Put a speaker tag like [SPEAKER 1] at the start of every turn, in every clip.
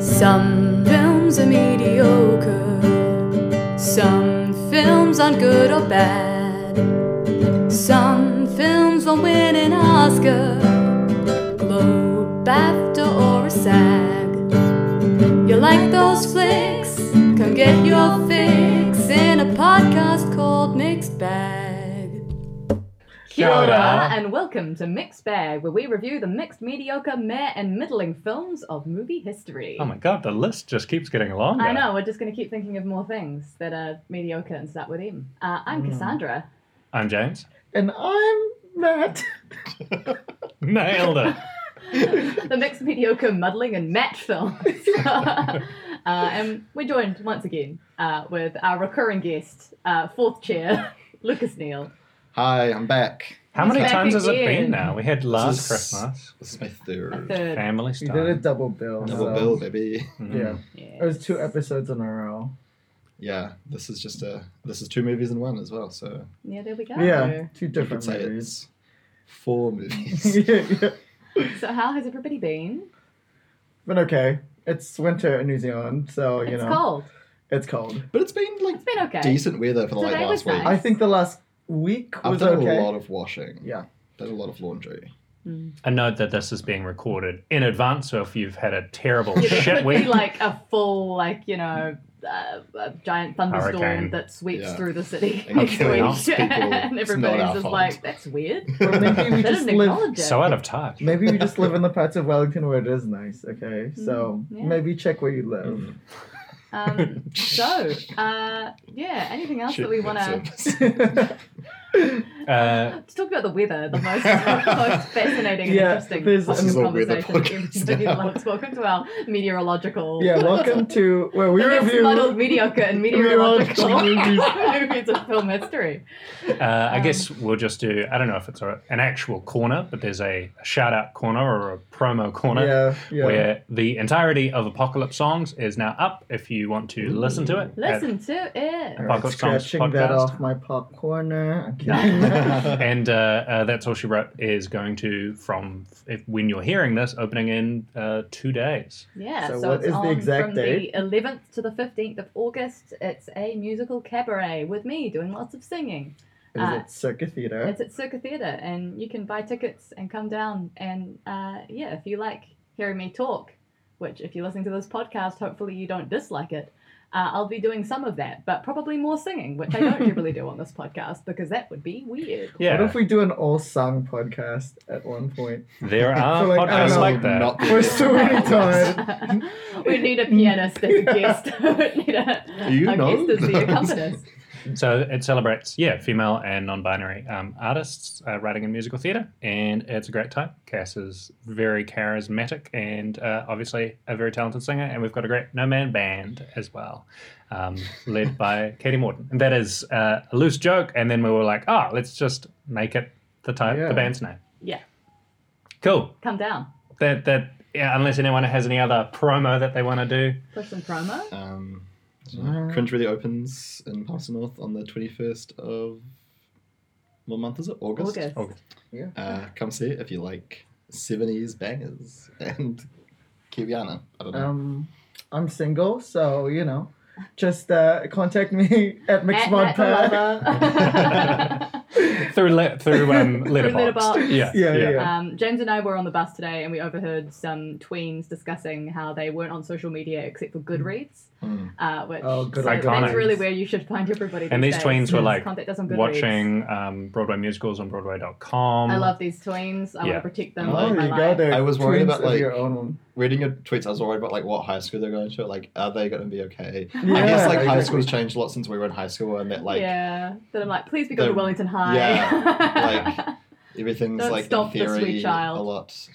[SPEAKER 1] Some films are mediocre, some films aren't good or bad, some films won't win an Oscar, Globe, BAFTA, or a SAG. You like those flicks? Come get your fix in a podcast called Mixed Bag.
[SPEAKER 2] Kia ora.
[SPEAKER 1] and welcome to Mixed Bag, where we review the mixed, mediocre, meh, and middling films of movie history.
[SPEAKER 2] Oh my god, the list just keeps getting longer.
[SPEAKER 1] I know, we're just going to keep thinking of more things that are mediocre and start with M. Uh, I'm
[SPEAKER 2] Mm.
[SPEAKER 1] Cassandra.
[SPEAKER 2] I'm James.
[SPEAKER 3] And I'm Matt.
[SPEAKER 2] Nailed it.
[SPEAKER 1] the mixed, mediocre, muddling, and match films. uh, and we're joined once again uh, with our recurring guest, uh, fourth chair, Lucas Neal.
[SPEAKER 3] Hi, I'm back.
[SPEAKER 2] How
[SPEAKER 1] He's
[SPEAKER 2] many
[SPEAKER 1] back
[SPEAKER 2] times has it
[SPEAKER 1] again.
[SPEAKER 2] been now? We had last
[SPEAKER 3] is-
[SPEAKER 2] Christmas.
[SPEAKER 3] This is my
[SPEAKER 1] A
[SPEAKER 3] third
[SPEAKER 1] third.
[SPEAKER 2] Family
[SPEAKER 4] We did a
[SPEAKER 2] stuff.
[SPEAKER 4] double bill.
[SPEAKER 3] double
[SPEAKER 4] so-
[SPEAKER 3] bill, baby.
[SPEAKER 2] Mm.
[SPEAKER 4] Yeah.
[SPEAKER 1] Yes.
[SPEAKER 4] It was two episodes in a row.
[SPEAKER 3] Yeah, this is just a this is two movies in one as well. So
[SPEAKER 1] Yeah, there we go.
[SPEAKER 4] Yeah. Two
[SPEAKER 3] you could
[SPEAKER 4] different
[SPEAKER 3] say
[SPEAKER 4] movies.
[SPEAKER 3] it's four movies.
[SPEAKER 4] yeah, yeah.
[SPEAKER 1] So, how has everybody been?
[SPEAKER 4] But okay. It's winter in New Zealand, so you
[SPEAKER 1] it's
[SPEAKER 4] know
[SPEAKER 1] cold.
[SPEAKER 4] it's cold.
[SPEAKER 3] but it's been like
[SPEAKER 1] It's been okay.
[SPEAKER 3] decent weather for like
[SPEAKER 1] Today was
[SPEAKER 3] last week.
[SPEAKER 1] nice.
[SPEAKER 4] I think the last week
[SPEAKER 3] I've
[SPEAKER 4] was
[SPEAKER 3] done
[SPEAKER 4] okay.
[SPEAKER 3] a lot of washing.
[SPEAKER 4] Yeah.
[SPEAKER 3] Did a lot of laundry.
[SPEAKER 2] And note that this is being recorded in advance, so if you've had a terrible
[SPEAKER 1] Yeah, there
[SPEAKER 2] shit
[SPEAKER 1] could be
[SPEAKER 2] week,
[SPEAKER 1] like a full, like you know, uh, a giant thunderstorm
[SPEAKER 2] Hurricane.
[SPEAKER 1] that sweeps
[SPEAKER 3] Yeah.
[SPEAKER 1] through the city
[SPEAKER 3] And
[SPEAKER 1] next
[SPEAKER 3] killing
[SPEAKER 1] week,
[SPEAKER 3] off people. It's
[SPEAKER 1] and
[SPEAKER 3] not
[SPEAKER 1] everybody's
[SPEAKER 3] our
[SPEAKER 1] just
[SPEAKER 3] fault.
[SPEAKER 1] like, "That's weird."
[SPEAKER 4] Well, maybe
[SPEAKER 1] They
[SPEAKER 4] we just
[SPEAKER 1] didn't
[SPEAKER 4] live.
[SPEAKER 1] acknowledge it.
[SPEAKER 2] so out of touch.
[SPEAKER 4] Maybe we just live in the parts of Wellington where it is nice. Okay, so
[SPEAKER 1] Mm, yeah.
[SPEAKER 4] maybe check where you live.
[SPEAKER 3] Mm.
[SPEAKER 1] um, so, uh, yeah. Anything else that we
[SPEAKER 3] Shit,
[SPEAKER 1] want to
[SPEAKER 3] that's
[SPEAKER 2] Uh,
[SPEAKER 3] it.
[SPEAKER 1] Let's talk about the weather, the most, most fascinating and
[SPEAKER 4] Yeah,
[SPEAKER 1] interesting
[SPEAKER 4] there's-
[SPEAKER 1] possible
[SPEAKER 3] This is a weather
[SPEAKER 1] conversation.
[SPEAKER 3] podcast
[SPEAKER 1] Everybody
[SPEAKER 3] now.
[SPEAKER 1] loves. Welcome to our meteorological.
[SPEAKER 4] yeah, welcome to where we
[SPEAKER 1] the mixed,
[SPEAKER 4] review.
[SPEAKER 1] muddled, mediocre, and meteorological
[SPEAKER 4] Meteorological
[SPEAKER 1] movies of film history.
[SPEAKER 2] uh, I
[SPEAKER 1] Um,
[SPEAKER 2] guess we'll just do, I don't know if it's a, an actual corner, but there's a shout out corner or a promo corner.
[SPEAKER 4] Yeah, yeah.
[SPEAKER 2] Where the entirety of Apocalypse Songs is now up if you want to listen to it. at-
[SPEAKER 1] Listen to it.
[SPEAKER 4] Alright,
[SPEAKER 2] Apocalypse Songs
[SPEAKER 4] scratching that
[SPEAKER 2] podcast.
[SPEAKER 4] off my pop corner.
[SPEAKER 2] and uh, uh, that's all she wrote is going to from if, when you're hearing this opening in uh, two days
[SPEAKER 1] Yeah, so,
[SPEAKER 4] So what
[SPEAKER 1] it's
[SPEAKER 4] is the
[SPEAKER 1] on
[SPEAKER 4] exact
[SPEAKER 1] from
[SPEAKER 4] date?
[SPEAKER 1] the 11th to the 15th of August. It's a musical cabaret with me doing lots of singing.
[SPEAKER 4] It is
[SPEAKER 1] Uh,
[SPEAKER 4] at Circa Theatre.
[SPEAKER 1] It's at Circa Theatre, and you can buy tickets and come down. And uh, yeah, if you like hearing me talk, which if you're listening to this podcast, hopefully you don't dislike it. Uh, I'll be doing some of that, but probably more singing, which I don't generally do on this podcast because that would be weird.
[SPEAKER 2] yeah
[SPEAKER 4] What if we do an all song podcast at one point?
[SPEAKER 2] there are
[SPEAKER 4] So, like, I
[SPEAKER 2] podcasts
[SPEAKER 4] don't
[SPEAKER 2] like
[SPEAKER 3] know,
[SPEAKER 2] that
[SPEAKER 3] not-
[SPEAKER 4] We're so really tired.
[SPEAKER 1] we need a pianist as a guest. we need a,
[SPEAKER 3] You
[SPEAKER 1] a
[SPEAKER 3] know.
[SPEAKER 1] guest as the accompanist.
[SPEAKER 2] so it celebrates yeah female and non-binary um, artists uh, writing in musical theatre and it's a great time cass is very charismatic and uh, obviously a very talented singer and we've got a great no man band as well um, led by katie morton and that is uh, a loose joke and then we were like oh let's just make it the type
[SPEAKER 4] Yeah.
[SPEAKER 2] the band's name
[SPEAKER 1] Yeah.
[SPEAKER 2] cool
[SPEAKER 1] Come down.
[SPEAKER 2] that that yeah, unless anyone has any other promo that they want to do.
[SPEAKER 1] Push some promo.
[SPEAKER 3] Um,
[SPEAKER 4] Mm.
[SPEAKER 3] Cringe really opens in Palmerston North on the 21st of. What month is it? August?
[SPEAKER 1] August.
[SPEAKER 2] August.
[SPEAKER 3] Uh, come see it if you like 70s bangers and Kiwiana. I don't know.
[SPEAKER 4] Um, I'm single, so you know, just uh, contact me at
[SPEAKER 1] At Matt the
[SPEAKER 4] MixModPod.
[SPEAKER 1] Lover.
[SPEAKER 2] through le- through um letterbox.
[SPEAKER 1] Letterboxd.
[SPEAKER 2] Yeah,
[SPEAKER 4] Yeah, yeah,
[SPEAKER 1] Um, James and I were on the bus today, and we overheard some tweens discussing how they weren't on social media except for Goodreads,
[SPEAKER 3] Mm.
[SPEAKER 1] uh, which
[SPEAKER 4] Oh, good
[SPEAKER 1] so
[SPEAKER 2] Iconic.
[SPEAKER 1] that's really where you should find everybody.
[SPEAKER 2] And
[SPEAKER 1] these
[SPEAKER 2] these
[SPEAKER 1] days,
[SPEAKER 2] tweens were,
[SPEAKER 1] is
[SPEAKER 2] like,
[SPEAKER 1] contact us on Goodreads.
[SPEAKER 2] Watching um, Broadway musicals on Broadway.com.
[SPEAKER 1] I love these tweens. I
[SPEAKER 2] Yeah.
[SPEAKER 1] want to protect them.
[SPEAKER 4] Oh,
[SPEAKER 1] all
[SPEAKER 4] there
[SPEAKER 1] my
[SPEAKER 4] you go.
[SPEAKER 1] life.
[SPEAKER 4] There.
[SPEAKER 3] I was worried
[SPEAKER 4] Tweens
[SPEAKER 3] about,
[SPEAKER 4] is
[SPEAKER 3] like-
[SPEAKER 4] your own one.
[SPEAKER 3] Reading your tweets, I was worried about like what high school they're going to. Like, are they going to be okay? I
[SPEAKER 4] Yeah,
[SPEAKER 3] guess like
[SPEAKER 4] I
[SPEAKER 3] high
[SPEAKER 4] agree.
[SPEAKER 3] school's changed a lot since we were in high school, and that like
[SPEAKER 1] yeah, that I'm like, please be going
[SPEAKER 3] the-
[SPEAKER 1] to Wellington High.
[SPEAKER 3] yeah, everything's
[SPEAKER 1] Don't
[SPEAKER 3] like in
[SPEAKER 1] stop the sweet
[SPEAKER 3] theory
[SPEAKER 1] child.
[SPEAKER 3] a lot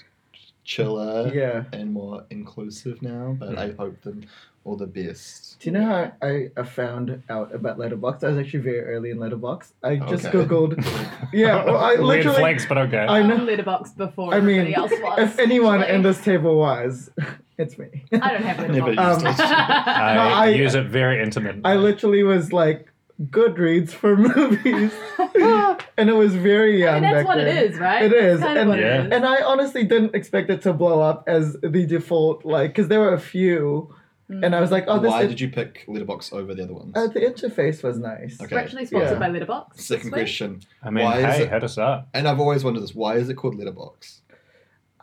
[SPEAKER 3] chiller
[SPEAKER 4] Yeah.
[SPEAKER 3] and more inclusive now. But I hope them all the best.
[SPEAKER 4] Do you know how I, I found out about Letterbox? I was actually very early in Letterbox. I just
[SPEAKER 3] Okay.
[SPEAKER 4] googled. Yeah, well, I
[SPEAKER 2] Weird
[SPEAKER 4] literally.
[SPEAKER 2] flags, but okay.
[SPEAKER 4] I know.
[SPEAKER 1] Letterbox before
[SPEAKER 4] I mean,
[SPEAKER 1] everybody else was.
[SPEAKER 4] if anyone in
[SPEAKER 1] actually.
[SPEAKER 4] this table was, it's me.
[SPEAKER 1] I don't have
[SPEAKER 3] Never
[SPEAKER 1] Letterboxd.
[SPEAKER 4] used
[SPEAKER 3] it.
[SPEAKER 2] I,
[SPEAKER 4] No, I-
[SPEAKER 2] use it very intimately.
[SPEAKER 4] I literally was like, Goodreads for movies. and it was very
[SPEAKER 1] I
[SPEAKER 4] young.
[SPEAKER 1] mean, that's
[SPEAKER 4] back
[SPEAKER 1] what
[SPEAKER 4] then.
[SPEAKER 1] it is, right?
[SPEAKER 4] It is,
[SPEAKER 1] That's kind of
[SPEAKER 4] and-
[SPEAKER 1] what
[SPEAKER 2] Yeah.
[SPEAKER 1] it is.
[SPEAKER 4] And I honestly didn't expect it to blow up as the default, like, because there were a few,
[SPEAKER 1] Mm.
[SPEAKER 4] and I was like, oh, this.
[SPEAKER 3] Why
[SPEAKER 4] is-
[SPEAKER 3] did you pick Letterbox over the other ones?
[SPEAKER 4] uh, the interface was nice.
[SPEAKER 3] Okay.
[SPEAKER 1] We're actually sponsored
[SPEAKER 4] Yeah.
[SPEAKER 1] by Letterboxd.
[SPEAKER 3] Second
[SPEAKER 1] Sweet.
[SPEAKER 3] question.
[SPEAKER 2] I mean,
[SPEAKER 3] Why is
[SPEAKER 2] hey,
[SPEAKER 3] it-
[SPEAKER 2] hit us up.
[SPEAKER 3] And I've always wondered this. Why is it called Letterbox?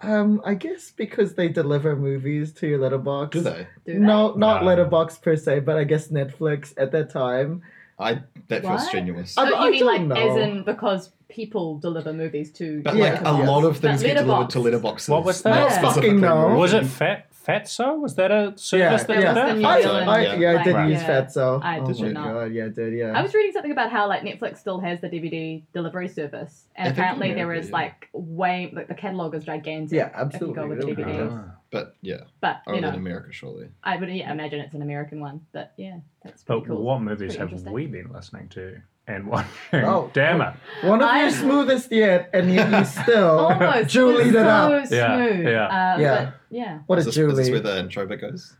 [SPEAKER 4] Um, I guess because they deliver movies to your letterbox.
[SPEAKER 3] Do they?
[SPEAKER 1] Do that.
[SPEAKER 4] No, not
[SPEAKER 2] No.
[SPEAKER 4] letterbox per se, but I guess Netflix at that time.
[SPEAKER 3] I that feels
[SPEAKER 1] What?
[SPEAKER 3] strenuous.
[SPEAKER 1] So
[SPEAKER 4] I- I
[SPEAKER 1] you mean like
[SPEAKER 4] don't
[SPEAKER 1] as
[SPEAKER 4] know.
[SPEAKER 1] in because people deliver movies to
[SPEAKER 3] But
[SPEAKER 4] Yeah.
[SPEAKER 3] like a lot of
[SPEAKER 1] But
[SPEAKER 3] things get delivered to
[SPEAKER 1] Letterboxd.
[SPEAKER 3] letterboxes.
[SPEAKER 2] What was that?
[SPEAKER 3] not
[SPEAKER 1] Yeah.
[SPEAKER 3] specifically
[SPEAKER 4] Fucking no.
[SPEAKER 3] movie.
[SPEAKER 2] Was it Fat Fatso? Was that a
[SPEAKER 4] Yeah,
[SPEAKER 2] service that
[SPEAKER 4] Oh. yeah.
[SPEAKER 1] That's
[SPEAKER 2] did
[SPEAKER 1] the
[SPEAKER 2] that?
[SPEAKER 1] new-
[SPEAKER 4] I,
[SPEAKER 1] Zealand,
[SPEAKER 4] I, yeah, I
[SPEAKER 1] like,
[SPEAKER 4] did
[SPEAKER 1] Right.
[SPEAKER 4] use
[SPEAKER 1] yeah.
[SPEAKER 4] Fatso.
[SPEAKER 1] I
[SPEAKER 4] oh
[SPEAKER 3] did
[SPEAKER 4] my
[SPEAKER 3] not.
[SPEAKER 4] god, yeah, I did, yeah.
[SPEAKER 1] I was reading something about how like Netflix still has the DVD delivery service,
[SPEAKER 3] I
[SPEAKER 1] and
[SPEAKER 3] think
[SPEAKER 1] apparently
[SPEAKER 3] in
[SPEAKER 1] there
[SPEAKER 3] America,
[SPEAKER 1] is
[SPEAKER 3] yeah.
[SPEAKER 1] like way like the catalog is gigantic.
[SPEAKER 4] Yeah,
[SPEAKER 1] If you
[SPEAKER 4] absolutely.
[SPEAKER 1] go with the
[SPEAKER 4] It'll be
[SPEAKER 1] DVDs,
[SPEAKER 4] done.
[SPEAKER 3] But yeah,
[SPEAKER 1] but
[SPEAKER 3] only
[SPEAKER 1] you
[SPEAKER 3] in
[SPEAKER 1] know,
[SPEAKER 3] America, surely.
[SPEAKER 1] I would yeah, imagine it's an American one. But yeah, that's pretty
[SPEAKER 2] But
[SPEAKER 1] cool.
[SPEAKER 2] what movies
[SPEAKER 1] pretty
[SPEAKER 2] have
[SPEAKER 1] interesting.
[SPEAKER 2] we been listening to and watching?
[SPEAKER 4] Oh.
[SPEAKER 2] Damn it.
[SPEAKER 4] One of
[SPEAKER 1] I-
[SPEAKER 4] your smoothest yet, and you, you still.
[SPEAKER 1] Almost
[SPEAKER 4] Julie
[SPEAKER 1] it's
[SPEAKER 4] did
[SPEAKER 1] so
[SPEAKER 4] up.
[SPEAKER 2] Yeah,
[SPEAKER 1] smooth.
[SPEAKER 2] yeah.
[SPEAKER 1] Uh,
[SPEAKER 4] Yeah.
[SPEAKER 1] But, yeah.
[SPEAKER 4] what
[SPEAKER 3] Is
[SPEAKER 4] a
[SPEAKER 3] this, is this
[SPEAKER 4] Julie.
[SPEAKER 3] where the intro bit goes?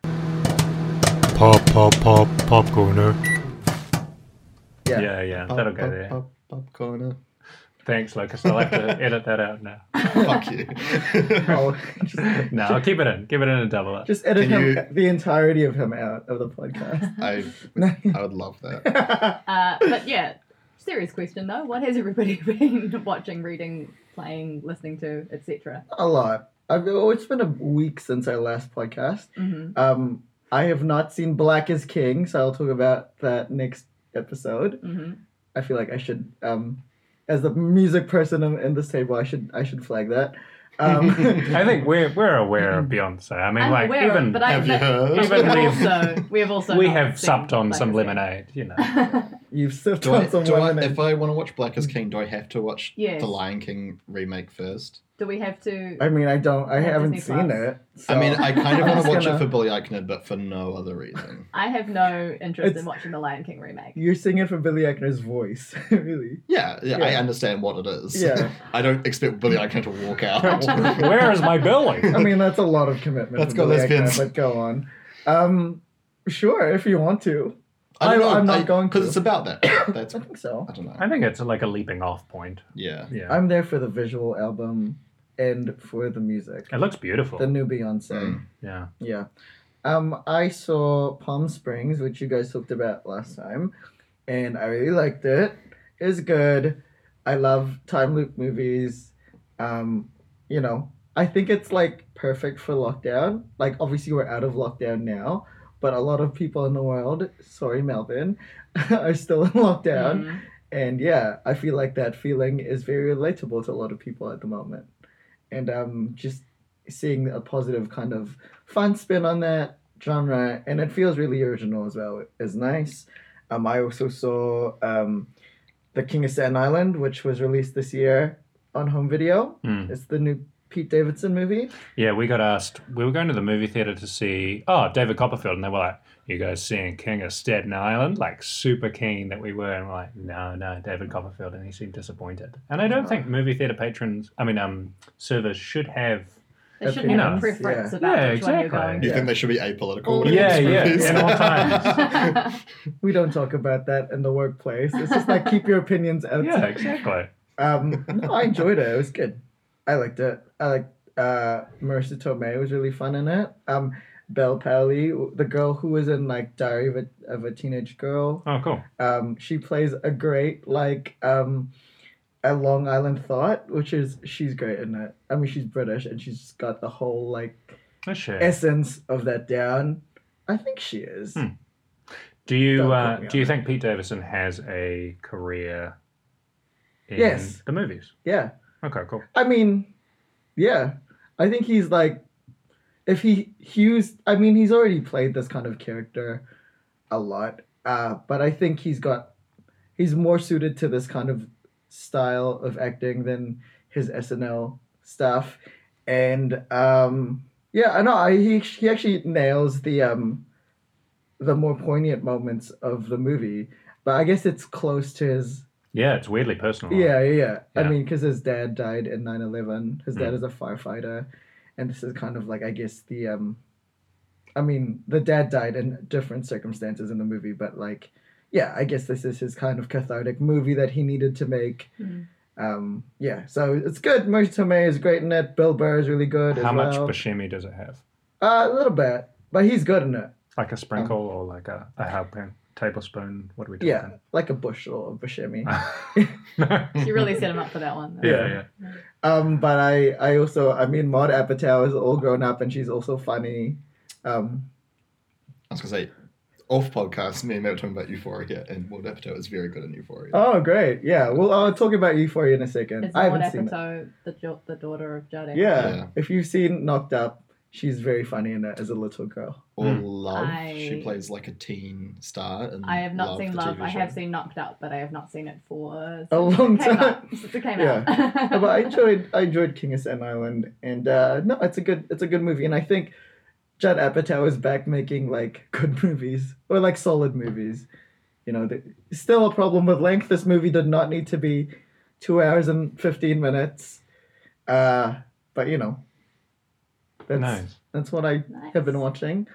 [SPEAKER 5] Pop, pop, pop, pop corner.
[SPEAKER 4] Yeah.
[SPEAKER 2] Yeah, yeah, that'll go there.
[SPEAKER 3] Pop, pop corner.
[SPEAKER 2] Thanks, Lucas. I'll have to edit that out now.
[SPEAKER 3] Fuck you.
[SPEAKER 4] Oh, just,
[SPEAKER 2] No, I'll keep it in. Keep it in and double it.
[SPEAKER 4] just edit
[SPEAKER 3] Can
[SPEAKER 4] him,
[SPEAKER 3] you-
[SPEAKER 4] the entirety of him out of the podcast.
[SPEAKER 3] I, I would love that.
[SPEAKER 4] I
[SPEAKER 1] Uh, but yeah, serious question though. What has everybody been watching, reading, playing, listening to, etc.?
[SPEAKER 4] a lot. I've, oh, it's been a week since our last podcast.
[SPEAKER 1] Mm-hmm.
[SPEAKER 4] Um, I have not seen Black is King, so I'll talk about that next episode.
[SPEAKER 1] Mm-hmm.
[SPEAKER 4] I feel like I should, um, as the music person in, in this table, I should I should flag that. Um,
[SPEAKER 2] I think we're we're aware of Beyonce. I mean,
[SPEAKER 1] I'm
[SPEAKER 2] like
[SPEAKER 1] aware
[SPEAKER 2] even
[SPEAKER 1] of, but I
[SPEAKER 3] Have you
[SPEAKER 1] but-
[SPEAKER 3] heard?
[SPEAKER 1] but
[SPEAKER 2] Even
[SPEAKER 1] we've also
[SPEAKER 2] we've-
[SPEAKER 1] we have also
[SPEAKER 2] we
[SPEAKER 1] not
[SPEAKER 2] have
[SPEAKER 1] seen
[SPEAKER 2] supped on
[SPEAKER 1] Black
[SPEAKER 2] some
[SPEAKER 1] Is Dead.
[SPEAKER 2] lemonade, you know.
[SPEAKER 4] you've sipped
[SPEAKER 3] Do I,
[SPEAKER 4] on some
[SPEAKER 3] do I,
[SPEAKER 4] women.
[SPEAKER 3] if
[SPEAKER 4] and-
[SPEAKER 3] I want to watch Black is King, do I have to watch
[SPEAKER 1] Yes.
[SPEAKER 3] the Lion King remake first?
[SPEAKER 1] Do we have to?
[SPEAKER 4] I mean, I don't. I
[SPEAKER 1] Yeah,
[SPEAKER 4] haven't
[SPEAKER 1] Disney
[SPEAKER 4] seen
[SPEAKER 1] Plus.
[SPEAKER 4] it.
[SPEAKER 3] I mean,
[SPEAKER 4] so
[SPEAKER 3] I kind
[SPEAKER 4] I'm
[SPEAKER 3] of want
[SPEAKER 4] just
[SPEAKER 3] to watch
[SPEAKER 4] gonna-
[SPEAKER 3] it for Billy Eichner, but for no other reason.
[SPEAKER 1] I have no interest
[SPEAKER 4] It's-
[SPEAKER 1] in watching the Lion King remake.
[SPEAKER 4] you're singing for Billy Eichner's voice, really.
[SPEAKER 3] Yeah, yeah, I
[SPEAKER 4] Yeah.
[SPEAKER 3] understand what it is.
[SPEAKER 4] Yeah.
[SPEAKER 3] I don't expect Billy Eichner to walk out.
[SPEAKER 2] Where is my Billy?
[SPEAKER 4] I mean, that's a lot of commitment.
[SPEAKER 3] Let's
[SPEAKER 4] for
[SPEAKER 3] go
[SPEAKER 4] Billy
[SPEAKER 3] lesbians.
[SPEAKER 4] Eichner, but go on. Um, sure, if you want to.
[SPEAKER 3] I don't know,
[SPEAKER 4] I'm not going
[SPEAKER 3] because
[SPEAKER 4] to.
[SPEAKER 3] it's about that. That's
[SPEAKER 4] I think so.
[SPEAKER 3] I don't know.
[SPEAKER 2] I think it's like a leaping off point.
[SPEAKER 3] Yeah,
[SPEAKER 2] Yeah,
[SPEAKER 4] I'm there for the visual album and for the music.
[SPEAKER 2] it looks beautiful.
[SPEAKER 4] The new Beyonce.
[SPEAKER 3] Mm.
[SPEAKER 2] yeah,
[SPEAKER 4] Yeah. Um, I saw Palm Springs, which you guys talked about last time, and I really liked it. It's good. I love time loop movies. Um, you know, I think it's like perfect for lockdown. Like, obviously, we're out of lockdown now, but a lot of people in the world, sorry, Melbourne, are still in lockdown.
[SPEAKER 1] Mhm.
[SPEAKER 4] And yeah, I feel like that feeling is very relatable to a lot of people at the moment. And um, just seeing a positive kind of fun spin on that genre, and it feels really original as well, is nice. Um, I also saw um, The King of Staten Island, which was released this year on home video.
[SPEAKER 2] Mm.
[SPEAKER 4] It's the new Pete Davidson movie.
[SPEAKER 2] yeah. We got asked. We were going to the movie theater to see oh David Copperfield, and they were like, "You guys seeing King of Staten Island?" Like super keen that we were, and we're like, "No, no, David Copperfield," and he seemed disappointed. And I don't think movie theater patrons, I mean, um, servers should have.
[SPEAKER 1] They should
[SPEAKER 4] Opinions,
[SPEAKER 1] have a preference
[SPEAKER 4] yeah.
[SPEAKER 1] about
[SPEAKER 2] Yeah,
[SPEAKER 1] which one
[SPEAKER 2] exactly.
[SPEAKER 3] you
[SPEAKER 1] you're
[SPEAKER 4] Yeah. Oh,
[SPEAKER 3] think they should be apolitical? when it
[SPEAKER 2] Yeah,
[SPEAKER 3] comes to
[SPEAKER 2] yeah,
[SPEAKER 3] movies?
[SPEAKER 2] in all times.
[SPEAKER 1] going.
[SPEAKER 4] We don't talk about that in the workplace. It's just like keep your opinions out.
[SPEAKER 2] Yeah, exactly.
[SPEAKER 4] Um, no, I enjoyed it. It was good. I liked it. I liked uh, Marissa Tomei was really fun in it. Um, Belle Pally, the girl who was in like Diary of a, of a Teenage Girl,
[SPEAKER 2] Oh, cool.
[SPEAKER 4] um, she plays a great like um, a Long Island thought, which is she's great in it. I mean, she's British and she's just got the whole like
[SPEAKER 2] Oh, shit.
[SPEAKER 4] essence of that down. I think she is.
[SPEAKER 2] Hmm. Do
[SPEAKER 4] Don't
[SPEAKER 2] you
[SPEAKER 4] put
[SPEAKER 2] uh,
[SPEAKER 4] me
[SPEAKER 2] do you
[SPEAKER 4] on
[SPEAKER 2] think Pete Davidson has a career in
[SPEAKER 4] Yes.
[SPEAKER 2] the movies?
[SPEAKER 4] Yeah.
[SPEAKER 2] Okay, cool.
[SPEAKER 4] I mean, yeah. I think he's like, if he Hughes, I mean, he's already played this kind of character a lot, uh, but I think he's got, he's more suited to this kind of style of acting than his SNL stuff, and um, yeah, I know. I he, he actually nails the um, the more poignant moments of the movie, but I guess it's close to his
[SPEAKER 2] Yeah, it's weirdly personal.
[SPEAKER 4] yeah, yeah, yeah. I
[SPEAKER 2] Yeah.
[SPEAKER 4] mean, because his dad died in 9 11. His dad
[SPEAKER 2] Mm.
[SPEAKER 4] is a firefighter. And this is kind of like, I guess, the. um I mean, the dad died in different circumstances in the movie, but like, yeah, I guess this is his kind of cathartic movie that he needed to make.
[SPEAKER 1] Mhm.
[SPEAKER 4] Um, yeah, so it's good. Marissa Tomei is great in it. Bill Burr is really good.
[SPEAKER 2] How
[SPEAKER 4] as
[SPEAKER 2] much
[SPEAKER 4] well.
[SPEAKER 2] Bashimi does it have?
[SPEAKER 4] Uh, a little bit, but he's good in it.
[SPEAKER 2] Like a sprinkle or like a, a helping tablespoon? What are we talking?
[SPEAKER 4] Um, Yeah, like a bushel of Buscemi.
[SPEAKER 1] She really set him up for that one. though.
[SPEAKER 2] yeah, yeah.
[SPEAKER 4] Um, but I, I also, I mean, Maud Apatow is all grown up and she's also funny. Um,
[SPEAKER 3] I was gonna say, off podcast, me and Matt were talking about Euphoria, and Will Apatow is very good in Euphoria.
[SPEAKER 4] oh, great. Yeah. Well, I'll talk about Euphoria in a second.
[SPEAKER 1] It's
[SPEAKER 4] I
[SPEAKER 1] Maud
[SPEAKER 4] haven't seen it.
[SPEAKER 1] Apatow, the, jo- the daughter of Judd Apatow.
[SPEAKER 4] Yeah.
[SPEAKER 3] Yeah.
[SPEAKER 4] If you've seen Knocked Up, she's very funny in it as a little girl.
[SPEAKER 3] Or
[SPEAKER 2] Mm.
[SPEAKER 3] Love,
[SPEAKER 1] I-
[SPEAKER 3] she plays like a teen star. In
[SPEAKER 1] I have not seen
[SPEAKER 3] the
[SPEAKER 1] Love.
[SPEAKER 3] TV
[SPEAKER 1] I have
[SPEAKER 3] show.
[SPEAKER 1] seen Knocked Up, but I have not seen it for
[SPEAKER 4] A long
[SPEAKER 1] since it came
[SPEAKER 4] time.
[SPEAKER 1] out- Since it came
[SPEAKER 4] Yeah.
[SPEAKER 1] out.
[SPEAKER 4] Uh, but I enjoyed, I enjoyed King of Staten Island, and uh, no, it's a good, it's a good movie, and I think Judd Apatow is back making like good movies or like solid movies. You know, the, still a problem with length. This movie did not need to be two hours and fifteen minutes, uh, but you know, that's
[SPEAKER 2] Nice.
[SPEAKER 4] that's what I
[SPEAKER 1] Nice.
[SPEAKER 4] have been watching.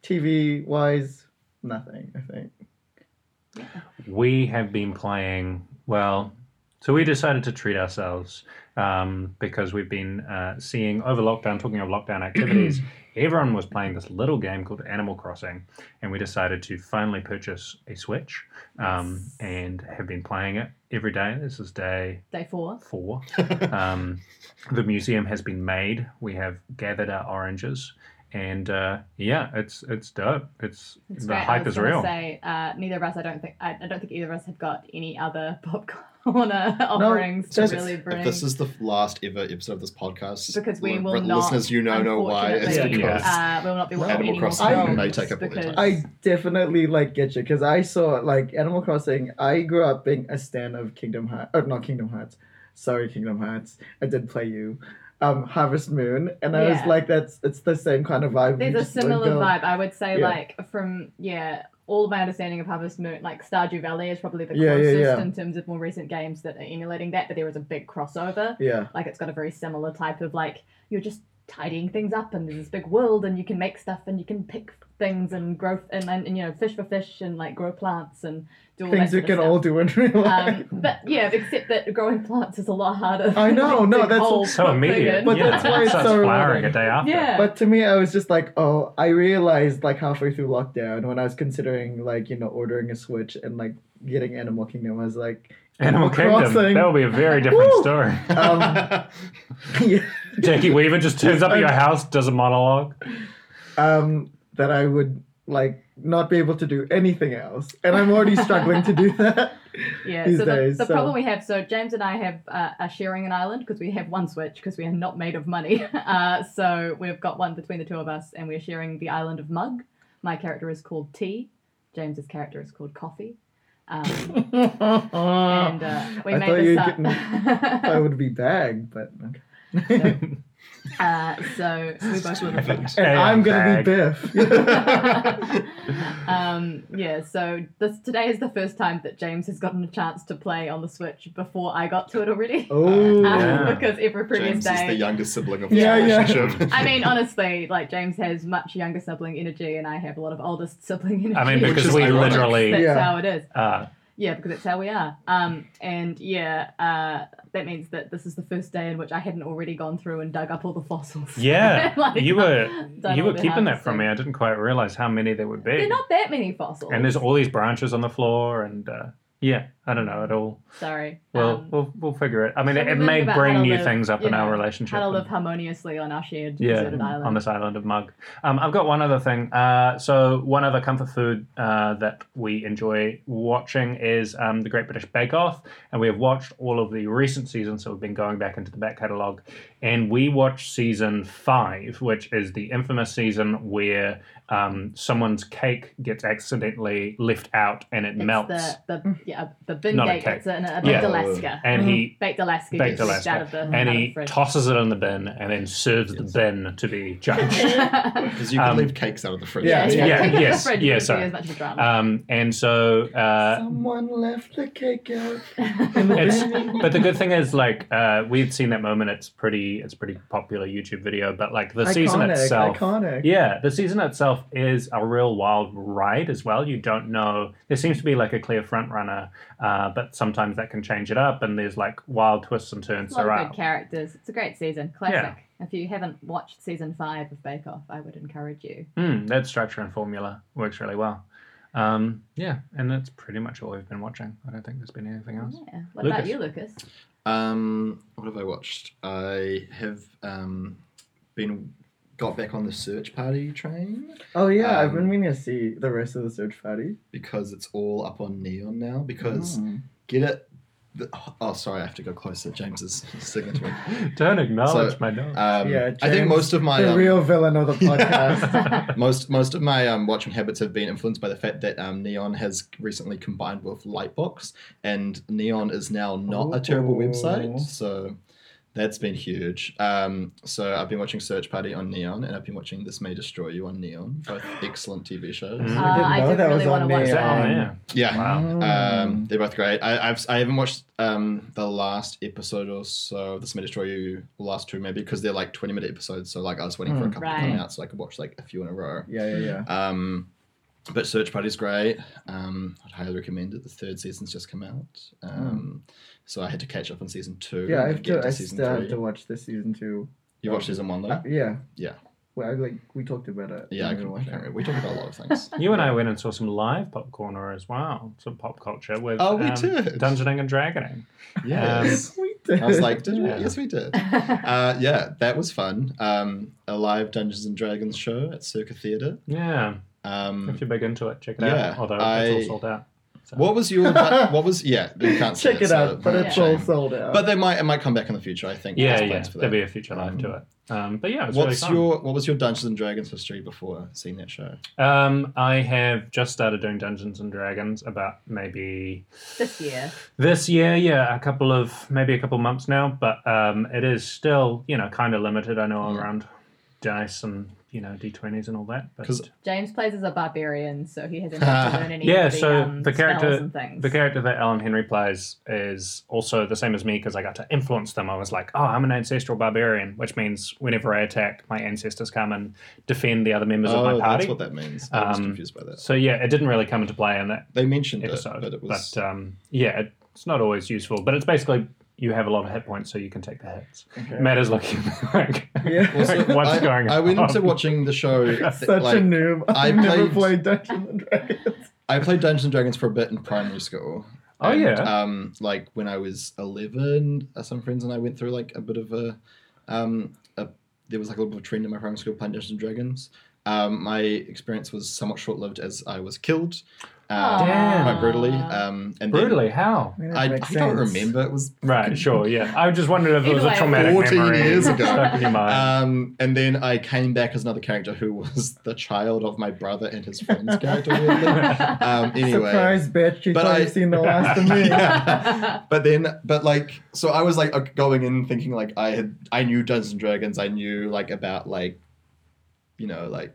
[SPEAKER 4] TV wise, nothing. I think.
[SPEAKER 2] we have been playing well so we decided to treat ourselves um, because we've been uh, seeing over lockdown talking of lockdown activities everyone was playing this little game called animal crossing and we decided to finally purchase a switch um, and have been playing it every day this is day
[SPEAKER 1] Day four.
[SPEAKER 2] four. um, the museum has been made. We have gathered our oranges, and uh, yeah, it's it's dope. It's,
[SPEAKER 1] It's
[SPEAKER 2] the
[SPEAKER 1] great. I
[SPEAKER 2] hype
[SPEAKER 1] was
[SPEAKER 2] is
[SPEAKER 1] gonna
[SPEAKER 2] real.
[SPEAKER 1] Say, uh, neither of us. I don't think. I, I don't think either of us have got any other pop corner offerings
[SPEAKER 4] just-
[SPEAKER 1] to really
[SPEAKER 3] If
[SPEAKER 1] bring.
[SPEAKER 3] this is the last ever episode of this podcast,
[SPEAKER 1] because we
[SPEAKER 3] li-
[SPEAKER 1] will
[SPEAKER 3] li-
[SPEAKER 1] not.
[SPEAKER 3] listeners, you know, know why. It's
[SPEAKER 1] unfortunately,
[SPEAKER 3] because
[SPEAKER 2] Yeah.
[SPEAKER 1] uh, we will not be watching
[SPEAKER 3] Animal
[SPEAKER 1] any more
[SPEAKER 3] Crossing
[SPEAKER 1] films
[SPEAKER 3] may take up all the
[SPEAKER 1] because
[SPEAKER 3] time.
[SPEAKER 4] I definitely like get you because I saw like Animal Crossing. I grew up being a stan of Kingdom Hearts, or not Kingdom Hearts. Sorry, Kingdom Hearts. I did play you, um, Harvest Moon, and I was
[SPEAKER 1] Yeah.
[SPEAKER 4] like, that's it's the same kind of vibe. You
[SPEAKER 1] There's a
[SPEAKER 4] just like
[SPEAKER 1] similar
[SPEAKER 4] go-
[SPEAKER 1] vibe. I would say,
[SPEAKER 4] Yeah.
[SPEAKER 1] like, from, yeah, all of my understanding of Harvest Moon, like, Stardew Valley is probably the
[SPEAKER 4] Yeah, yeah,
[SPEAKER 1] closest
[SPEAKER 4] yeah.
[SPEAKER 1] in terms of more recent games that are emulating that, but there is a big crossover.
[SPEAKER 4] Yeah,
[SPEAKER 1] Like, it's got a very similar type of, like, you're just tidying things up, and there's this big world, and you can make stuff, and you can pick things, and grow, and, and, and you know, fish for fish, and, like, grow plants, and do all
[SPEAKER 4] things
[SPEAKER 1] that sort
[SPEAKER 4] you
[SPEAKER 1] of
[SPEAKER 4] can
[SPEAKER 1] stuff.
[SPEAKER 4] all do in real life.
[SPEAKER 1] Um, but yeah, except that growing plants is a lot harder.
[SPEAKER 4] I know,
[SPEAKER 1] than
[SPEAKER 4] no,
[SPEAKER 1] big
[SPEAKER 4] that's-
[SPEAKER 1] whole
[SPEAKER 2] So
[SPEAKER 1] plant
[SPEAKER 2] immediate,
[SPEAKER 1] thing.
[SPEAKER 4] But
[SPEAKER 2] yeah.
[SPEAKER 4] that's why it's
[SPEAKER 2] starts
[SPEAKER 4] so
[SPEAKER 2] flowering
[SPEAKER 4] rewarding.
[SPEAKER 2] a day after.
[SPEAKER 1] Yeah.
[SPEAKER 4] But to me, I was just like, oh, I realized like halfway through lockdown when I was considering like you know ordering a Switch and like getting Animal Kingdom, I was like,
[SPEAKER 2] Animal Kingdom.
[SPEAKER 4] Crossing.
[SPEAKER 2] That will be a very different
[SPEAKER 4] Woo!
[SPEAKER 2] story.
[SPEAKER 4] um, yeah.
[SPEAKER 2] Jackie Weaver just turns up at your house, does a monologue.
[SPEAKER 4] um, that I would like not be able to do anything else, and I'm already struggling to do that.
[SPEAKER 1] Yeah,
[SPEAKER 4] these
[SPEAKER 1] so the,
[SPEAKER 4] days,
[SPEAKER 1] the
[SPEAKER 4] so-
[SPEAKER 1] problem we have, so James and I have uh, are sharing an island because we have one switch because we are not made of money. Uh, so we've got one between the two of us, and we're sharing the island of Mug. My character is called Tea. James's character is called Coffee. Um, and uh, we
[SPEAKER 4] Oh, I thought
[SPEAKER 1] made this
[SPEAKER 4] you'd
[SPEAKER 1] up.
[SPEAKER 4] get I would be bagged, but okay.
[SPEAKER 1] uh, so we both live in Mug.
[SPEAKER 4] and
[SPEAKER 2] Hey,
[SPEAKER 4] I'm gonna
[SPEAKER 2] bag.
[SPEAKER 4] be Biff.
[SPEAKER 1] um, yeah, so this today is the first time that James has gotten a chance to play on the Switch before I got to it already.
[SPEAKER 4] oh,
[SPEAKER 1] Um,
[SPEAKER 2] Yeah.
[SPEAKER 1] Because every previous
[SPEAKER 3] James is
[SPEAKER 1] day,
[SPEAKER 3] the youngest sibling of
[SPEAKER 4] Yeah,
[SPEAKER 3] this
[SPEAKER 4] yeah.
[SPEAKER 3] relationship.
[SPEAKER 1] I mean, honestly, like James has much younger sibling energy, and I have a lot of oldest sibling energy.
[SPEAKER 2] I mean,
[SPEAKER 3] Which
[SPEAKER 2] because
[SPEAKER 3] is
[SPEAKER 2] we
[SPEAKER 3] ironic.
[SPEAKER 1] that's
[SPEAKER 2] literally
[SPEAKER 4] Yeah.
[SPEAKER 1] how it is.
[SPEAKER 2] uh,
[SPEAKER 1] Yeah, because that's how we are. Um, and yeah, uh, that means that this is the first day in which I hadn't already gone through and dug up all the fossils.
[SPEAKER 2] Yeah,
[SPEAKER 1] Like,
[SPEAKER 2] you were
[SPEAKER 1] done
[SPEAKER 2] you
[SPEAKER 1] all
[SPEAKER 2] were
[SPEAKER 1] the
[SPEAKER 2] keeping that
[SPEAKER 1] harvesting.
[SPEAKER 2] from me. I didn't quite realize how many there would be.
[SPEAKER 1] There are not that many fossils.
[SPEAKER 2] and there's all these branches on the floor, and uh, yeah, I don't know at all.
[SPEAKER 1] sorry.
[SPEAKER 2] Well,
[SPEAKER 1] um,
[SPEAKER 2] we'll we'll figure it. I mean,
[SPEAKER 1] so
[SPEAKER 2] it,
[SPEAKER 1] we
[SPEAKER 2] it
[SPEAKER 1] learned
[SPEAKER 2] may
[SPEAKER 1] about
[SPEAKER 2] bring
[SPEAKER 1] how to
[SPEAKER 2] new
[SPEAKER 1] live,
[SPEAKER 2] things up
[SPEAKER 1] you
[SPEAKER 2] in our
[SPEAKER 1] know,
[SPEAKER 2] relationship.
[SPEAKER 1] how to
[SPEAKER 2] and-
[SPEAKER 1] live harmoniously on our shared
[SPEAKER 2] yeah,
[SPEAKER 1] deserted island.
[SPEAKER 2] on this island of Mug. Um, I've got one other thing. Uh, so one other comfort food uh, that we enjoy watching is um, the Great British Bake Off, and we have watched all of the recent seasons. So we've been going back into the back catalogue, and we watched season five, which is the infamous season where um, someone's cake gets accidentally left out and it
[SPEAKER 1] It's
[SPEAKER 2] melts.
[SPEAKER 1] The, the, yeah, the the bin
[SPEAKER 2] Not a
[SPEAKER 1] gate.
[SPEAKER 2] cake.
[SPEAKER 1] It's in a, baked
[SPEAKER 2] Yeah.
[SPEAKER 1] Alaska.
[SPEAKER 2] And he
[SPEAKER 1] Baked Alaska.
[SPEAKER 2] Baked
[SPEAKER 1] gets pushed Out of
[SPEAKER 2] Alaska.
[SPEAKER 1] the, out
[SPEAKER 2] and
[SPEAKER 1] of
[SPEAKER 2] he
[SPEAKER 1] the fridge.
[SPEAKER 2] tosses it in the bin and then serves the bin to be judged.
[SPEAKER 3] Because you can
[SPEAKER 2] Um,
[SPEAKER 3] leave cakes out of the fridge.
[SPEAKER 4] Yeah,
[SPEAKER 1] yeah,
[SPEAKER 2] yeah,
[SPEAKER 1] take it out of
[SPEAKER 2] yes,
[SPEAKER 1] the fridge
[SPEAKER 2] yeah,
[SPEAKER 1] wouldn't be
[SPEAKER 2] sorry.
[SPEAKER 1] as much of a drama.
[SPEAKER 2] um, and so uh,
[SPEAKER 4] Someone left the cake out. in the
[SPEAKER 2] It's-
[SPEAKER 4] bin.
[SPEAKER 2] but the good thing is like uh, we've seen that moment it's pretty it's a pretty popular youtube video but like the season
[SPEAKER 4] iconic,
[SPEAKER 2] itself
[SPEAKER 4] Iconic.
[SPEAKER 2] yeah the season itself is a real wild ride as well you don't know there seems to be like a clear front runner uh, but sometimes that can change it up and there's like wild twists and
[SPEAKER 1] a
[SPEAKER 2] turns
[SPEAKER 1] lot of
[SPEAKER 2] throughout
[SPEAKER 1] good characters. It's a great season. Classic. If you haven't watched season five of Bake Off, I would encourage you.
[SPEAKER 2] mm, that structure and formula works really well um, yeah and that's pretty much all we've been watching i don't think there's been anything else
[SPEAKER 1] Yeah. What
[SPEAKER 2] Lucas.
[SPEAKER 1] about you, Lucas?
[SPEAKER 3] Um, what have I watched? I have um, been got back on the search party train
[SPEAKER 4] Oh yeah, I've been
[SPEAKER 3] Um,
[SPEAKER 4] meaning to see the rest of the search party.
[SPEAKER 3] because it's all up on Neon now. Because
[SPEAKER 4] Mm.
[SPEAKER 3] get it. The, oh, sorry, I have to go closer. James's signature.
[SPEAKER 2] don't acknowledge
[SPEAKER 3] So,
[SPEAKER 2] my notes
[SPEAKER 3] Um,
[SPEAKER 4] Yeah,
[SPEAKER 3] I think
[SPEAKER 4] James,
[SPEAKER 3] most of my
[SPEAKER 4] the
[SPEAKER 3] um,
[SPEAKER 4] real villain of the podcast.
[SPEAKER 1] Uh,
[SPEAKER 3] most most of my um, watching habits have been influenced by the fact that um, Neon has recently combined with Lightbox, and Neon is now not a terrible
[SPEAKER 4] Ooh.
[SPEAKER 3] website. So that's been huge. Um, so I've been watching Search Party on Neon, and I've been watching This May Destroy You on Neon. Both excellent TV shows.
[SPEAKER 2] Mm.
[SPEAKER 1] Uh,
[SPEAKER 2] I
[SPEAKER 4] didn't
[SPEAKER 1] I
[SPEAKER 4] know
[SPEAKER 1] do
[SPEAKER 4] that
[SPEAKER 1] really
[SPEAKER 4] was
[SPEAKER 1] want to
[SPEAKER 4] on hmm.
[SPEAKER 1] watch
[SPEAKER 2] Is
[SPEAKER 4] there.
[SPEAKER 2] that on
[SPEAKER 1] that.
[SPEAKER 2] there?
[SPEAKER 3] Yeah.
[SPEAKER 2] Wow.
[SPEAKER 3] Um, they're both great. I, I've I haven't watched um the last episode or so. of This may destroy you. The last two maybe because they're like twenty minute episodes. So like I was waiting for a
[SPEAKER 4] Mm.
[SPEAKER 3] couple to
[SPEAKER 1] Right.
[SPEAKER 3] come out so I could watch like a few in a row.
[SPEAKER 4] yeah, yeah, yeah.
[SPEAKER 3] Um, but Search Party's great. Um, I'd highly recommend it. The third season's just come out, um, so I had to catch up on season two.
[SPEAKER 4] Hmm. Yeah, I
[SPEAKER 3] and
[SPEAKER 4] have
[SPEAKER 3] get
[SPEAKER 4] to.
[SPEAKER 3] to
[SPEAKER 4] I
[SPEAKER 3] season
[SPEAKER 4] still
[SPEAKER 3] three.
[SPEAKER 4] have to watch the season two.
[SPEAKER 3] You watched season one though.
[SPEAKER 4] Uh, yeah.
[SPEAKER 3] Yeah.
[SPEAKER 4] Well, I, like we talked about it.
[SPEAKER 3] yeah, I
[SPEAKER 4] when we were
[SPEAKER 3] can watch
[SPEAKER 4] watching
[SPEAKER 3] it.
[SPEAKER 4] it.
[SPEAKER 3] We talked about a lot of things.
[SPEAKER 2] You and I went and saw some live pop corner as well, some pop culture with
[SPEAKER 3] Oh, we
[SPEAKER 2] um,
[SPEAKER 3] did.
[SPEAKER 2] Dungeoning and Dragoning.
[SPEAKER 3] yes,
[SPEAKER 4] We did.
[SPEAKER 3] Um, I was like, did we?
[SPEAKER 2] Yeah.
[SPEAKER 3] Yes, we did. Uh, yeah, that was fun. Um, a live Dungeons and Dragons show at Circa Theatre.
[SPEAKER 2] Yeah,
[SPEAKER 3] Um,
[SPEAKER 2] if you're big into it, check it
[SPEAKER 3] Yeah,
[SPEAKER 2] out. Although
[SPEAKER 3] I-
[SPEAKER 2] it's all sold out. So.
[SPEAKER 3] what was your? What was? Yeah, you can't see
[SPEAKER 4] check it
[SPEAKER 3] so
[SPEAKER 4] out, but
[SPEAKER 3] that's
[SPEAKER 4] it's
[SPEAKER 3] a
[SPEAKER 4] all
[SPEAKER 3] shame.
[SPEAKER 4] sold out.
[SPEAKER 3] But they might. It might come back in the future. I think.
[SPEAKER 2] Yeah,
[SPEAKER 3] There's
[SPEAKER 2] yeah,
[SPEAKER 3] plans for
[SPEAKER 2] there'll
[SPEAKER 3] that. Mm.
[SPEAKER 2] be a future live to it. Um, but yeah, it was really
[SPEAKER 3] What's
[SPEAKER 2] fun.
[SPEAKER 3] your what was your Dungeons and Dragons history before seeing that show?
[SPEAKER 2] Um, I have just started doing Dungeons and Dragons about maybe
[SPEAKER 1] This year.
[SPEAKER 2] this year, yeah, a couple of maybe a couple months now, but um, it is still you know kind of limited. I know
[SPEAKER 3] Yeah.
[SPEAKER 2] around dice and you know d20s and all that, but
[SPEAKER 3] 'Cause
[SPEAKER 1] James plays as a barbarian, so he
[SPEAKER 3] Ah.
[SPEAKER 1] hasn't had to learn any
[SPEAKER 2] Yeah,
[SPEAKER 1] of the,
[SPEAKER 2] so
[SPEAKER 1] um,
[SPEAKER 2] the character-
[SPEAKER 1] spells and things.
[SPEAKER 2] The character that Alan Henry plays is also the same as me because I got to influence them. I was like, oh, I'm an ancestral barbarian, which means whenever I attack, my ancestors come and defend the other members of my party.
[SPEAKER 3] Oh, that's what that means. I was
[SPEAKER 2] Um,
[SPEAKER 3] confused by that.
[SPEAKER 2] so yeah, it didn't really come into play in that
[SPEAKER 3] They mentioned it,
[SPEAKER 2] episode,
[SPEAKER 3] but it was
[SPEAKER 2] um, yeah, it- it's not always useful. But it's basically you have a lot of hit points, so you can take the hits.
[SPEAKER 4] Okay.
[SPEAKER 2] Matt is looking like,
[SPEAKER 4] yeah.
[SPEAKER 3] Also,
[SPEAKER 2] like, uh, what's
[SPEAKER 3] I,
[SPEAKER 2] going
[SPEAKER 3] I went
[SPEAKER 2] on?
[SPEAKER 3] into watching the show.
[SPEAKER 4] Such
[SPEAKER 3] that, like,
[SPEAKER 4] a noob.
[SPEAKER 3] I
[SPEAKER 4] I've never played
[SPEAKER 3] played-
[SPEAKER 4] Dungeons and Dragons.
[SPEAKER 3] I played Dungeons and Dragons for a bit in primary school.
[SPEAKER 2] Oh,
[SPEAKER 3] And,
[SPEAKER 2] yeah.
[SPEAKER 3] Um, like when I was eleven, uh, some friends and I went through like a bit of a, um, a there was like a little bit of a trend in my primary school playing Dungeons and Dragons. Um, my experience was somewhat short lived as I was killed, uh,
[SPEAKER 2] Oh. Damn.
[SPEAKER 3] quite brutally.
[SPEAKER 1] Aw.
[SPEAKER 3] Um, and then-
[SPEAKER 2] brutally how?
[SPEAKER 4] mean, it
[SPEAKER 3] I, I
[SPEAKER 4] makes
[SPEAKER 3] don't
[SPEAKER 4] sense.
[SPEAKER 3] remember. It was
[SPEAKER 2] Right, sure, yeah. I just wondered if it
[SPEAKER 1] Either
[SPEAKER 2] was a
[SPEAKER 1] way,
[SPEAKER 2] traumatic
[SPEAKER 3] 14
[SPEAKER 2] memory
[SPEAKER 3] years ago.
[SPEAKER 2] stuck in your mind.
[SPEAKER 3] Um, and then I came back as another character who was the child of my brother and his friend's character. weirdly. Um, anyway,
[SPEAKER 4] Surprise, bitch! You
[SPEAKER 3] But
[SPEAKER 4] thought
[SPEAKER 3] I-
[SPEAKER 4] you've seen the last of me.
[SPEAKER 3] Yeah. but then, but like, so I was like uh, going in thinking like I had, I knew Dungeons and Dragons. I knew like about like, you know, like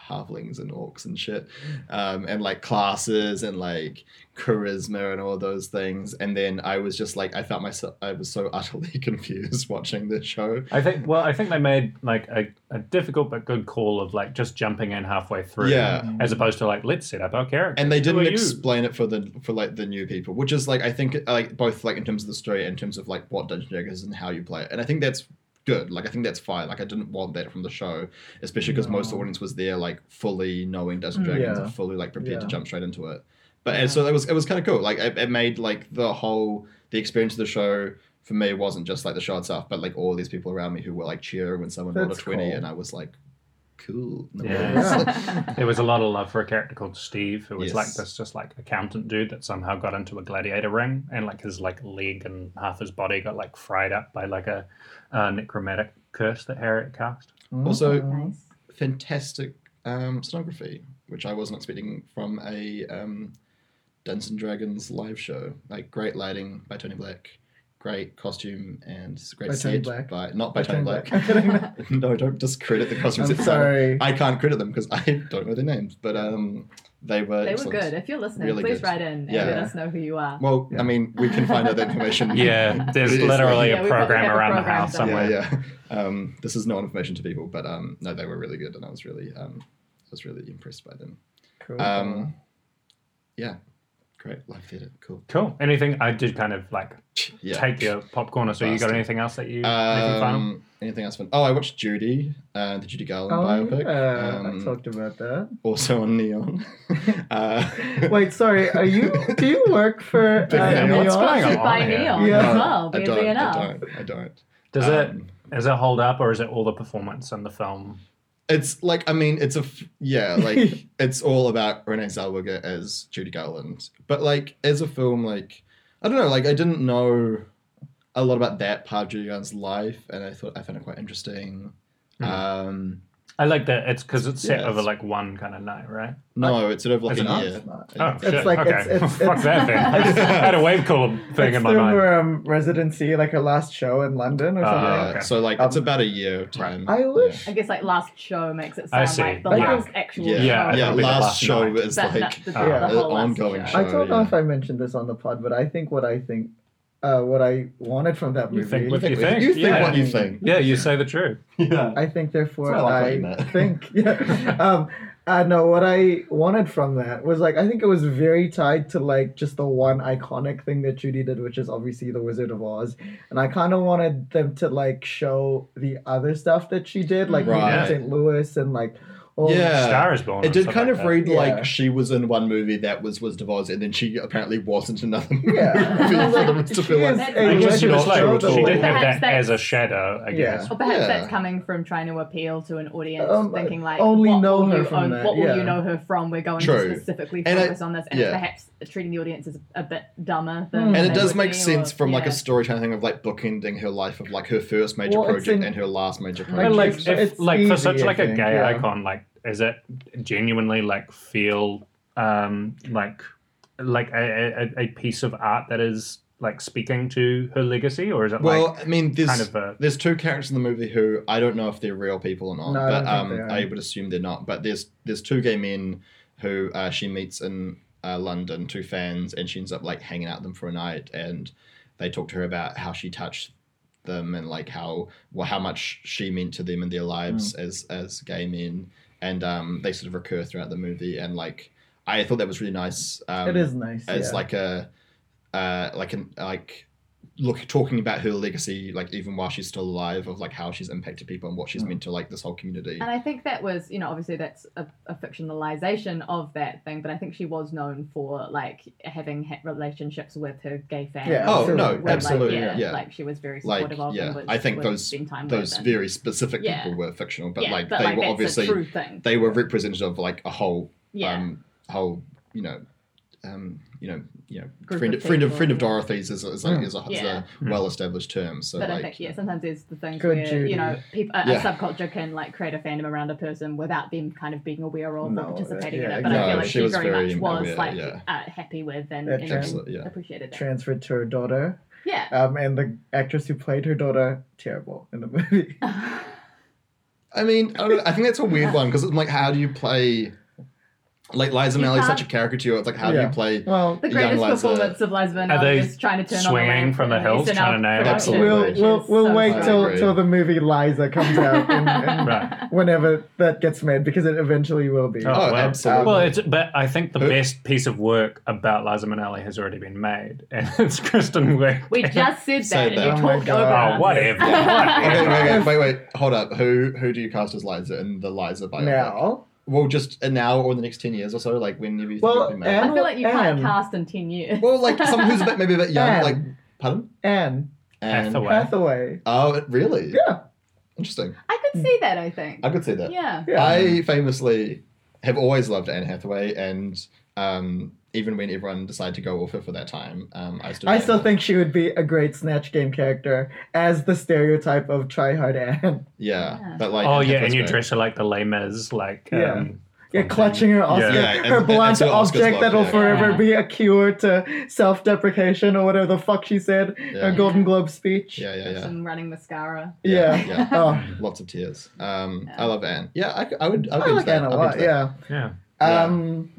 [SPEAKER 3] halflings and orcs and shit, um, and like classes and like charisma and all those things. And then I was just like, I felt myself, I was so utterly confused watching this show.
[SPEAKER 2] I think well, I think they made like a, a difficult but good call of like just jumping in halfway through,
[SPEAKER 3] Yeah.
[SPEAKER 2] as opposed to like let's set up our character.
[SPEAKER 3] and they
[SPEAKER 2] Who are
[SPEAKER 3] didn't
[SPEAKER 2] you?
[SPEAKER 3] explain it for the for like the new people which is like i think like both like in terms of the story and in terms of like what dungeon dragons is and how you play it and i think that's good like i think that's fine like i didn't want that from the show especially because most of the
[SPEAKER 4] No.
[SPEAKER 3] audience was there like fully knowing dungeon
[SPEAKER 1] Mm.
[SPEAKER 3] dragons
[SPEAKER 4] Yeah.
[SPEAKER 3] and fully like prepared to
[SPEAKER 4] Yeah.
[SPEAKER 3] jump straight into it but and so it was it was kind of cool like it, it made like the whole the experience of the show for me wasn't just like the show itself but like all these people around me who were like cheering when someone rolled a
[SPEAKER 4] That's
[SPEAKER 3] 20
[SPEAKER 4] cool.
[SPEAKER 3] and i was like cool No
[SPEAKER 2] Yeah.
[SPEAKER 3] worries. Like,
[SPEAKER 2] There was a lot of love for a character called Steve, who was
[SPEAKER 3] Yes.
[SPEAKER 2] like this just like accountant dude that somehow got into a gladiator ring and like his like leg and half his body got like fried up by like a, uh necromantic curse that Harriet cast.
[SPEAKER 3] Also-
[SPEAKER 4] Mm-hmm.
[SPEAKER 1] nice.
[SPEAKER 3] fantastic um, sonography, which I wasn't expecting from a um, Dungeons and Dragons live show. Like great lighting by Tony Black, great costume and s- great
[SPEAKER 4] By Tony
[SPEAKER 3] set
[SPEAKER 4] Black.
[SPEAKER 3] by not by, Tony Black.
[SPEAKER 4] I'm kidding. I'm
[SPEAKER 3] no, don't discredit the costume set designer.
[SPEAKER 4] sorry.
[SPEAKER 3] I can't credit them because I don't know their names, but um, they were eh?
[SPEAKER 1] They were
[SPEAKER 3] excellent.
[SPEAKER 1] good. If you're listening,
[SPEAKER 3] Really
[SPEAKER 1] please
[SPEAKER 3] good.
[SPEAKER 1] write in and
[SPEAKER 3] Yeah.
[SPEAKER 1] let us know who you are.
[SPEAKER 3] Well, I mean, we can find out that information.
[SPEAKER 2] Yeah, there's
[SPEAKER 3] It is
[SPEAKER 2] literally
[SPEAKER 1] like- Yeah,
[SPEAKER 2] a
[SPEAKER 1] we probably
[SPEAKER 2] program
[SPEAKER 1] have a
[SPEAKER 2] around the
[SPEAKER 1] program
[SPEAKER 2] house
[SPEAKER 1] somewhere.
[SPEAKER 2] somewhere.
[SPEAKER 3] Yeah, yeah. Um, this is no information to people, but um, no, they were really good, and I was really, um, I was really impressed by them.
[SPEAKER 4] Cool.
[SPEAKER 3] Um, yeah, great live theater, cool.
[SPEAKER 2] Cool. Anything? I did kind of like
[SPEAKER 3] Yeah.
[SPEAKER 2] take your popcorn. So you got
[SPEAKER 3] Bastard.
[SPEAKER 2] anything else that you? anything final?
[SPEAKER 3] Um, anything else fun? Oh, I watched Judy, uh, the Judy
[SPEAKER 4] oh,
[SPEAKER 3] Garland biopic.
[SPEAKER 4] yeah, I
[SPEAKER 3] um,
[SPEAKER 4] talked about that.
[SPEAKER 3] Also on Neon. uh,
[SPEAKER 4] Wait, sorry. Are you? do you work for uh,
[SPEAKER 3] Yeah,
[SPEAKER 4] Neon?
[SPEAKER 2] what's going on?
[SPEAKER 1] by
[SPEAKER 2] yeah.
[SPEAKER 1] Neon
[SPEAKER 4] Yeah.
[SPEAKER 1] as well,
[SPEAKER 3] Oh, I
[SPEAKER 1] weirdly
[SPEAKER 3] don't.
[SPEAKER 1] enough.
[SPEAKER 3] I don't. I don't.
[SPEAKER 2] Does it
[SPEAKER 3] Um,
[SPEAKER 2] is it hold up, or is it all the performance and the film?
[SPEAKER 3] It's like I mean, it's a f- yeah, like it's all about Renee Zellweger as Judy Garland, but like as a film, like I don't know, like I didn't know a lot about that part of Judy Garland's life, and I thought I found it quite interesting.
[SPEAKER 4] Hmm.
[SPEAKER 2] Mhm.
[SPEAKER 3] Um,
[SPEAKER 2] I like that. It's because it's set
[SPEAKER 3] Yeah,
[SPEAKER 2] over
[SPEAKER 3] it's-
[SPEAKER 2] like one kind of night, right?
[SPEAKER 3] no, it's sort of
[SPEAKER 2] Is
[SPEAKER 3] like a
[SPEAKER 2] it not?
[SPEAKER 3] year.
[SPEAKER 2] Oh,
[SPEAKER 4] It's
[SPEAKER 2] shit.
[SPEAKER 4] like-
[SPEAKER 2] okay.
[SPEAKER 4] it's- it's-
[SPEAKER 2] Fuck
[SPEAKER 4] it's-
[SPEAKER 2] that then. I just had a wave cooler thing
[SPEAKER 4] It's
[SPEAKER 2] in my
[SPEAKER 4] through
[SPEAKER 2] mind.
[SPEAKER 4] her, um, residency, like her last show in London or
[SPEAKER 2] Ah,
[SPEAKER 4] something.
[SPEAKER 3] yeah,
[SPEAKER 2] okay.
[SPEAKER 3] so like it's
[SPEAKER 4] Um,
[SPEAKER 3] about a year of time.
[SPEAKER 4] I wish.
[SPEAKER 1] I guess like last show makes it
[SPEAKER 2] I
[SPEAKER 1] sound
[SPEAKER 2] see.
[SPEAKER 1] like the
[SPEAKER 4] I
[SPEAKER 1] last
[SPEAKER 4] think-
[SPEAKER 1] actual
[SPEAKER 3] Yeah,
[SPEAKER 2] Yeah,
[SPEAKER 3] yeah,
[SPEAKER 1] show.
[SPEAKER 2] I think
[SPEAKER 3] last,
[SPEAKER 2] last
[SPEAKER 3] show
[SPEAKER 2] night.
[SPEAKER 3] is
[SPEAKER 1] That- that-
[SPEAKER 3] like
[SPEAKER 1] the-
[SPEAKER 2] uh,
[SPEAKER 1] the whole
[SPEAKER 3] an
[SPEAKER 1] last
[SPEAKER 3] ongoing
[SPEAKER 1] show.
[SPEAKER 4] I
[SPEAKER 3] Sure,
[SPEAKER 4] don't know
[SPEAKER 3] yeah.
[SPEAKER 4] if I mentioned this on the pod, but I think what I think, uh, what I wanted from that
[SPEAKER 2] You
[SPEAKER 4] movie.
[SPEAKER 2] think what you
[SPEAKER 3] you
[SPEAKER 2] think?
[SPEAKER 3] think,
[SPEAKER 2] yeah.
[SPEAKER 3] what you think.
[SPEAKER 2] Yeah, you say the truth.
[SPEAKER 3] Yeah.
[SPEAKER 4] I think, therefore,
[SPEAKER 3] It's more like what
[SPEAKER 4] I
[SPEAKER 3] you meant.
[SPEAKER 4] think. Yeah. um, I know what I wanted from that was like I think it was very tied to like just the one iconic thing that Judy did, which is obviously the Wizard of Oz, and I kind of wanted them to like show the other stuff that she did, like being in
[SPEAKER 3] Right.
[SPEAKER 4] St. Louis and like all
[SPEAKER 3] Yeah.
[SPEAKER 2] Star is born.
[SPEAKER 3] It
[SPEAKER 2] and
[SPEAKER 3] did
[SPEAKER 2] stuff
[SPEAKER 3] kind
[SPEAKER 2] like
[SPEAKER 3] of
[SPEAKER 2] that.
[SPEAKER 3] read
[SPEAKER 4] Yeah.
[SPEAKER 3] like she was in one movie that was Wizard of Oz, and then she apparently wasn't in another movie
[SPEAKER 4] Yeah.
[SPEAKER 3] for the rest of her
[SPEAKER 4] She is
[SPEAKER 3] life.
[SPEAKER 4] a
[SPEAKER 2] I guess she
[SPEAKER 4] regular
[SPEAKER 2] was like
[SPEAKER 4] show
[SPEAKER 2] she
[SPEAKER 4] that-
[SPEAKER 2] did have
[SPEAKER 1] Perhaps
[SPEAKER 2] that
[SPEAKER 1] that's-
[SPEAKER 2] as a shadow. I
[SPEAKER 4] Yeah.
[SPEAKER 2] guess.
[SPEAKER 1] Or perhaps
[SPEAKER 3] Yeah.
[SPEAKER 1] that's coming from trying to appeal to an audience,
[SPEAKER 4] Um,
[SPEAKER 1] thinking like,
[SPEAKER 4] only
[SPEAKER 1] what
[SPEAKER 4] know
[SPEAKER 1] will
[SPEAKER 4] her
[SPEAKER 1] you
[SPEAKER 4] from
[SPEAKER 1] own-
[SPEAKER 4] that,
[SPEAKER 1] what will
[SPEAKER 4] yeah.
[SPEAKER 1] you know her from? We're going to
[SPEAKER 3] True.
[SPEAKER 1] specifically
[SPEAKER 3] And I-
[SPEAKER 1] focus on this, and it's
[SPEAKER 3] yeah. Hmm.
[SPEAKER 1] perhaps treating the audience as a bit dumber than.
[SPEAKER 4] Mm.
[SPEAKER 3] And
[SPEAKER 1] they
[SPEAKER 3] it does
[SPEAKER 1] would
[SPEAKER 3] make
[SPEAKER 1] be, or-
[SPEAKER 3] sense from like
[SPEAKER 1] yeah.
[SPEAKER 3] a storytelling thing of like bookending her life of like her first major
[SPEAKER 4] Well, it's
[SPEAKER 3] project
[SPEAKER 4] in-
[SPEAKER 3] and her last major
[SPEAKER 2] But
[SPEAKER 3] project.
[SPEAKER 4] Like,
[SPEAKER 2] like,
[SPEAKER 4] it's-
[SPEAKER 2] if,
[SPEAKER 4] it's
[SPEAKER 2] like for
[SPEAKER 4] easy,
[SPEAKER 2] such
[SPEAKER 4] I
[SPEAKER 2] like a
[SPEAKER 4] think,
[SPEAKER 2] gay
[SPEAKER 4] yeah.
[SPEAKER 2] icon, like is it genuinely like feel um like like a, a, a piece of art that is like speaking to her legacy, or is it
[SPEAKER 3] well,
[SPEAKER 2] like
[SPEAKER 3] I mean, there's
[SPEAKER 2] kind of a
[SPEAKER 3] there's two characters in the movie who I don't know if they're real people or not,
[SPEAKER 4] No, I
[SPEAKER 3] but
[SPEAKER 4] don't think
[SPEAKER 3] um,
[SPEAKER 4] they are.
[SPEAKER 3] I would assume they're not. But there's there's two gay men who uh, she meets in uh, London, two fans, and she ends up like hanging out with them for a night, and they talk to her about how she touched them and like how well how much she meant to them in their lives
[SPEAKER 4] Mm.
[SPEAKER 3] as as gay men, and um, they sort of recur throughout the movie, and like I thought that was really nice. Um,
[SPEAKER 4] it is nice.
[SPEAKER 3] as
[SPEAKER 4] yeah.
[SPEAKER 3] like a uh, like an like look talking about her legacy like even while she's still alive of like how she's impacted people and what
[SPEAKER 4] Mm.
[SPEAKER 3] she's meant to like this whole community
[SPEAKER 1] And I think that was, you know, obviously that's a, a fictionalization of that thing, but I think she was known for like having ha- relationships with her gay fans.
[SPEAKER 4] Yeah, Oh, no,
[SPEAKER 1] Where, like,
[SPEAKER 3] absolutely, yeah.
[SPEAKER 1] Like she was very
[SPEAKER 3] Like,
[SPEAKER 1] supportive of
[SPEAKER 3] yeah,
[SPEAKER 1] them. Was,
[SPEAKER 3] I think
[SPEAKER 1] would
[SPEAKER 3] those-
[SPEAKER 1] spend time
[SPEAKER 3] those
[SPEAKER 1] with them.
[SPEAKER 3] very specific
[SPEAKER 1] Yeah.
[SPEAKER 3] people were fictional but
[SPEAKER 1] yeah,
[SPEAKER 3] like
[SPEAKER 1] but,
[SPEAKER 3] they
[SPEAKER 1] like,
[SPEAKER 3] were
[SPEAKER 1] that's a true
[SPEAKER 3] obviously
[SPEAKER 1] thing.
[SPEAKER 3] they were representative of like a whole
[SPEAKER 1] Yeah.
[SPEAKER 3] um whole you know um you know you know
[SPEAKER 1] Group
[SPEAKER 3] friend
[SPEAKER 1] of
[SPEAKER 3] of friend of
[SPEAKER 1] people,
[SPEAKER 3] friend of
[SPEAKER 1] yeah.
[SPEAKER 3] dorothy's is, is,
[SPEAKER 4] Mm.
[SPEAKER 3] like, is a, is
[SPEAKER 1] Yeah.
[SPEAKER 3] a well-established term so
[SPEAKER 1] but I
[SPEAKER 3] like
[SPEAKER 1] think yeah, sometimes there's the things
[SPEAKER 4] Good
[SPEAKER 1] where
[SPEAKER 4] Judy.
[SPEAKER 1] you know peop a, a
[SPEAKER 3] Yeah.
[SPEAKER 1] subculture can like create a fandom around a person without them kind of being aware of
[SPEAKER 4] No,
[SPEAKER 1] or participating in
[SPEAKER 4] yeah,
[SPEAKER 1] it. But I
[SPEAKER 4] No,
[SPEAKER 1] feel like
[SPEAKER 3] she
[SPEAKER 1] she,
[SPEAKER 3] was
[SPEAKER 1] very,
[SPEAKER 3] very
[SPEAKER 1] much was
[SPEAKER 3] aware,
[SPEAKER 1] like
[SPEAKER 3] yeah.
[SPEAKER 1] uh, happy with and,
[SPEAKER 4] Yeah,
[SPEAKER 1] and
[SPEAKER 3] absolutely, yeah.
[SPEAKER 1] appreciated that.
[SPEAKER 4] transferred to her daughter.
[SPEAKER 1] Yeah.
[SPEAKER 4] Um, and the actress who played her daughter, terrible in the movie.
[SPEAKER 3] I mean, I, don't know, I think that's a weird one because it's like, how do you play? Like Liza
[SPEAKER 1] You
[SPEAKER 3] Minnelli is
[SPEAKER 1] can't-
[SPEAKER 3] such a caricature. It's like, how
[SPEAKER 4] Yeah.
[SPEAKER 3] do you play?
[SPEAKER 4] Well,
[SPEAKER 1] The
[SPEAKER 3] Young
[SPEAKER 1] greatest
[SPEAKER 3] Liza.
[SPEAKER 1] performance of Liza
[SPEAKER 2] Are
[SPEAKER 1] Minnelli
[SPEAKER 2] they
[SPEAKER 1] is trying to turn
[SPEAKER 2] swinging
[SPEAKER 1] on the
[SPEAKER 2] from the hills,
[SPEAKER 1] It's an
[SPEAKER 2] trying to nail
[SPEAKER 1] out-
[SPEAKER 2] it?
[SPEAKER 1] production,
[SPEAKER 3] Absolutely.
[SPEAKER 4] we'll
[SPEAKER 1] which
[SPEAKER 4] we'll,
[SPEAKER 1] is
[SPEAKER 4] we'll
[SPEAKER 1] so
[SPEAKER 4] wait
[SPEAKER 1] good.
[SPEAKER 4] till
[SPEAKER 3] agree.
[SPEAKER 4] till the movie Liza comes out and, and
[SPEAKER 2] right?
[SPEAKER 4] whenever that gets made because it eventually will be.
[SPEAKER 2] Oh,
[SPEAKER 3] Oh,
[SPEAKER 2] well,
[SPEAKER 3] absolutely.
[SPEAKER 2] Well, it's but I think the
[SPEAKER 3] Who-
[SPEAKER 2] best piece of work about Liza Minnelli has already been made, and it's Kristen Wiig.
[SPEAKER 1] We just said that,
[SPEAKER 3] Say
[SPEAKER 1] and
[SPEAKER 3] that.
[SPEAKER 1] you
[SPEAKER 4] Oh my
[SPEAKER 1] talked
[SPEAKER 4] God.
[SPEAKER 1] over
[SPEAKER 2] oh,
[SPEAKER 1] us.
[SPEAKER 2] whatever. whatever.
[SPEAKER 3] Okay, wait, wait, wait, wait, hold up. Who who do you cast as Liza in the Liza biopic?
[SPEAKER 4] now.
[SPEAKER 3] Well, just uh, now or in the next ten years or so, like whenever you think
[SPEAKER 4] Well,
[SPEAKER 3] it'll be
[SPEAKER 1] I
[SPEAKER 3] made.
[SPEAKER 4] and-
[SPEAKER 1] feel like you can't
[SPEAKER 4] Anne.
[SPEAKER 1] cast in ten years.
[SPEAKER 3] Well, like someone who's a bit, maybe a bit young,
[SPEAKER 4] And-
[SPEAKER 3] like pardon.
[SPEAKER 4] Anne
[SPEAKER 3] And
[SPEAKER 2] Hathaway.
[SPEAKER 4] Hathaway.
[SPEAKER 3] oh, it- really?
[SPEAKER 4] Yeah.
[SPEAKER 3] Interesting.
[SPEAKER 1] I could see that. I think.
[SPEAKER 3] mm. I could see that.
[SPEAKER 1] Yeah.
[SPEAKER 4] Yeah.
[SPEAKER 3] I famously have always loved Anne Hathaway, and um, even when everyone decided to go off her for that time, um, I still
[SPEAKER 4] I still think she would be a great Snatch Game character as the stereotype of tryhard Anne.
[SPEAKER 3] Yeah,
[SPEAKER 1] Yeah.
[SPEAKER 3] but like
[SPEAKER 2] oh
[SPEAKER 3] in
[SPEAKER 2] yeah, and you
[SPEAKER 3] retrospect-
[SPEAKER 2] dress her like the lame is, like um,
[SPEAKER 4] Yeah. Yeah, clutching her Oscar,
[SPEAKER 2] Yeah,
[SPEAKER 3] and-
[SPEAKER 4] her
[SPEAKER 3] and-
[SPEAKER 4] blunt
[SPEAKER 3] and so Oscar's
[SPEAKER 4] object
[SPEAKER 3] locked,
[SPEAKER 4] that'll
[SPEAKER 3] yeah.
[SPEAKER 4] forever
[SPEAKER 1] Yeah.
[SPEAKER 4] be a cure to self-deprecation or whatever the fuck she said.
[SPEAKER 3] Yeah.
[SPEAKER 4] Her Golden Globe speech.
[SPEAKER 3] Yeah, yeah, yeah.
[SPEAKER 1] Some running mascara.
[SPEAKER 4] Yeah.
[SPEAKER 3] yeah.
[SPEAKER 4] Oh,
[SPEAKER 3] Lots of tears. Um,
[SPEAKER 1] Yeah.
[SPEAKER 3] I love Anne. Yeah, I, c- I would. I'd
[SPEAKER 4] I like Anna a lot. Yeah.
[SPEAKER 2] Yeah.
[SPEAKER 3] Yeah.
[SPEAKER 4] Um,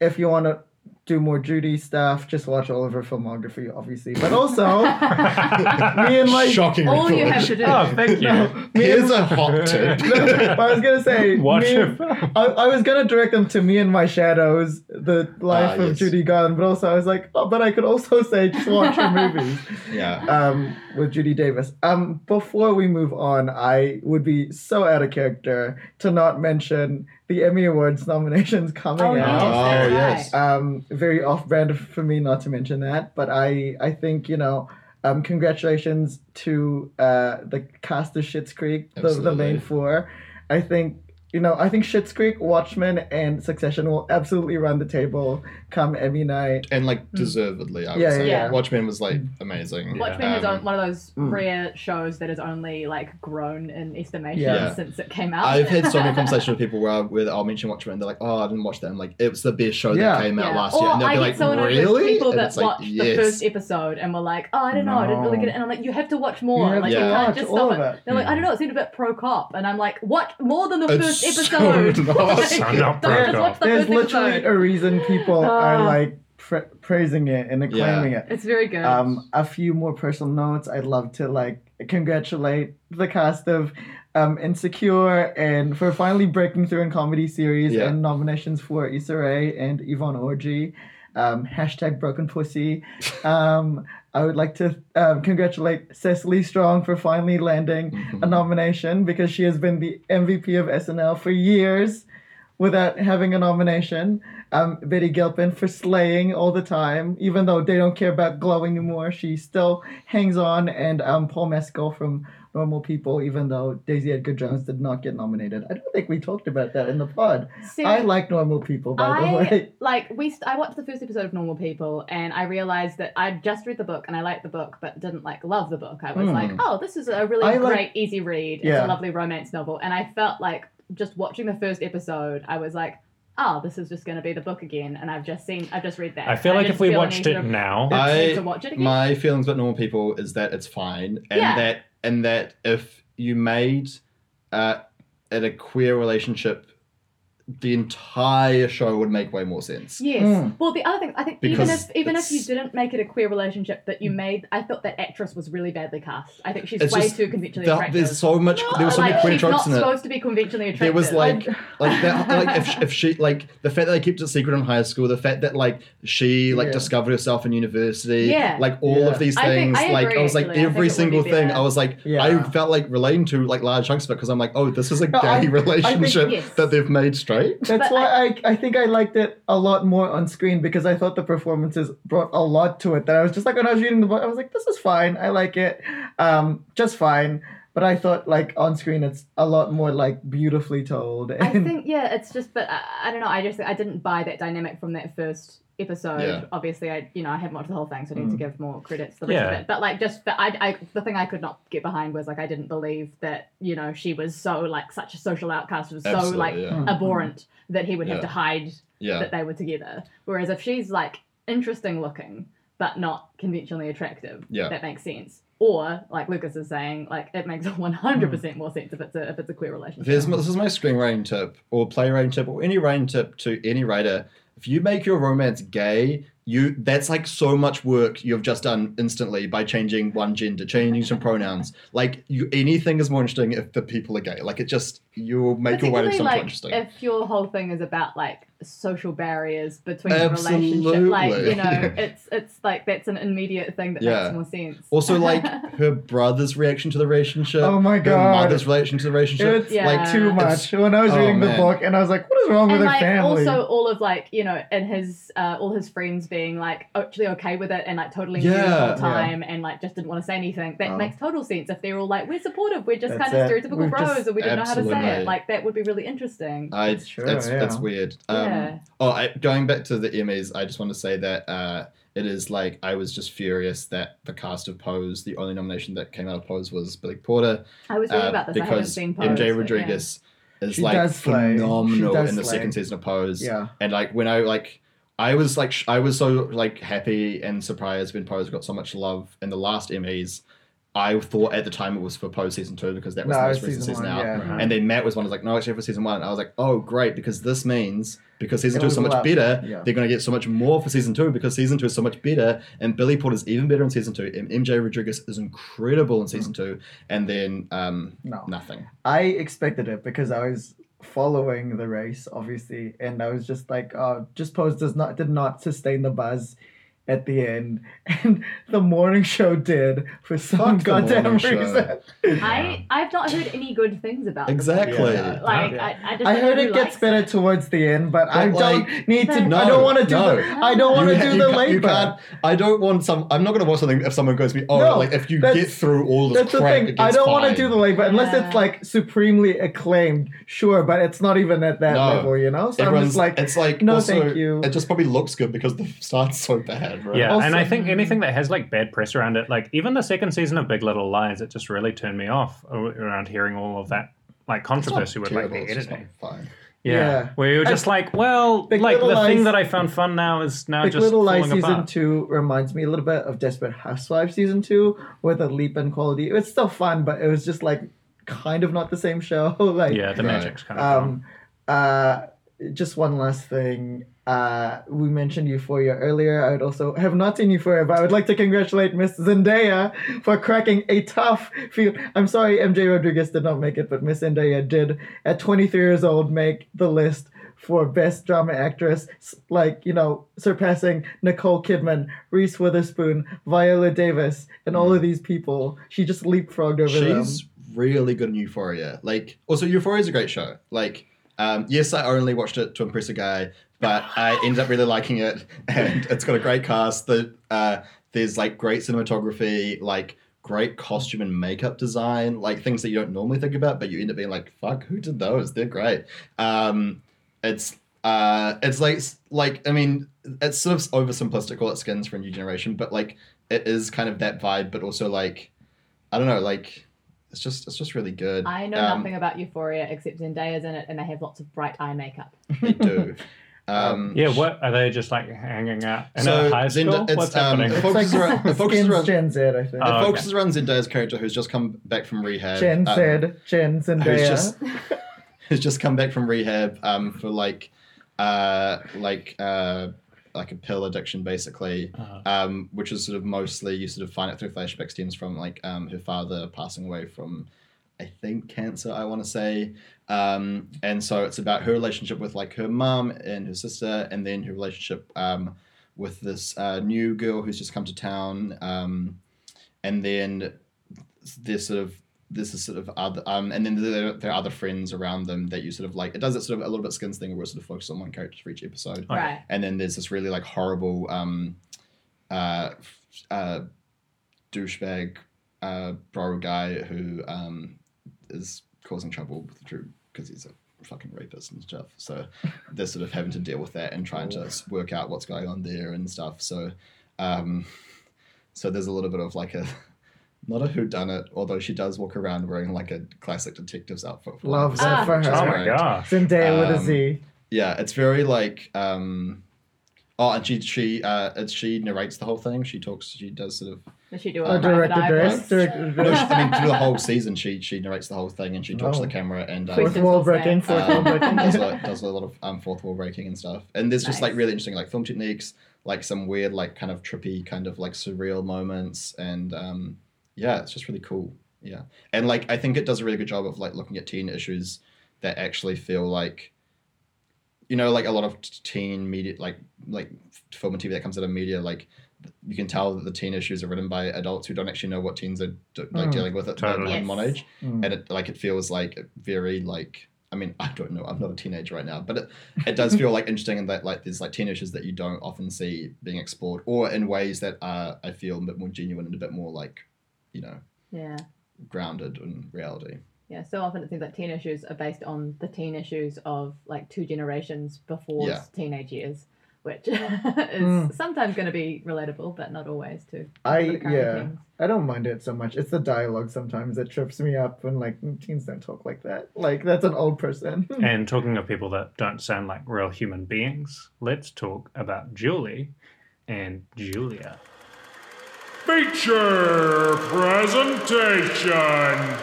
[SPEAKER 4] if you want to do more Judy stuff, just watch all of her filmography, obviously. But also, me and like,
[SPEAKER 3] Shocking.
[SPEAKER 1] All you have to
[SPEAKER 3] recollection.
[SPEAKER 1] do.
[SPEAKER 2] oh, thank you.
[SPEAKER 3] Here's a hot tip.
[SPEAKER 4] But I was gonna say,
[SPEAKER 2] Watch
[SPEAKER 4] me-
[SPEAKER 2] your film.
[SPEAKER 4] I, I was gonna direct them to me and my shadows, the life
[SPEAKER 3] Ah,
[SPEAKER 4] of
[SPEAKER 3] yes.
[SPEAKER 4] Judy Garland. But also, I was like, oh, but I could also say just watch her movies.
[SPEAKER 3] yeah.
[SPEAKER 4] um, with Judy Davis. Um, before we move on, I would be so out of character to not mention the Emmy Awards nominations coming
[SPEAKER 1] Oh,
[SPEAKER 4] out.
[SPEAKER 1] yes.
[SPEAKER 3] Oh
[SPEAKER 1] that's
[SPEAKER 3] yes.
[SPEAKER 4] Um, very off-brand for me not to mention that, but I I think you know. Um, congratulations to uh, the cast of Schitt's Creek, the, the
[SPEAKER 3] Absolutely.
[SPEAKER 4] main four. I think you know I think Schitt's Creek, Watchmen, and Succession will absolutely run the table come Emmy night.
[SPEAKER 3] And like deservedly, I would
[SPEAKER 4] Yeah,
[SPEAKER 3] say.
[SPEAKER 1] yeah, yeah.
[SPEAKER 3] Watchmen was like amazing.
[SPEAKER 1] Watchmen is
[SPEAKER 3] Um,
[SPEAKER 1] on one of those
[SPEAKER 4] Mm.
[SPEAKER 1] rare shows that has only like grown in estimation
[SPEAKER 4] Yeah.
[SPEAKER 1] since it came out.
[SPEAKER 3] I've had so many conversations with people where, I, where I'll mention Watchmen, and they're like, "Oh, I didn't watch that." I'm like, "It was the best show
[SPEAKER 4] Yeah.
[SPEAKER 3] that came out
[SPEAKER 1] Yeah.
[SPEAKER 3] last
[SPEAKER 1] or
[SPEAKER 3] year," and they'll
[SPEAKER 1] I
[SPEAKER 3] be
[SPEAKER 1] get
[SPEAKER 3] like,
[SPEAKER 1] so annoyed with
[SPEAKER 3] "Really?"
[SPEAKER 1] people
[SPEAKER 3] and
[SPEAKER 1] that
[SPEAKER 3] it's
[SPEAKER 1] watched
[SPEAKER 3] like, "Yes."
[SPEAKER 1] the first episode and were like, "Oh, I don't know, I didn't really
[SPEAKER 2] No.
[SPEAKER 1] get it." And I'm like, "You have to watch more.
[SPEAKER 4] You have
[SPEAKER 1] like,
[SPEAKER 3] to
[SPEAKER 1] you can't
[SPEAKER 4] watch
[SPEAKER 1] just
[SPEAKER 4] all
[SPEAKER 1] stop
[SPEAKER 4] of
[SPEAKER 1] it."
[SPEAKER 4] it.
[SPEAKER 1] They're like, "I don't know. It seemed a bit pro cop," and I'm like, "What? More than the
[SPEAKER 3] It's
[SPEAKER 1] first
[SPEAKER 3] so
[SPEAKER 1] episode?
[SPEAKER 3] Oh, not.
[SPEAKER 1] Like,
[SPEAKER 2] I'm not
[SPEAKER 1] don't
[SPEAKER 2] pro
[SPEAKER 1] just
[SPEAKER 2] cop.
[SPEAKER 1] watch the
[SPEAKER 4] There's
[SPEAKER 1] first
[SPEAKER 4] literally
[SPEAKER 1] episode.
[SPEAKER 4] a reason people are
[SPEAKER 1] Ah.
[SPEAKER 4] like pra- praising it and acclaiming it.
[SPEAKER 1] It's very good.
[SPEAKER 4] Um, a few more personal notes. I'd love to like congratulate the cast of um, Insecure and for finally breaking through in comedy series
[SPEAKER 3] Yeah.
[SPEAKER 4] and nominations for Issa Rae and Yvonne Orgy. Um, hashtag broken pussy. Um, I would like to um, congratulate Cecily Strong for finally landing
[SPEAKER 3] Mm-hmm.
[SPEAKER 4] a nomination because she has been the MVP of SNL for years without having a nomination. Um, Betty Gilpin for slaying all the time, even though they don't care about glowing anymore. She still hangs on, and um, Paul Mescal from Normal People, even though Daisy Edgar Jones did not get nominated. I don't think we talked about that in the pod.
[SPEAKER 1] See,
[SPEAKER 4] I like Normal People, by the
[SPEAKER 1] I-
[SPEAKER 4] way.
[SPEAKER 1] like we st- I watched the first episode of Normal People and I realized that I just read the book and I liked the book but didn't like love the book. I was
[SPEAKER 4] Hmm.
[SPEAKER 1] like, oh, this is a really
[SPEAKER 4] I like-
[SPEAKER 1] great easy read. It's a
[SPEAKER 4] Yeah.
[SPEAKER 1] lovely romance novel and I felt like just watching the first episode, I was like, oh, this is just going to be the book again and I've just seen I've just read that.
[SPEAKER 2] I feel like
[SPEAKER 1] didn't
[SPEAKER 2] if we
[SPEAKER 1] feel
[SPEAKER 2] watched
[SPEAKER 1] any
[SPEAKER 2] it
[SPEAKER 1] sort of
[SPEAKER 2] now,
[SPEAKER 3] I-
[SPEAKER 1] need to watch it again.
[SPEAKER 3] My feelings about normal people is that it's fine, and
[SPEAKER 1] Yeah.
[SPEAKER 3] that and that if you made uh, it a queer relationship, the entire show would make way more sense.
[SPEAKER 1] Yes.
[SPEAKER 4] Mm.
[SPEAKER 1] Well, the other thing I think,
[SPEAKER 3] Hmm.
[SPEAKER 1] even
[SPEAKER 3] Because
[SPEAKER 1] if even if you
[SPEAKER 3] it's-
[SPEAKER 1] didn't make it a queer relationship, that you made, I thought that actress was really badly cast. I think she's
[SPEAKER 3] It's
[SPEAKER 1] way
[SPEAKER 3] just-
[SPEAKER 1] too conventionally
[SPEAKER 3] There-
[SPEAKER 1] attractive.
[SPEAKER 3] there's so much. there was so many
[SPEAKER 1] like,
[SPEAKER 3] queer
[SPEAKER 1] she's not
[SPEAKER 3] tropes in it.
[SPEAKER 1] supposed to be conventionally attractive.
[SPEAKER 3] There was like, like that, like if, if she like the fact that they kept it secret in high school, the fact that like she like
[SPEAKER 4] Yeah.
[SPEAKER 3] discovered herself in university,
[SPEAKER 1] Yeah.
[SPEAKER 3] like all
[SPEAKER 4] Yeah.
[SPEAKER 3] of these
[SPEAKER 1] I think-
[SPEAKER 3] things,
[SPEAKER 1] I
[SPEAKER 3] like
[SPEAKER 1] agree,
[SPEAKER 3] I was like
[SPEAKER 1] actually. I think
[SPEAKER 3] every
[SPEAKER 1] it would
[SPEAKER 3] single
[SPEAKER 1] be
[SPEAKER 3] thing,
[SPEAKER 1] better.
[SPEAKER 3] I was like, I
[SPEAKER 4] Yeah.
[SPEAKER 3] felt like relating to like large chunks of it because I'm like, oh, this is a
[SPEAKER 4] No,
[SPEAKER 3] gay
[SPEAKER 4] I- I think-
[SPEAKER 3] relationship
[SPEAKER 1] yes.
[SPEAKER 3] that they've made straight.
[SPEAKER 4] That's
[SPEAKER 1] But
[SPEAKER 4] why I, I think I liked it a lot more on screen because I thought the performances brought a lot to it. That I was just like when I was reading the book, I was like, this is fine, I like it, um, just fine. But I thought like on screen, it's a lot more like beautifully told. And
[SPEAKER 1] I think yeah, it's just, but I, I don't know. I just I didn't buy that dynamic from that first episode.
[SPEAKER 3] Yeah. Mm.
[SPEAKER 1] Obviously, I you know I haven't watched the whole thing, so I need to give more credits to the rest
[SPEAKER 2] Yeah.
[SPEAKER 1] of it. But like just, but I, I the thing I could not get behind was like I didn't believe that you know she was so like such a social outcast, was so
[SPEAKER 3] Absolutely,
[SPEAKER 1] like
[SPEAKER 3] yeah. Mm.
[SPEAKER 1] abhorrent that he would have
[SPEAKER 3] Yeah.
[SPEAKER 1] to hide
[SPEAKER 3] Yeah,
[SPEAKER 1] that they were together. Whereas if she's like interesting looking but not conventionally attractive,
[SPEAKER 3] Yeah.
[SPEAKER 1] that makes sense. Or like Lucas is saying, like it makes one hundred percent more sense if it's a if it's a queer relationship.
[SPEAKER 3] Hmm. There's, this is my screenwriting tip, or playwriting tip, or any writing tip to any writer. If you make your romance gay, you that's like so much work you've just done instantly by changing one gender, changing some pronouns. Like you, anything is more interesting if the people are gay. Like it just you'll make your writing
[SPEAKER 1] Particularly
[SPEAKER 3] so much more
[SPEAKER 1] like
[SPEAKER 3] interesting.
[SPEAKER 1] if your whole thing is about like social barriers between the
[SPEAKER 3] Absolutely.
[SPEAKER 1] relationship, like you know, it's it's like that's an immediate thing that
[SPEAKER 3] Yeah.
[SPEAKER 1] makes more sense.
[SPEAKER 3] also, like her brother's reaction to the relationship.
[SPEAKER 4] Oh my
[SPEAKER 3] Her
[SPEAKER 4] God.
[SPEAKER 3] mother's reaction to the relationship.
[SPEAKER 4] it's
[SPEAKER 1] Yeah.
[SPEAKER 3] Like
[SPEAKER 4] like too
[SPEAKER 3] it's-
[SPEAKER 4] much. When I was
[SPEAKER 3] oh,
[SPEAKER 4] reading the
[SPEAKER 3] man.
[SPEAKER 4] book, and I was like, what is wrong with
[SPEAKER 1] and
[SPEAKER 4] her
[SPEAKER 1] like
[SPEAKER 4] family?
[SPEAKER 1] also all of like you know and his uh, all his friends being like actually okay with it and like totally knew the
[SPEAKER 3] Yeah.
[SPEAKER 1] whole time and like just didn't want to say anything that
[SPEAKER 4] Oh.
[SPEAKER 1] makes total sense if they're all like we're supportive we're just
[SPEAKER 4] That's
[SPEAKER 1] kind of
[SPEAKER 4] it.
[SPEAKER 1] stereotypical
[SPEAKER 4] We've
[SPEAKER 1] bros
[SPEAKER 4] just- Um,
[SPEAKER 1] and we don't know how to say
[SPEAKER 3] Absolutely.
[SPEAKER 1] it like that would be really interesting
[SPEAKER 3] I,
[SPEAKER 4] It's
[SPEAKER 3] it's
[SPEAKER 4] true,
[SPEAKER 3] it's,
[SPEAKER 4] yeah.
[SPEAKER 3] weird.
[SPEAKER 1] Yeah.
[SPEAKER 3] Um, oh, I, going back to the Emmys, I just want to say that uh, it is like I was just furious that the cast of Pose, the only nomination that came out of Pose was Billy Porter
[SPEAKER 1] I was reading
[SPEAKER 3] uh,
[SPEAKER 1] about this I haven't
[SPEAKER 3] because
[SPEAKER 1] seen Pose,
[SPEAKER 3] MJ
[SPEAKER 1] but
[SPEAKER 3] Rodriguez is
[SPEAKER 4] She
[SPEAKER 3] like
[SPEAKER 4] does slay. She
[SPEAKER 3] phenomenal
[SPEAKER 4] does
[SPEAKER 3] in the
[SPEAKER 4] slay.
[SPEAKER 3] second season of Pose.
[SPEAKER 4] Yeah.
[SPEAKER 3] And like when I like I was like sh- I was so like happy and surprised when Pose got so much love in the last Emmys. I thought at the time it was for Pose season two because that was
[SPEAKER 4] No,
[SPEAKER 3] the
[SPEAKER 4] it
[SPEAKER 3] most
[SPEAKER 4] was
[SPEAKER 3] recent
[SPEAKER 4] season
[SPEAKER 3] season,
[SPEAKER 4] one,
[SPEAKER 3] out.
[SPEAKER 4] yeah.
[SPEAKER 2] Right.
[SPEAKER 3] And then Matt was one who was like, no, actually for season one. And I was like, oh great, because this means because season
[SPEAKER 4] It
[SPEAKER 3] two is so
[SPEAKER 4] will
[SPEAKER 3] much
[SPEAKER 4] up.
[SPEAKER 3] better,
[SPEAKER 4] Yeah.
[SPEAKER 3] they're gonna get so much more for season two because season two is so much better. And Billy Porter's even better in season two. And MJ Rodriguez is incredible in season two. And then um,
[SPEAKER 4] No.
[SPEAKER 3] nothing.
[SPEAKER 4] I expected it because I was following the race, obviously, and I was just like, oh, just pose does not did not sustain the buzz at the end, and the morning show did for some
[SPEAKER 3] Fuck the
[SPEAKER 4] goddamn
[SPEAKER 3] morning show.
[SPEAKER 4] reason.
[SPEAKER 1] I I've not heard any good things about the
[SPEAKER 3] Exactly.
[SPEAKER 1] podcast. Like
[SPEAKER 2] Yeah.
[SPEAKER 1] I, I just
[SPEAKER 4] I
[SPEAKER 1] don't
[SPEAKER 4] heard
[SPEAKER 1] know
[SPEAKER 4] it
[SPEAKER 1] who
[SPEAKER 4] gets
[SPEAKER 1] likes
[SPEAKER 4] better
[SPEAKER 1] it.
[SPEAKER 4] towards the end, but I
[SPEAKER 3] But,
[SPEAKER 4] don't
[SPEAKER 3] like,
[SPEAKER 4] need to.
[SPEAKER 1] No,
[SPEAKER 4] I don't want to do.
[SPEAKER 3] no.
[SPEAKER 4] The, I don't want to
[SPEAKER 3] You ha-
[SPEAKER 4] do
[SPEAKER 3] you
[SPEAKER 4] the
[SPEAKER 3] ca- You
[SPEAKER 4] labor.
[SPEAKER 3] can't. I don't want some. I'm not going to watch something if someone goes to me. Oh,
[SPEAKER 4] No,
[SPEAKER 3] like if you
[SPEAKER 4] that's-
[SPEAKER 3] get through all this
[SPEAKER 4] That's the
[SPEAKER 3] crap,
[SPEAKER 4] thing. I don't want to do the labor unless
[SPEAKER 1] Yeah.
[SPEAKER 4] it's like supremely acclaimed. Sure, but it's not even at that
[SPEAKER 3] No.
[SPEAKER 4] level, you know. So I'm
[SPEAKER 3] Everyone's
[SPEAKER 4] just like,
[SPEAKER 3] like, it's like
[SPEAKER 4] no,
[SPEAKER 3] also,
[SPEAKER 4] thank you.
[SPEAKER 3] It just probably looks good because the start's so bad, right? Oh,
[SPEAKER 2] Yeah, and I
[SPEAKER 4] Also-
[SPEAKER 2] think anything that has like bad press around it, like even the second season of Big Little Lies, it just really turned me off a- around hearing all of that like
[SPEAKER 3] It's not
[SPEAKER 2] controversy with like the
[SPEAKER 3] terrible, it's just
[SPEAKER 2] editing.
[SPEAKER 3] not fine.
[SPEAKER 2] Yeah.
[SPEAKER 4] Yeah.
[SPEAKER 2] where you're just like, well,
[SPEAKER 4] Big
[SPEAKER 2] like the
[SPEAKER 4] Little
[SPEAKER 2] thing
[SPEAKER 4] Lies-
[SPEAKER 2] that I found fun now is now
[SPEAKER 4] Big
[SPEAKER 2] just
[SPEAKER 4] Little Lies
[SPEAKER 2] falling
[SPEAKER 4] season
[SPEAKER 2] apart.
[SPEAKER 4] two reminds me a little bit of Desperate Housewives season two with a leap in quality. It's still fun, but it was just like kind of not the same show. like
[SPEAKER 2] Yeah, the
[SPEAKER 3] Right.
[SPEAKER 2] magic's kind of gone.
[SPEAKER 4] um uh just one last thing. Uh we mentioned Euphoria earlier. I would also have not seen Euphoria, but I would like to congratulate Miss Zendaya for cracking a tough field. I'm sorry MJ Rodriguez did not make it, but Miss Zendaya did at 23 years old make the list for best drama actress, s- like, you know, surpassing Nicole Kidman, Reese Witherspoon, Viola Davis, and all of these people. She just leapfrogged over
[SPEAKER 3] She's
[SPEAKER 4] them.
[SPEAKER 3] really good in Euphoria. Like, also Euphoria is a great show. Like, um, yes, I only watched it to impress a guy, but I ended up really liking it, and it's got a great cast. The uh, there's like great cinematography, like great costume and makeup design, like things that you don't normally think about, but you end up being like, "Fuck, who did those? They're great." Um, it's uh, it's like like I mean, it's sort of oversimplistic. All it skins for a new generation, but like it is kind of that vibe, but also like I don't know, like it's just it's just really good.
[SPEAKER 1] I know
[SPEAKER 3] Um,
[SPEAKER 1] nothing about Euphoria except Zendaya's in it, and they have lots of bright eye makeup.
[SPEAKER 3] They do.
[SPEAKER 1] Oh,
[SPEAKER 3] Um,
[SPEAKER 2] yeah, what are they just like hanging out in
[SPEAKER 3] So,
[SPEAKER 2] a high school?
[SPEAKER 3] Zenda- it's,
[SPEAKER 2] What's
[SPEAKER 3] um,
[SPEAKER 2] happening?
[SPEAKER 3] the focus
[SPEAKER 4] like
[SPEAKER 3] around- the focus
[SPEAKER 4] Skins
[SPEAKER 3] around-
[SPEAKER 4] Gen Z, I think.
[SPEAKER 2] Oh,
[SPEAKER 3] it
[SPEAKER 2] okay.
[SPEAKER 3] focuses around Zendaya's character, who's just come back from rehab.
[SPEAKER 4] Jen
[SPEAKER 3] um,
[SPEAKER 4] said, Jen
[SPEAKER 3] who's
[SPEAKER 4] Zendaya.
[SPEAKER 3] just who's just come back from rehab um, for like uh, like uh, like a pill addiction basically,
[SPEAKER 2] Uh-huh.
[SPEAKER 3] um, which is sort of mostly you sort of find it through flashback stems from like um, her father passing away from I think cancer I want to say, um, and so it's about her relationship with like her mum and her sister, and then her relationship um, with this uh, new girl who's just come to town. Um, and then there's sort of this is sort of other um and then there, there are other friends around them that you sort of like it does it sort of a little bit skins thing where it sort of focuses on one character for each episode
[SPEAKER 2] Okay.
[SPEAKER 1] Right.
[SPEAKER 3] and then there's this really like horrible um uh f- uh douchebag uh bro guy who um is causing trouble with the troop because he's a fucking rapist and stuff so they're sort of having to deal with that and trying to s- work out what's going on there and stuff so um so there's a little bit of like a not a who done it although she does walk around wearing like a classic detective's outfit for one
[SPEAKER 4] Loves
[SPEAKER 1] it
[SPEAKER 3] episode,
[SPEAKER 4] for
[SPEAKER 3] which is
[SPEAKER 2] oh
[SPEAKER 4] her.
[SPEAKER 2] my
[SPEAKER 3] great.
[SPEAKER 2] gosh.
[SPEAKER 4] Zendaya with a
[SPEAKER 3] Um,
[SPEAKER 4] Z.
[SPEAKER 3] Yeah, it's very like um oh and she she uh it's, she narrates the whole thing. She talks she does sort of
[SPEAKER 1] Does she do
[SPEAKER 3] Oh,
[SPEAKER 1] a
[SPEAKER 4] direct
[SPEAKER 1] private eye
[SPEAKER 4] address,
[SPEAKER 1] voice?
[SPEAKER 4] direct
[SPEAKER 3] no,
[SPEAKER 4] address.
[SPEAKER 3] she, I mean through the whole season she she narrates the whole thing and she talks
[SPEAKER 4] Oh.
[SPEAKER 3] to the camera and um,
[SPEAKER 4] Fourth wall
[SPEAKER 1] Still say.
[SPEAKER 4] breaking, fourth wall
[SPEAKER 3] um,
[SPEAKER 4] breaking.
[SPEAKER 3] does, a lot, does a lot of um, fourth wall breaking and stuff. And there's just like
[SPEAKER 1] Nice.
[SPEAKER 3] really interesting like film techniques, like some weird like kind of trippy kind of like surreal moments, and um, yeah, it's just really cool. Yeah, and like I think it does a really good job of like looking at teen issues that actually feel like, you know, like a lot of t- teen media, like like film and TV that comes out of media, like. You can tell that the teen issues are written by adults who don't actually know what teens are do- like
[SPEAKER 4] Mm.
[SPEAKER 3] dealing with at
[SPEAKER 2] Totally.
[SPEAKER 3] their
[SPEAKER 1] Yes.
[SPEAKER 3] monage
[SPEAKER 4] Mm.
[SPEAKER 3] and it like it feels like very like I mean I don't know I'm not a teenager right now but it, it does feel like interesting in that like there's like teenagers that you don't often see being explored or in ways that are I feel a bit more genuine and a bit more like you know
[SPEAKER 1] Yeah.
[SPEAKER 3] grounded in reality.
[SPEAKER 1] Yeah, so often it seems like teen issues are based on the teen issues of like two generations before
[SPEAKER 3] Yeah.
[SPEAKER 1] teenage years, which is
[SPEAKER 4] Mm.
[SPEAKER 1] sometimes going to be relatable, but not always too.
[SPEAKER 4] I
[SPEAKER 1] for the current
[SPEAKER 4] yeah.
[SPEAKER 1] teens.
[SPEAKER 4] I don't mind it so much. It's the dialogue sometimes that trips me up when like teens don't talk like that. Like that's an old person.
[SPEAKER 2] And talking of people that don't sound like real human beings, let's talk about Julie and Julia.
[SPEAKER 6] Feature presentation.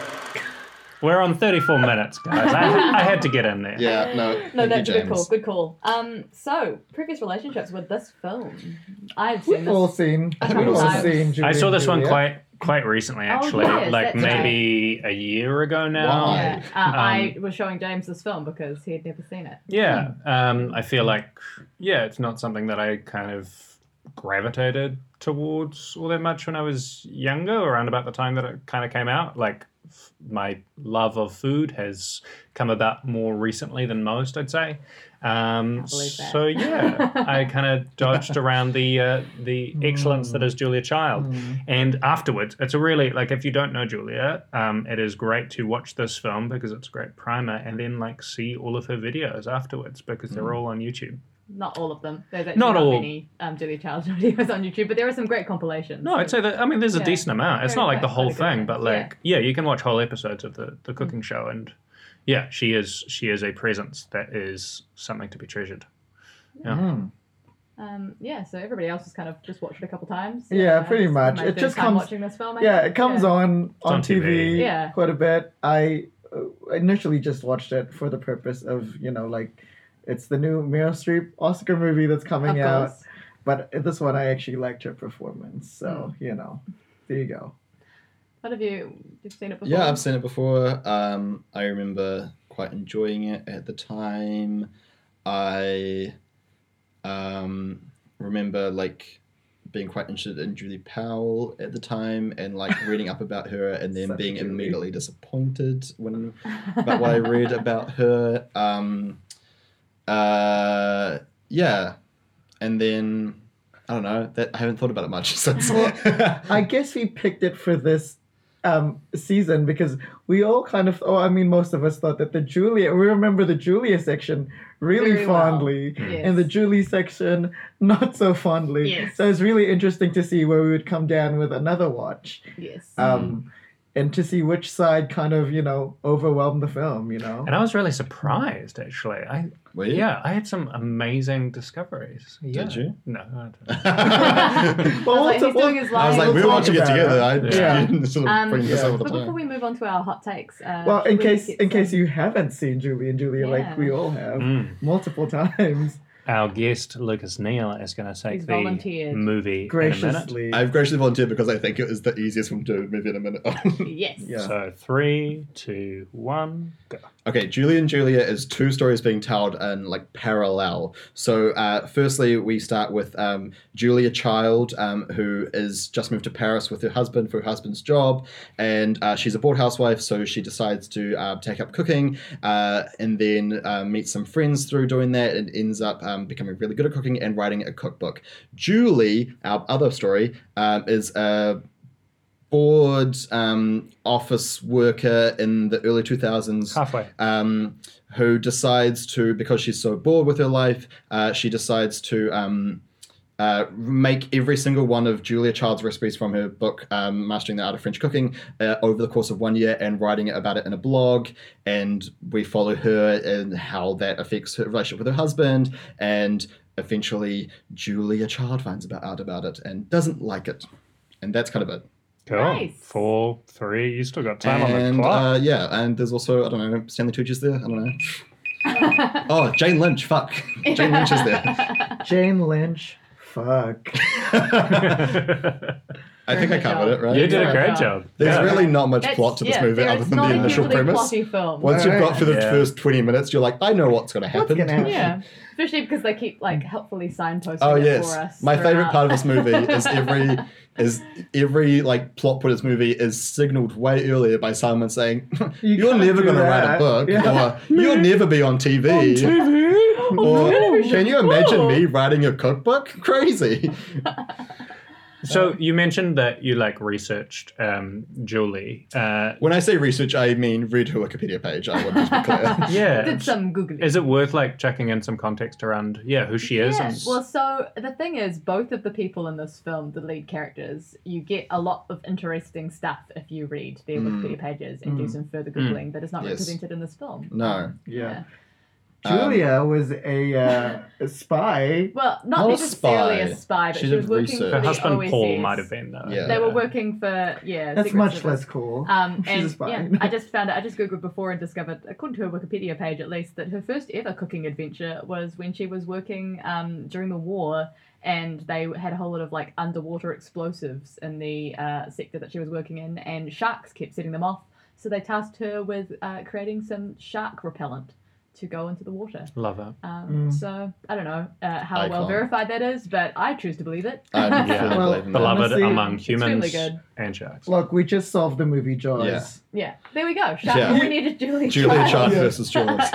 [SPEAKER 2] We're on 34 minutes, guys. I, I had to get in there.
[SPEAKER 3] Yeah,
[SPEAKER 1] No,
[SPEAKER 3] no. thank
[SPEAKER 1] that's
[SPEAKER 3] you,
[SPEAKER 1] a good call.
[SPEAKER 3] James.
[SPEAKER 1] Good call. Um, so previous relationships with this film, I've seen
[SPEAKER 4] We've all
[SPEAKER 1] this.
[SPEAKER 4] seen.
[SPEAKER 1] I
[SPEAKER 4] We've
[SPEAKER 1] don't
[SPEAKER 4] all
[SPEAKER 1] know.
[SPEAKER 4] seen. Julie
[SPEAKER 2] I saw
[SPEAKER 4] and
[SPEAKER 2] this one
[SPEAKER 4] Juliet.
[SPEAKER 2] quite quite recently, actually,
[SPEAKER 1] yes,
[SPEAKER 2] like
[SPEAKER 1] Oh, that's right.
[SPEAKER 2] maybe a year ago now.
[SPEAKER 3] Why?
[SPEAKER 1] Yeah, uh, I
[SPEAKER 3] Um,
[SPEAKER 1] was showing James this film because he had never seen it.
[SPEAKER 2] Yeah, um, I feel like yeah, it's not something that I kind of gravitated towards all that much when I was younger, around about the time that it kind of came out. Like f- my love of food has come about more recently than most, I'd say. Um,
[SPEAKER 1] Can't believe that.
[SPEAKER 2] so yeah, I kind of dodged around the uh, the excellence that is Julia Child.
[SPEAKER 4] Mm.
[SPEAKER 2] And afterwards, it's a really like if you don't know Julia, um, it is great to watch this film because it's a great primer, and then like see all of her videos afterwards because
[SPEAKER 3] Mm.
[SPEAKER 2] they're all on YouTube.
[SPEAKER 1] Not all of them. There's actually
[SPEAKER 2] Not
[SPEAKER 1] not,
[SPEAKER 2] all.
[SPEAKER 1] many um, Julia Child videos on YouTube, but there are some great compilations.
[SPEAKER 2] No, I'd say that. I mean, there's a
[SPEAKER 1] Yeah.
[SPEAKER 2] decent amount. It's
[SPEAKER 1] Very
[SPEAKER 2] not like the
[SPEAKER 1] quite-
[SPEAKER 2] whole
[SPEAKER 1] quite a good
[SPEAKER 2] thing, but
[SPEAKER 1] amount, yeah. Mm.
[SPEAKER 2] like yeah. you can watch whole episodes of the the cooking show, and yeah, she is she is a presence that is something to be treasured.
[SPEAKER 4] Mm.
[SPEAKER 1] Um, yeah, so everybody else has kind of just watched it a couple times.
[SPEAKER 4] Yeah,
[SPEAKER 1] Uh,
[SPEAKER 4] pretty
[SPEAKER 1] it's
[SPEAKER 4] much.
[SPEAKER 1] my
[SPEAKER 4] It
[SPEAKER 1] third
[SPEAKER 4] just
[SPEAKER 1] time
[SPEAKER 4] comes-
[SPEAKER 1] watching this film. I
[SPEAKER 4] Yeah,
[SPEAKER 1] think.
[SPEAKER 4] it comes on on,
[SPEAKER 2] on
[SPEAKER 4] TV,
[SPEAKER 2] TV.
[SPEAKER 1] Yeah.
[SPEAKER 4] quite a bit. I uh, initially just watched it for the purpose of you know like it's the new Meryl Streep Oscar movie that's
[SPEAKER 1] Of
[SPEAKER 4] coming out,
[SPEAKER 1] course.
[SPEAKER 4] but this one I actually liked her performance. So
[SPEAKER 1] Hmm.
[SPEAKER 4] you know, there you go.
[SPEAKER 1] What have you? You've seen it before?
[SPEAKER 3] Yeah, I've seen it before. Um, I remember quite enjoying it at the time. I um, remember like being quite interested in Julie Powell at the time and like reading up about her and then
[SPEAKER 4] Such a
[SPEAKER 3] being
[SPEAKER 4] Julie.
[SPEAKER 3] immediately disappointed when about what I read about her. Um, uh, yeah, and then I don't know that I haven't thought about it much since.
[SPEAKER 4] I guess we picked it for this um season because we all kind of oh I mean most of us thought that the Julia we remember the Julia section really
[SPEAKER 1] Very well.
[SPEAKER 4] fondly
[SPEAKER 1] Yes.
[SPEAKER 4] and the Julie section not so fondly.
[SPEAKER 1] Yes.
[SPEAKER 4] So it's really interesting to see where we would come down with another watch.
[SPEAKER 1] Yes.
[SPEAKER 4] Um and to see which side kind of, you know, overwhelmed the film, you know.
[SPEAKER 2] And I was really surprised, actually. I
[SPEAKER 3] Were you?
[SPEAKER 2] yeah, I had some amazing discoveries. Yeah.
[SPEAKER 3] Did you?
[SPEAKER 2] No, I don't.
[SPEAKER 4] Well,
[SPEAKER 1] I was like, he's
[SPEAKER 4] we'll talk-
[SPEAKER 1] doing his
[SPEAKER 3] I was
[SPEAKER 1] live.
[SPEAKER 3] like,
[SPEAKER 4] We'll
[SPEAKER 3] we were
[SPEAKER 4] talk
[SPEAKER 3] watching it
[SPEAKER 4] about
[SPEAKER 3] together.
[SPEAKER 4] it.
[SPEAKER 3] I
[SPEAKER 2] Yeah.
[SPEAKER 3] didn't sort of
[SPEAKER 1] Um,
[SPEAKER 3] bring this
[SPEAKER 4] Yeah.
[SPEAKER 3] all the
[SPEAKER 1] but before
[SPEAKER 3] time.
[SPEAKER 1] we move on to our hot takes, uh,
[SPEAKER 4] well, in
[SPEAKER 1] should we
[SPEAKER 4] case
[SPEAKER 1] get
[SPEAKER 4] in case
[SPEAKER 1] some-
[SPEAKER 4] you haven't seen Julie and Julia like
[SPEAKER 1] um,
[SPEAKER 4] we
[SPEAKER 1] Yeah.
[SPEAKER 4] all have
[SPEAKER 2] Mm.
[SPEAKER 4] multiple times,
[SPEAKER 2] Our guest Lucas Neal is going to take
[SPEAKER 1] He's
[SPEAKER 2] the
[SPEAKER 1] volunteered.
[SPEAKER 2] movie in a minute.
[SPEAKER 4] graciously.
[SPEAKER 3] I've graciously volunteered because I think it is the easiest one to do maybe in a minute.
[SPEAKER 1] Yes.
[SPEAKER 4] Yeah.
[SPEAKER 2] So three, two, one, go.
[SPEAKER 3] okay, Julie and Julia is two stories being told in like parallel. So, uh, firstly, we start with um, Julia Child, um, who is just moved to Paris with her husband for her husband's job, and uh, she's a bored housewife, so she decides to uh, take up cooking, uh, and then uh, meets some friends through doing that, and ends up um, becoming really good at cooking and writing a cookbook. Julie, our other story, um, is a bored um, office worker in the early 2000s
[SPEAKER 2] Halfway.
[SPEAKER 3] um, who decides to because she's so bored with her life uh, she decides to um, uh, make every single one of julia child's recipes from her book um, mastering the art of french cooking uh, over the course of one year and writing about it in a blog and we follow her and how that affects her relationship with her husband and eventually julia child finds about out about it and doesn't like it and that's kind of it
[SPEAKER 2] Cool.
[SPEAKER 1] Nice.
[SPEAKER 2] Four, three. You still got time on
[SPEAKER 3] and
[SPEAKER 2] the clock.
[SPEAKER 3] uh, yeah, and there's also I don't know Stanley Tucci's there. I don't know. oh, Jane Lynch. Fuck, Jane Lynch is there.
[SPEAKER 4] Jane Lynch. Fuck.
[SPEAKER 3] I think I
[SPEAKER 1] Very good
[SPEAKER 3] covered
[SPEAKER 1] job.
[SPEAKER 3] it right.
[SPEAKER 2] you did
[SPEAKER 1] Yeah.
[SPEAKER 2] a great job.
[SPEAKER 3] uh, There's
[SPEAKER 2] Yeah.
[SPEAKER 3] really not much
[SPEAKER 1] That's-
[SPEAKER 3] plot to this
[SPEAKER 1] yeah,
[SPEAKER 3] movie
[SPEAKER 1] there-
[SPEAKER 3] other
[SPEAKER 1] it's
[SPEAKER 3] than
[SPEAKER 1] not
[SPEAKER 3] the
[SPEAKER 1] a
[SPEAKER 3] initial
[SPEAKER 1] particularly
[SPEAKER 3] premise.
[SPEAKER 1] Plotty film.
[SPEAKER 3] Once you've got for the
[SPEAKER 2] Yeah.
[SPEAKER 3] first twenty minutes, you're like, I know what's going to happen.
[SPEAKER 4] gonna happen?
[SPEAKER 1] Yeah, especially because they keep like helpfully signposting
[SPEAKER 3] Oh
[SPEAKER 1] it
[SPEAKER 3] yes,
[SPEAKER 1] for us.
[SPEAKER 3] my
[SPEAKER 1] throughout.
[SPEAKER 3] favorite part of this movie is every is every like plot point of this movie is signaled way earlier by someone saying,
[SPEAKER 4] You
[SPEAKER 3] "You're
[SPEAKER 4] can't
[SPEAKER 3] never
[SPEAKER 4] do
[SPEAKER 3] going to write a
[SPEAKER 4] that."
[SPEAKER 3] book,"
[SPEAKER 4] Yeah.
[SPEAKER 3] or "You'll never be on TV."
[SPEAKER 1] Oh,
[SPEAKER 3] Or,
[SPEAKER 1] television.
[SPEAKER 3] can you imagine
[SPEAKER 1] Whoa.
[SPEAKER 3] me writing a cookbook? Crazy.
[SPEAKER 2] So you mentioned that you like researched um, Julie. Uh,
[SPEAKER 3] When I say research, I mean read her Wikipedia page. I want to be clear.
[SPEAKER 2] yeah.
[SPEAKER 1] Did some googling.
[SPEAKER 2] Is it worth like checking in some context around yeah who she is?
[SPEAKER 1] Yeah,
[SPEAKER 2] and-
[SPEAKER 1] Well, so the thing is, both of the people in this film, the lead characters, you get a lot of interesting stuff if you read their
[SPEAKER 3] Mm.
[SPEAKER 1] Wikipedia pages and do
[SPEAKER 4] Mm.
[SPEAKER 1] some further
[SPEAKER 2] Mm.
[SPEAKER 1] googling that is not
[SPEAKER 3] Yes.
[SPEAKER 1] represented in this film.
[SPEAKER 3] no.
[SPEAKER 4] Yeah.
[SPEAKER 3] Um,
[SPEAKER 4] Julia was a, uh, a spy.
[SPEAKER 1] Well, not,
[SPEAKER 3] Not a
[SPEAKER 1] necessarily a spy,
[SPEAKER 3] spy.
[SPEAKER 1] but
[SPEAKER 3] She's
[SPEAKER 1] she
[SPEAKER 3] a
[SPEAKER 1] was working
[SPEAKER 3] researcher.
[SPEAKER 1] for
[SPEAKER 2] her
[SPEAKER 1] the
[SPEAKER 2] husband
[SPEAKER 1] OSS.
[SPEAKER 2] Paul might have been though.
[SPEAKER 3] Yeah.
[SPEAKER 1] They were working for yeah.
[SPEAKER 4] That's
[SPEAKER 1] secret
[SPEAKER 4] much
[SPEAKER 1] service.
[SPEAKER 4] less cool.
[SPEAKER 1] Um,
[SPEAKER 4] She's a
[SPEAKER 1] and
[SPEAKER 4] spy.
[SPEAKER 1] yeah, I just found it. I just googled before and discovered, according to her Wikipedia page at least, that her first ever cooking adventure was when she was working um, during the war, and they had a whole lot of like underwater explosives in the uh, sector that she was working in, and sharks kept setting them off. So they tasked her with uh, creating some shark repellent to go into the water.
[SPEAKER 2] Love her.
[SPEAKER 1] Um,
[SPEAKER 4] Mm.
[SPEAKER 1] So I don't know uh, how well
[SPEAKER 3] Icon.
[SPEAKER 1] verified that is, but I choose to believe it.
[SPEAKER 3] Um, I'm
[SPEAKER 2] Yeah.
[SPEAKER 3] fully
[SPEAKER 4] Well,
[SPEAKER 3] believing that.
[SPEAKER 2] Beloved
[SPEAKER 4] Honestly,
[SPEAKER 2] among humans
[SPEAKER 1] extremely good.
[SPEAKER 2] and sharks.
[SPEAKER 4] Look, we just solved the movie Jaws.
[SPEAKER 3] Yeah.
[SPEAKER 1] yeah, there we go. Shark.
[SPEAKER 3] Yeah.
[SPEAKER 1] We needed Julia.
[SPEAKER 3] Julia Child
[SPEAKER 4] Yeah.
[SPEAKER 3] versus Jaws.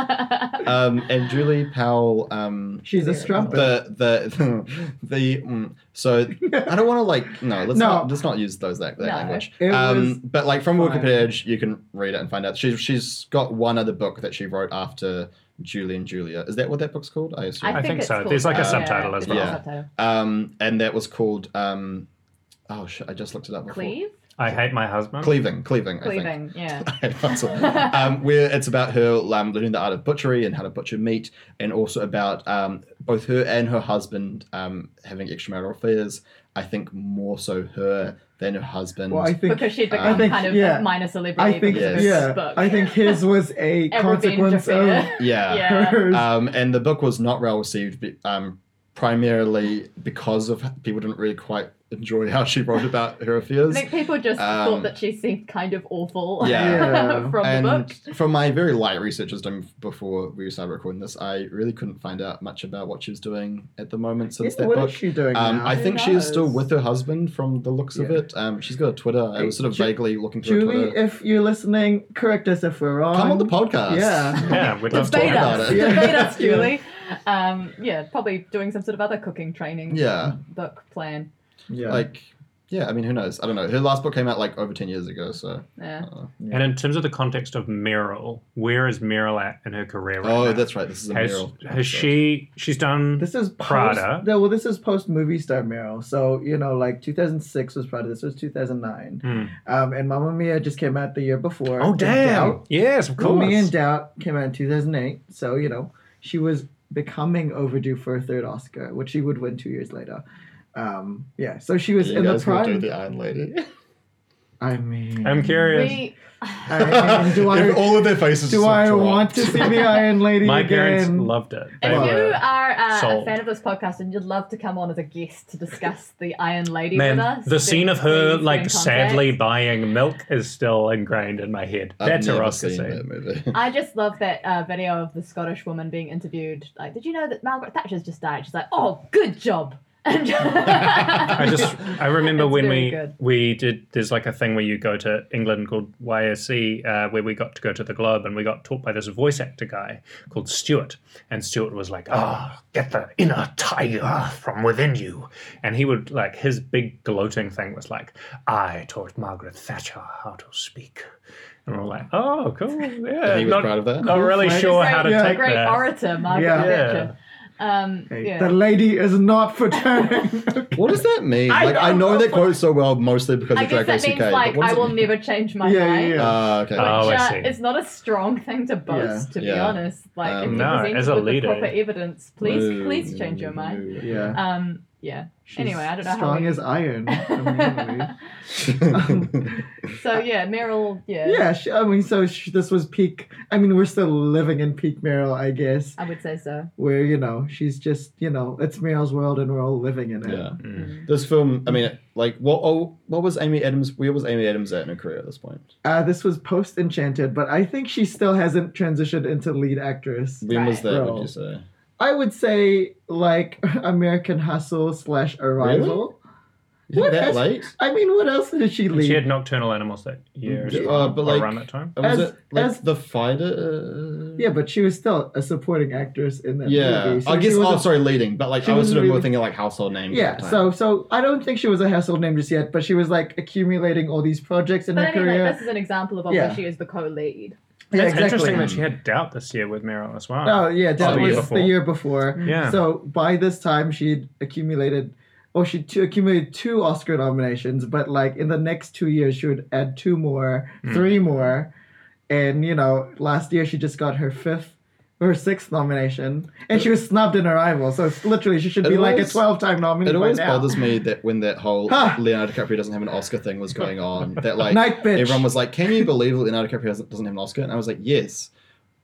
[SPEAKER 3] Um, and Julie Powell. Um,
[SPEAKER 4] She's a
[SPEAKER 1] There.
[SPEAKER 4] strumpet.
[SPEAKER 3] the the the mm, so I don't want to like no let's
[SPEAKER 4] No.
[SPEAKER 3] not let's not use those that, that
[SPEAKER 1] No.
[SPEAKER 3] language.
[SPEAKER 4] It was
[SPEAKER 3] Um, but like from
[SPEAKER 4] fine.
[SPEAKER 3] Wikipedia, page, you can read it and find out. She's she's got one other book that she wrote after Julie and Julia. Is that what that book's called? I assume.
[SPEAKER 2] I think
[SPEAKER 1] it's
[SPEAKER 2] so.
[SPEAKER 1] called
[SPEAKER 2] There's like
[SPEAKER 3] a
[SPEAKER 1] that.
[SPEAKER 2] subtitle as
[SPEAKER 1] it's got a
[SPEAKER 3] well.
[SPEAKER 1] subtitle.
[SPEAKER 3] um, and that was called um, oh shit, I just looked it up. Before.
[SPEAKER 1] Cleave?
[SPEAKER 2] I hate my husband.
[SPEAKER 3] Cleaving, cleaving, I think.
[SPEAKER 1] Cleaving, yeah.
[SPEAKER 3] That's all. um, where it's about her um, learning the art of butchery and how to butcher meat, and also about um, both her and her husband um, having extramarital affairs. I think more so her than her husband.
[SPEAKER 4] well, I think
[SPEAKER 1] Because she'd
[SPEAKER 3] I
[SPEAKER 1] become
[SPEAKER 4] think-
[SPEAKER 1] kind of
[SPEAKER 4] yeah.
[SPEAKER 1] minor celebrity.
[SPEAKER 4] I think
[SPEAKER 1] because
[SPEAKER 3] Yes.
[SPEAKER 1] of
[SPEAKER 4] yeah.
[SPEAKER 1] this book.
[SPEAKER 4] I think his was a
[SPEAKER 1] A revenge
[SPEAKER 4] consequence oh. of
[SPEAKER 1] affair.
[SPEAKER 3] yeah.
[SPEAKER 1] Yeah.
[SPEAKER 4] hers.
[SPEAKER 3] Um, and the book was not well received be- um, primarily because of people didn't really quite enjoy how she wrote about her
[SPEAKER 1] I
[SPEAKER 3] affairs.
[SPEAKER 1] think people just
[SPEAKER 3] Um,
[SPEAKER 1] thought that she seemed kind of awful
[SPEAKER 4] Yeah.
[SPEAKER 1] from
[SPEAKER 3] and
[SPEAKER 1] the book.
[SPEAKER 3] from my very light research just done before we started recording this, I really couldn't find out much about what she was doing at the moment
[SPEAKER 4] Yeah,
[SPEAKER 3] since that
[SPEAKER 4] what
[SPEAKER 3] book.
[SPEAKER 4] is she doing
[SPEAKER 3] Um,
[SPEAKER 4] now?
[SPEAKER 3] I
[SPEAKER 1] Who
[SPEAKER 3] think she is still
[SPEAKER 1] knows?
[SPEAKER 3] with her husband from the looks of
[SPEAKER 4] Yeah.
[SPEAKER 3] it. Um, she's got a Twitter. I was sort of
[SPEAKER 4] Ju-
[SPEAKER 3] vaguely looking through her
[SPEAKER 4] Julie,
[SPEAKER 3] Twitter.
[SPEAKER 4] if you're listening, correct us if we're wrong.
[SPEAKER 3] Come on the podcast.
[SPEAKER 4] Yeah.
[SPEAKER 2] Yeah, we'd love
[SPEAKER 3] Let's
[SPEAKER 2] to
[SPEAKER 1] Debate
[SPEAKER 3] talk
[SPEAKER 2] hear
[SPEAKER 3] about
[SPEAKER 1] us.
[SPEAKER 3] it.
[SPEAKER 4] Yeah.
[SPEAKER 1] Debate us,
[SPEAKER 4] Yeah.
[SPEAKER 1] Julie. Um, yeah, probably doing some sort of other cooking training
[SPEAKER 3] Yeah.
[SPEAKER 1] book plan.
[SPEAKER 4] Yeah.
[SPEAKER 3] Like, yeah, I mean, who knows? I don't know. Her last book came out like over 10 years ago, so.
[SPEAKER 1] Yeah.
[SPEAKER 3] uh,
[SPEAKER 2] And in terms of the context of Meryl, where is Meryl at in her career right
[SPEAKER 3] oh,
[SPEAKER 2] now?
[SPEAKER 3] that's right. This is a
[SPEAKER 2] has,
[SPEAKER 3] mural.
[SPEAKER 2] has she she's done
[SPEAKER 4] This is
[SPEAKER 2] Prada.
[SPEAKER 4] Post, no, well, this is post movie star Meryl. So you know, like 2006 was Prada. This was 2009.
[SPEAKER 2] Hmm.
[SPEAKER 4] Um, and Mamma Mia just came out the year before.
[SPEAKER 2] Oh
[SPEAKER 4] In
[SPEAKER 2] damn!
[SPEAKER 4] Doubt.
[SPEAKER 2] Yes, of course.
[SPEAKER 4] Mamma Mia and Doubt came out in 2008. So you know, she was becoming overdue for a third Oscar, which she would win two years later. Um, yeah. So she was
[SPEAKER 3] You
[SPEAKER 4] in the
[SPEAKER 3] guys will do
[SPEAKER 4] prime.
[SPEAKER 3] the Iron Lady.
[SPEAKER 4] I mean,
[SPEAKER 2] I'm curious.
[SPEAKER 1] We,
[SPEAKER 4] I mean, do I
[SPEAKER 3] if all of their faces
[SPEAKER 4] do
[SPEAKER 3] just
[SPEAKER 4] I
[SPEAKER 3] drop.
[SPEAKER 4] want to see the Iron Lady
[SPEAKER 2] My
[SPEAKER 4] again?
[SPEAKER 2] parents loved it. They
[SPEAKER 1] if you
[SPEAKER 2] were
[SPEAKER 1] are uh, a
[SPEAKER 2] sold.
[SPEAKER 1] fan of this podcast and you'd love to come on as a guest to discuss the Iron Lady with
[SPEAKER 2] Man,
[SPEAKER 1] us,
[SPEAKER 2] the scene of her
[SPEAKER 1] please get
[SPEAKER 2] like
[SPEAKER 1] in
[SPEAKER 2] sadly
[SPEAKER 1] contact.
[SPEAKER 2] buying milk is still ingrained in my head.
[SPEAKER 3] I've
[SPEAKER 2] That's her
[SPEAKER 3] never
[SPEAKER 2] Oscar
[SPEAKER 3] seen
[SPEAKER 2] scene.
[SPEAKER 3] that movie.
[SPEAKER 1] I just love that uh, video of the Scottish woman being interviewed. Like, did you know that Margaret Thatcher's just died? She's like, oh, good job.
[SPEAKER 2] I
[SPEAKER 1] I
[SPEAKER 2] just I remember
[SPEAKER 1] It's
[SPEAKER 2] when
[SPEAKER 1] very
[SPEAKER 2] we
[SPEAKER 1] good.
[SPEAKER 2] we did there's like a thing where you go to England called YSC uh, where we got to go to the Globe and we got taught by this voice actor guy called Stuart and Stuart was like ah get the inner tiger from within you and he would like his big gloating thing was like I taught Margaret Thatcher how to speak and we're like oh cool yeah
[SPEAKER 3] he was
[SPEAKER 2] not,
[SPEAKER 3] proud of that.
[SPEAKER 2] not really
[SPEAKER 4] Great-
[SPEAKER 2] sure how to
[SPEAKER 4] Yeah.
[SPEAKER 1] a
[SPEAKER 2] take
[SPEAKER 1] great
[SPEAKER 2] that
[SPEAKER 1] orator, Margaret
[SPEAKER 4] Yeah.
[SPEAKER 1] Thatcher. Um,
[SPEAKER 4] Hey,
[SPEAKER 1] yeah.
[SPEAKER 4] The lady is not for turning.
[SPEAKER 3] What does that mean?
[SPEAKER 1] I
[SPEAKER 3] like I
[SPEAKER 1] don't
[SPEAKER 3] know
[SPEAKER 1] know.
[SPEAKER 3] that quote so well mostly because
[SPEAKER 1] I
[SPEAKER 3] of Drag
[SPEAKER 1] guess that
[SPEAKER 3] Race
[SPEAKER 1] means
[SPEAKER 3] UK.
[SPEAKER 1] like
[SPEAKER 3] but what
[SPEAKER 1] I
[SPEAKER 3] does it
[SPEAKER 1] will
[SPEAKER 3] mean?
[SPEAKER 1] never change my
[SPEAKER 4] Yeah,
[SPEAKER 1] mind.
[SPEAKER 4] yeah, yeah.
[SPEAKER 3] Ah, okay.
[SPEAKER 2] Oh,
[SPEAKER 1] Which,
[SPEAKER 2] I
[SPEAKER 1] uh,
[SPEAKER 2] see.
[SPEAKER 1] it's not a strong thing to boast, to be
[SPEAKER 3] Yeah.
[SPEAKER 1] honest. Like,
[SPEAKER 3] Um,
[SPEAKER 1] if you're
[SPEAKER 2] No,
[SPEAKER 1] presented
[SPEAKER 2] as a
[SPEAKER 1] with the
[SPEAKER 2] leader.
[SPEAKER 1] proper evidence, please,
[SPEAKER 3] Ooh.
[SPEAKER 1] please change your mind.
[SPEAKER 4] yeah.
[SPEAKER 1] Um, yeah.
[SPEAKER 4] She's
[SPEAKER 1] Anyway, I don't know how
[SPEAKER 4] strong
[SPEAKER 1] we-
[SPEAKER 4] as iron. I
[SPEAKER 1] So yeah, Meryl. Yeah,
[SPEAKER 4] mean, yeah, she, I mean, so sh this was peak. I mean, we're still living in peak Meryl, I guess,
[SPEAKER 1] I would say so.
[SPEAKER 4] where you know she's just you know it's Meryl's world and we're all living in it.
[SPEAKER 3] yeah.
[SPEAKER 2] Mm.
[SPEAKER 3] This film, I mean, like, what? Oh, what was Amy Adams? Where was Amy Adams at in her career at this point?
[SPEAKER 4] Uh, this was post Enchanted, but I think she still hasn't transitioned into lead actress.
[SPEAKER 3] When
[SPEAKER 1] Right.
[SPEAKER 3] was that?
[SPEAKER 4] Bro.
[SPEAKER 3] Would you say?
[SPEAKER 4] I would say like American Hustle slash Arrival.
[SPEAKER 3] You think
[SPEAKER 4] What?
[SPEAKER 3] that late?
[SPEAKER 4] I mean, what else did she
[SPEAKER 2] And
[SPEAKER 4] lead?
[SPEAKER 2] She had nocturnal animals that year, as
[SPEAKER 3] Yeah,
[SPEAKER 2] well,
[SPEAKER 3] but
[SPEAKER 2] or
[SPEAKER 3] like-
[SPEAKER 2] around that time.
[SPEAKER 3] Was
[SPEAKER 4] As-
[SPEAKER 3] it like
[SPEAKER 4] as-
[SPEAKER 3] the fighter?
[SPEAKER 4] Yeah, but she was still a supporting actress in that
[SPEAKER 3] Yeah,
[SPEAKER 4] movie. so
[SPEAKER 3] I
[SPEAKER 4] she
[SPEAKER 3] guess.
[SPEAKER 4] wasn't-
[SPEAKER 3] Oh, sorry, leading, but like
[SPEAKER 4] she
[SPEAKER 3] I was
[SPEAKER 4] wasn't
[SPEAKER 3] sort of more
[SPEAKER 4] really-
[SPEAKER 3] thinking like household names. at
[SPEAKER 4] Yeah,
[SPEAKER 3] the time.
[SPEAKER 4] so so I don't think she was a household name just yet, but she was like accumulating all these projects in
[SPEAKER 1] But
[SPEAKER 4] her
[SPEAKER 1] I mean,
[SPEAKER 4] career.
[SPEAKER 1] like, this is an example of where
[SPEAKER 4] Yeah.
[SPEAKER 1] she is the co-lead.
[SPEAKER 4] yeah,
[SPEAKER 2] That's
[SPEAKER 4] exactly.
[SPEAKER 2] interesting that she had doubt this year with Meryl as well.
[SPEAKER 4] Oh yeah, that
[SPEAKER 3] the year
[SPEAKER 4] was
[SPEAKER 2] before.
[SPEAKER 4] the year before.
[SPEAKER 2] Yeah.
[SPEAKER 4] So by this time, she'd accumulated, or she would accumulated two Oscar nominations. But like in the next two years, she would add two more,
[SPEAKER 3] Hmm.
[SPEAKER 2] Mm.
[SPEAKER 4] three more, and you know, last year she just got her fifth. Her sixth nomination, and she was snubbed in arrival. So it's literally, she should
[SPEAKER 3] It
[SPEAKER 4] be like a
[SPEAKER 3] always-
[SPEAKER 4] twelve-time nominee
[SPEAKER 3] It
[SPEAKER 4] by
[SPEAKER 3] always
[SPEAKER 4] now.
[SPEAKER 3] bothers me that when that whole
[SPEAKER 4] Huh.
[SPEAKER 3] Leonardo DiCaprio doesn't have an Oscar thing was going on, that like
[SPEAKER 4] Night bitch.
[SPEAKER 3] everyone was like, "Can you believe that Leonardo DiCaprio doesn't, doesn't have an Oscar?" And I was like, "Yes,"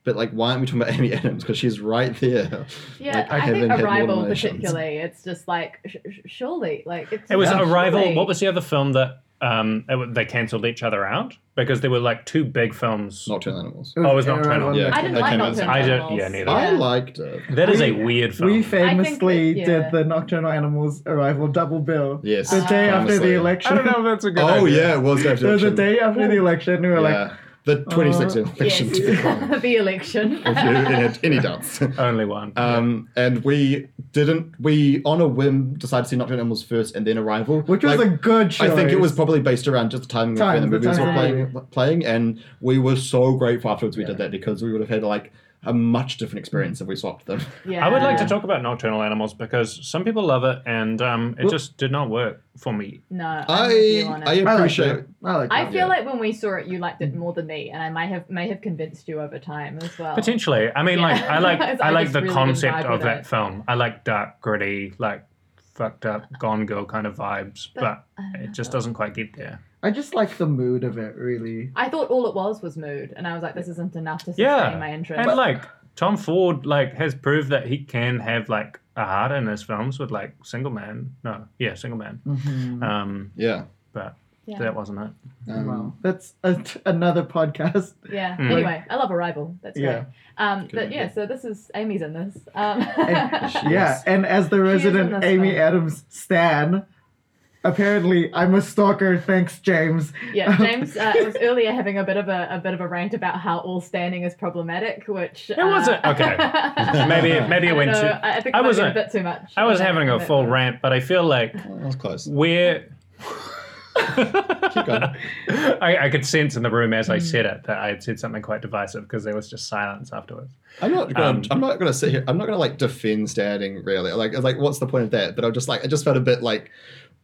[SPEAKER 3] but like, why aren't we talking about Amy Adams? Because she's right there.
[SPEAKER 1] Yeah,
[SPEAKER 3] Like, I
[SPEAKER 1] I,
[SPEAKER 3] haven't
[SPEAKER 1] think
[SPEAKER 3] had
[SPEAKER 1] Arrival
[SPEAKER 3] nominations.
[SPEAKER 1] particularly. It's just like sh- sh- surely, like it's
[SPEAKER 2] It was
[SPEAKER 1] yeah,
[SPEAKER 2] Arrival.
[SPEAKER 1] surely.
[SPEAKER 2] What was the other film that um, it, wa- they cancelled each other out because there were like two big films.
[SPEAKER 3] Nocturnal Animals.
[SPEAKER 2] Oh, it was Nocturnal.
[SPEAKER 4] Arrival
[SPEAKER 3] Yeah,
[SPEAKER 4] that
[SPEAKER 1] I
[SPEAKER 4] came
[SPEAKER 1] didn't
[SPEAKER 3] that
[SPEAKER 1] like
[SPEAKER 3] came out
[SPEAKER 1] Nocturnal
[SPEAKER 3] the
[SPEAKER 2] same- I don't-
[SPEAKER 1] Animals.
[SPEAKER 2] yeah, neither.
[SPEAKER 3] I liked it.
[SPEAKER 2] That is a
[SPEAKER 4] We-
[SPEAKER 2] weird film.
[SPEAKER 4] We
[SPEAKER 1] I
[SPEAKER 4] famously
[SPEAKER 1] think that- yeah.
[SPEAKER 4] did the Nocturnal Animals arrival double bill.
[SPEAKER 3] Yes,
[SPEAKER 4] The day after
[SPEAKER 3] famously.
[SPEAKER 4] the election.
[SPEAKER 2] I don't know if that's a good.
[SPEAKER 3] Oh
[SPEAKER 2] idea.
[SPEAKER 3] yeah, it was after
[SPEAKER 4] It was the
[SPEAKER 3] election.
[SPEAKER 4] day after the election. We were like, Uh-huh.
[SPEAKER 3] yeah. the 2016
[SPEAKER 1] Yes,
[SPEAKER 3] election. to be honest.
[SPEAKER 1] the election.
[SPEAKER 3] If you had any doubts.
[SPEAKER 2] Only one.
[SPEAKER 3] Um, and we didn't. We on a whim decided to see Nocturnal Animals first, and then Arrival,
[SPEAKER 4] which was
[SPEAKER 3] Like,
[SPEAKER 4] a good choice.
[SPEAKER 3] I think it was probably based around just the timing of when the
[SPEAKER 4] Time, the
[SPEAKER 3] movies were
[SPEAKER 1] time.
[SPEAKER 3] playing, playing, and we were so grateful afterwards we
[SPEAKER 4] Yeah.
[SPEAKER 3] did that because we would have had like a much different experience if we swapped them.
[SPEAKER 1] yeah.
[SPEAKER 2] I would like to talk about Nocturnal Animals because some people love it and um, it
[SPEAKER 4] Well-
[SPEAKER 2] just did not work for me.
[SPEAKER 1] No, I'm with you
[SPEAKER 3] I
[SPEAKER 1] on it.
[SPEAKER 3] I
[SPEAKER 4] I
[SPEAKER 3] appreciate.
[SPEAKER 4] appreciate. I like
[SPEAKER 1] I
[SPEAKER 4] that.
[SPEAKER 1] feel like when we saw it, you liked
[SPEAKER 2] Mm.
[SPEAKER 1] it more than me, and I may have may have convinced you over time as well.
[SPEAKER 2] Potentially, I mean,
[SPEAKER 1] Oh. Yeah.
[SPEAKER 2] like I like
[SPEAKER 1] It's-
[SPEAKER 2] I
[SPEAKER 1] I
[SPEAKER 2] like
[SPEAKER 1] just
[SPEAKER 2] the
[SPEAKER 1] really
[SPEAKER 2] concept
[SPEAKER 1] didn't vibe
[SPEAKER 2] of
[SPEAKER 1] with
[SPEAKER 2] that
[SPEAKER 1] it.
[SPEAKER 2] film. I like dark, gritty, like fucked up, gone girl kind of vibes, but,
[SPEAKER 1] But- I don't
[SPEAKER 2] it
[SPEAKER 1] know.
[SPEAKER 2] just doesn't quite get there.
[SPEAKER 4] I just like the mood of it, really.
[SPEAKER 1] I thought all it was was mood, and I was like, this isn't enough to sustain
[SPEAKER 2] Yeah.
[SPEAKER 1] my interest.
[SPEAKER 2] And like Tom Ford, like has proved that he can have like a heart in his films with like Single Man. No, yeah, Single Man.
[SPEAKER 1] Mm-hmm.
[SPEAKER 2] Um,
[SPEAKER 3] Yeah.
[SPEAKER 2] but
[SPEAKER 1] Yeah.
[SPEAKER 2] that wasn't it.
[SPEAKER 3] Um,
[SPEAKER 4] wow. That's a t- another podcast.
[SPEAKER 1] Yeah.
[SPEAKER 2] Mm.
[SPEAKER 1] Anyway, I love Arrival. That's
[SPEAKER 4] Yeah.
[SPEAKER 1] great. Um,
[SPEAKER 3] Good
[SPEAKER 1] but yeah,
[SPEAKER 3] idea.
[SPEAKER 1] so this is Amy's in this. Um,
[SPEAKER 4] And- yeah,
[SPEAKER 3] Yes.
[SPEAKER 4] and as
[SPEAKER 1] in
[SPEAKER 4] the resident
[SPEAKER 1] this
[SPEAKER 4] Amy
[SPEAKER 1] film.
[SPEAKER 4] Adams Stan, apparently I'm a stalker. Thanks, James.
[SPEAKER 1] yeah. James uh, was earlier having a bit of a, a bit of a rant about how all standing is problematic, which it
[SPEAKER 2] wasn't- okay. Maybe maybe
[SPEAKER 1] I
[SPEAKER 2] it
[SPEAKER 1] don't
[SPEAKER 2] went
[SPEAKER 1] know,
[SPEAKER 2] to.
[SPEAKER 1] I I think
[SPEAKER 2] I
[SPEAKER 1] I was a
[SPEAKER 2] wasn't-
[SPEAKER 1] bit too much.
[SPEAKER 2] I was
[SPEAKER 1] Okay,
[SPEAKER 2] having a
[SPEAKER 1] but-
[SPEAKER 2] full rant, but I feel like
[SPEAKER 3] That was close.
[SPEAKER 2] Where
[SPEAKER 3] going.
[SPEAKER 2] I, I could sense in the room as I
[SPEAKER 1] Hmm.
[SPEAKER 2] said it that I had said something quite divisive because there was just silence afterwards.
[SPEAKER 3] I'm not gonna.
[SPEAKER 2] Um,
[SPEAKER 3] I'm not gonna sit here. I'm not gonna like defend standing really. Like, like, what's the point of that? But I just like, I just felt a bit like,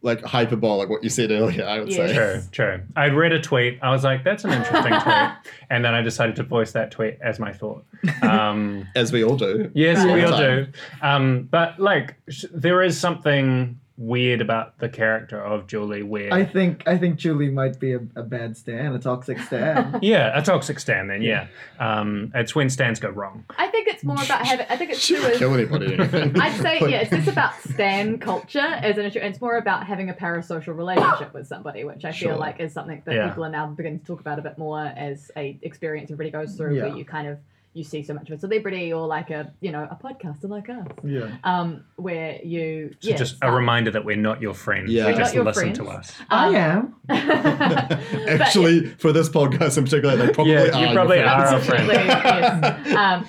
[SPEAKER 3] like hyperbolic what you said earlier. I would say.
[SPEAKER 1] Yes.
[SPEAKER 2] True, true. I read a tweet. I was like, "That's an interesting tweet," and then I decided to voice that tweet as my thought. Um,
[SPEAKER 3] as we all do.
[SPEAKER 2] yes,
[SPEAKER 3] All
[SPEAKER 2] we
[SPEAKER 3] the
[SPEAKER 2] all do.
[SPEAKER 3] time.
[SPEAKER 2] Um, but like, sh- there is something weird about the character of Julie. Where
[SPEAKER 4] I think I think Julie might be a, a bad Stan, a toxic Stan.
[SPEAKER 2] yeah, a toxic Stan. Then yeah, Um, it's when Stans go wrong.
[SPEAKER 1] I think it's more about having. I think it's
[SPEAKER 3] She
[SPEAKER 1] too.
[SPEAKER 3] would kill anybody. or anything.
[SPEAKER 1] I'd say
[SPEAKER 3] Like,
[SPEAKER 1] yeah, it's just about stan culture as an issue. and It's more about having a parasocial relationship with somebody, which I
[SPEAKER 3] Sure.
[SPEAKER 1] feel like is something that
[SPEAKER 2] Yeah.
[SPEAKER 1] people are now beginning to talk about a bit more as a experience everybody goes through,
[SPEAKER 4] Yeah.
[SPEAKER 1] where you kind of you see so much of a celebrity or like a you know a podcaster like us,
[SPEAKER 4] yeah.
[SPEAKER 1] um, where you
[SPEAKER 2] So
[SPEAKER 1] yeah,
[SPEAKER 2] just a
[SPEAKER 1] um,
[SPEAKER 2] reminder that we're not your friend.
[SPEAKER 3] Yeah. We're
[SPEAKER 2] just
[SPEAKER 1] not your
[SPEAKER 2] listen
[SPEAKER 1] friends.
[SPEAKER 2] to us.
[SPEAKER 4] I am.
[SPEAKER 3] Actually, for this podcast in particular, they probably
[SPEAKER 2] Yeah, you
[SPEAKER 3] are. your
[SPEAKER 2] probably
[SPEAKER 3] friends.
[SPEAKER 2] are. our friend.
[SPEAKER 1] Absolutely, yes. Um,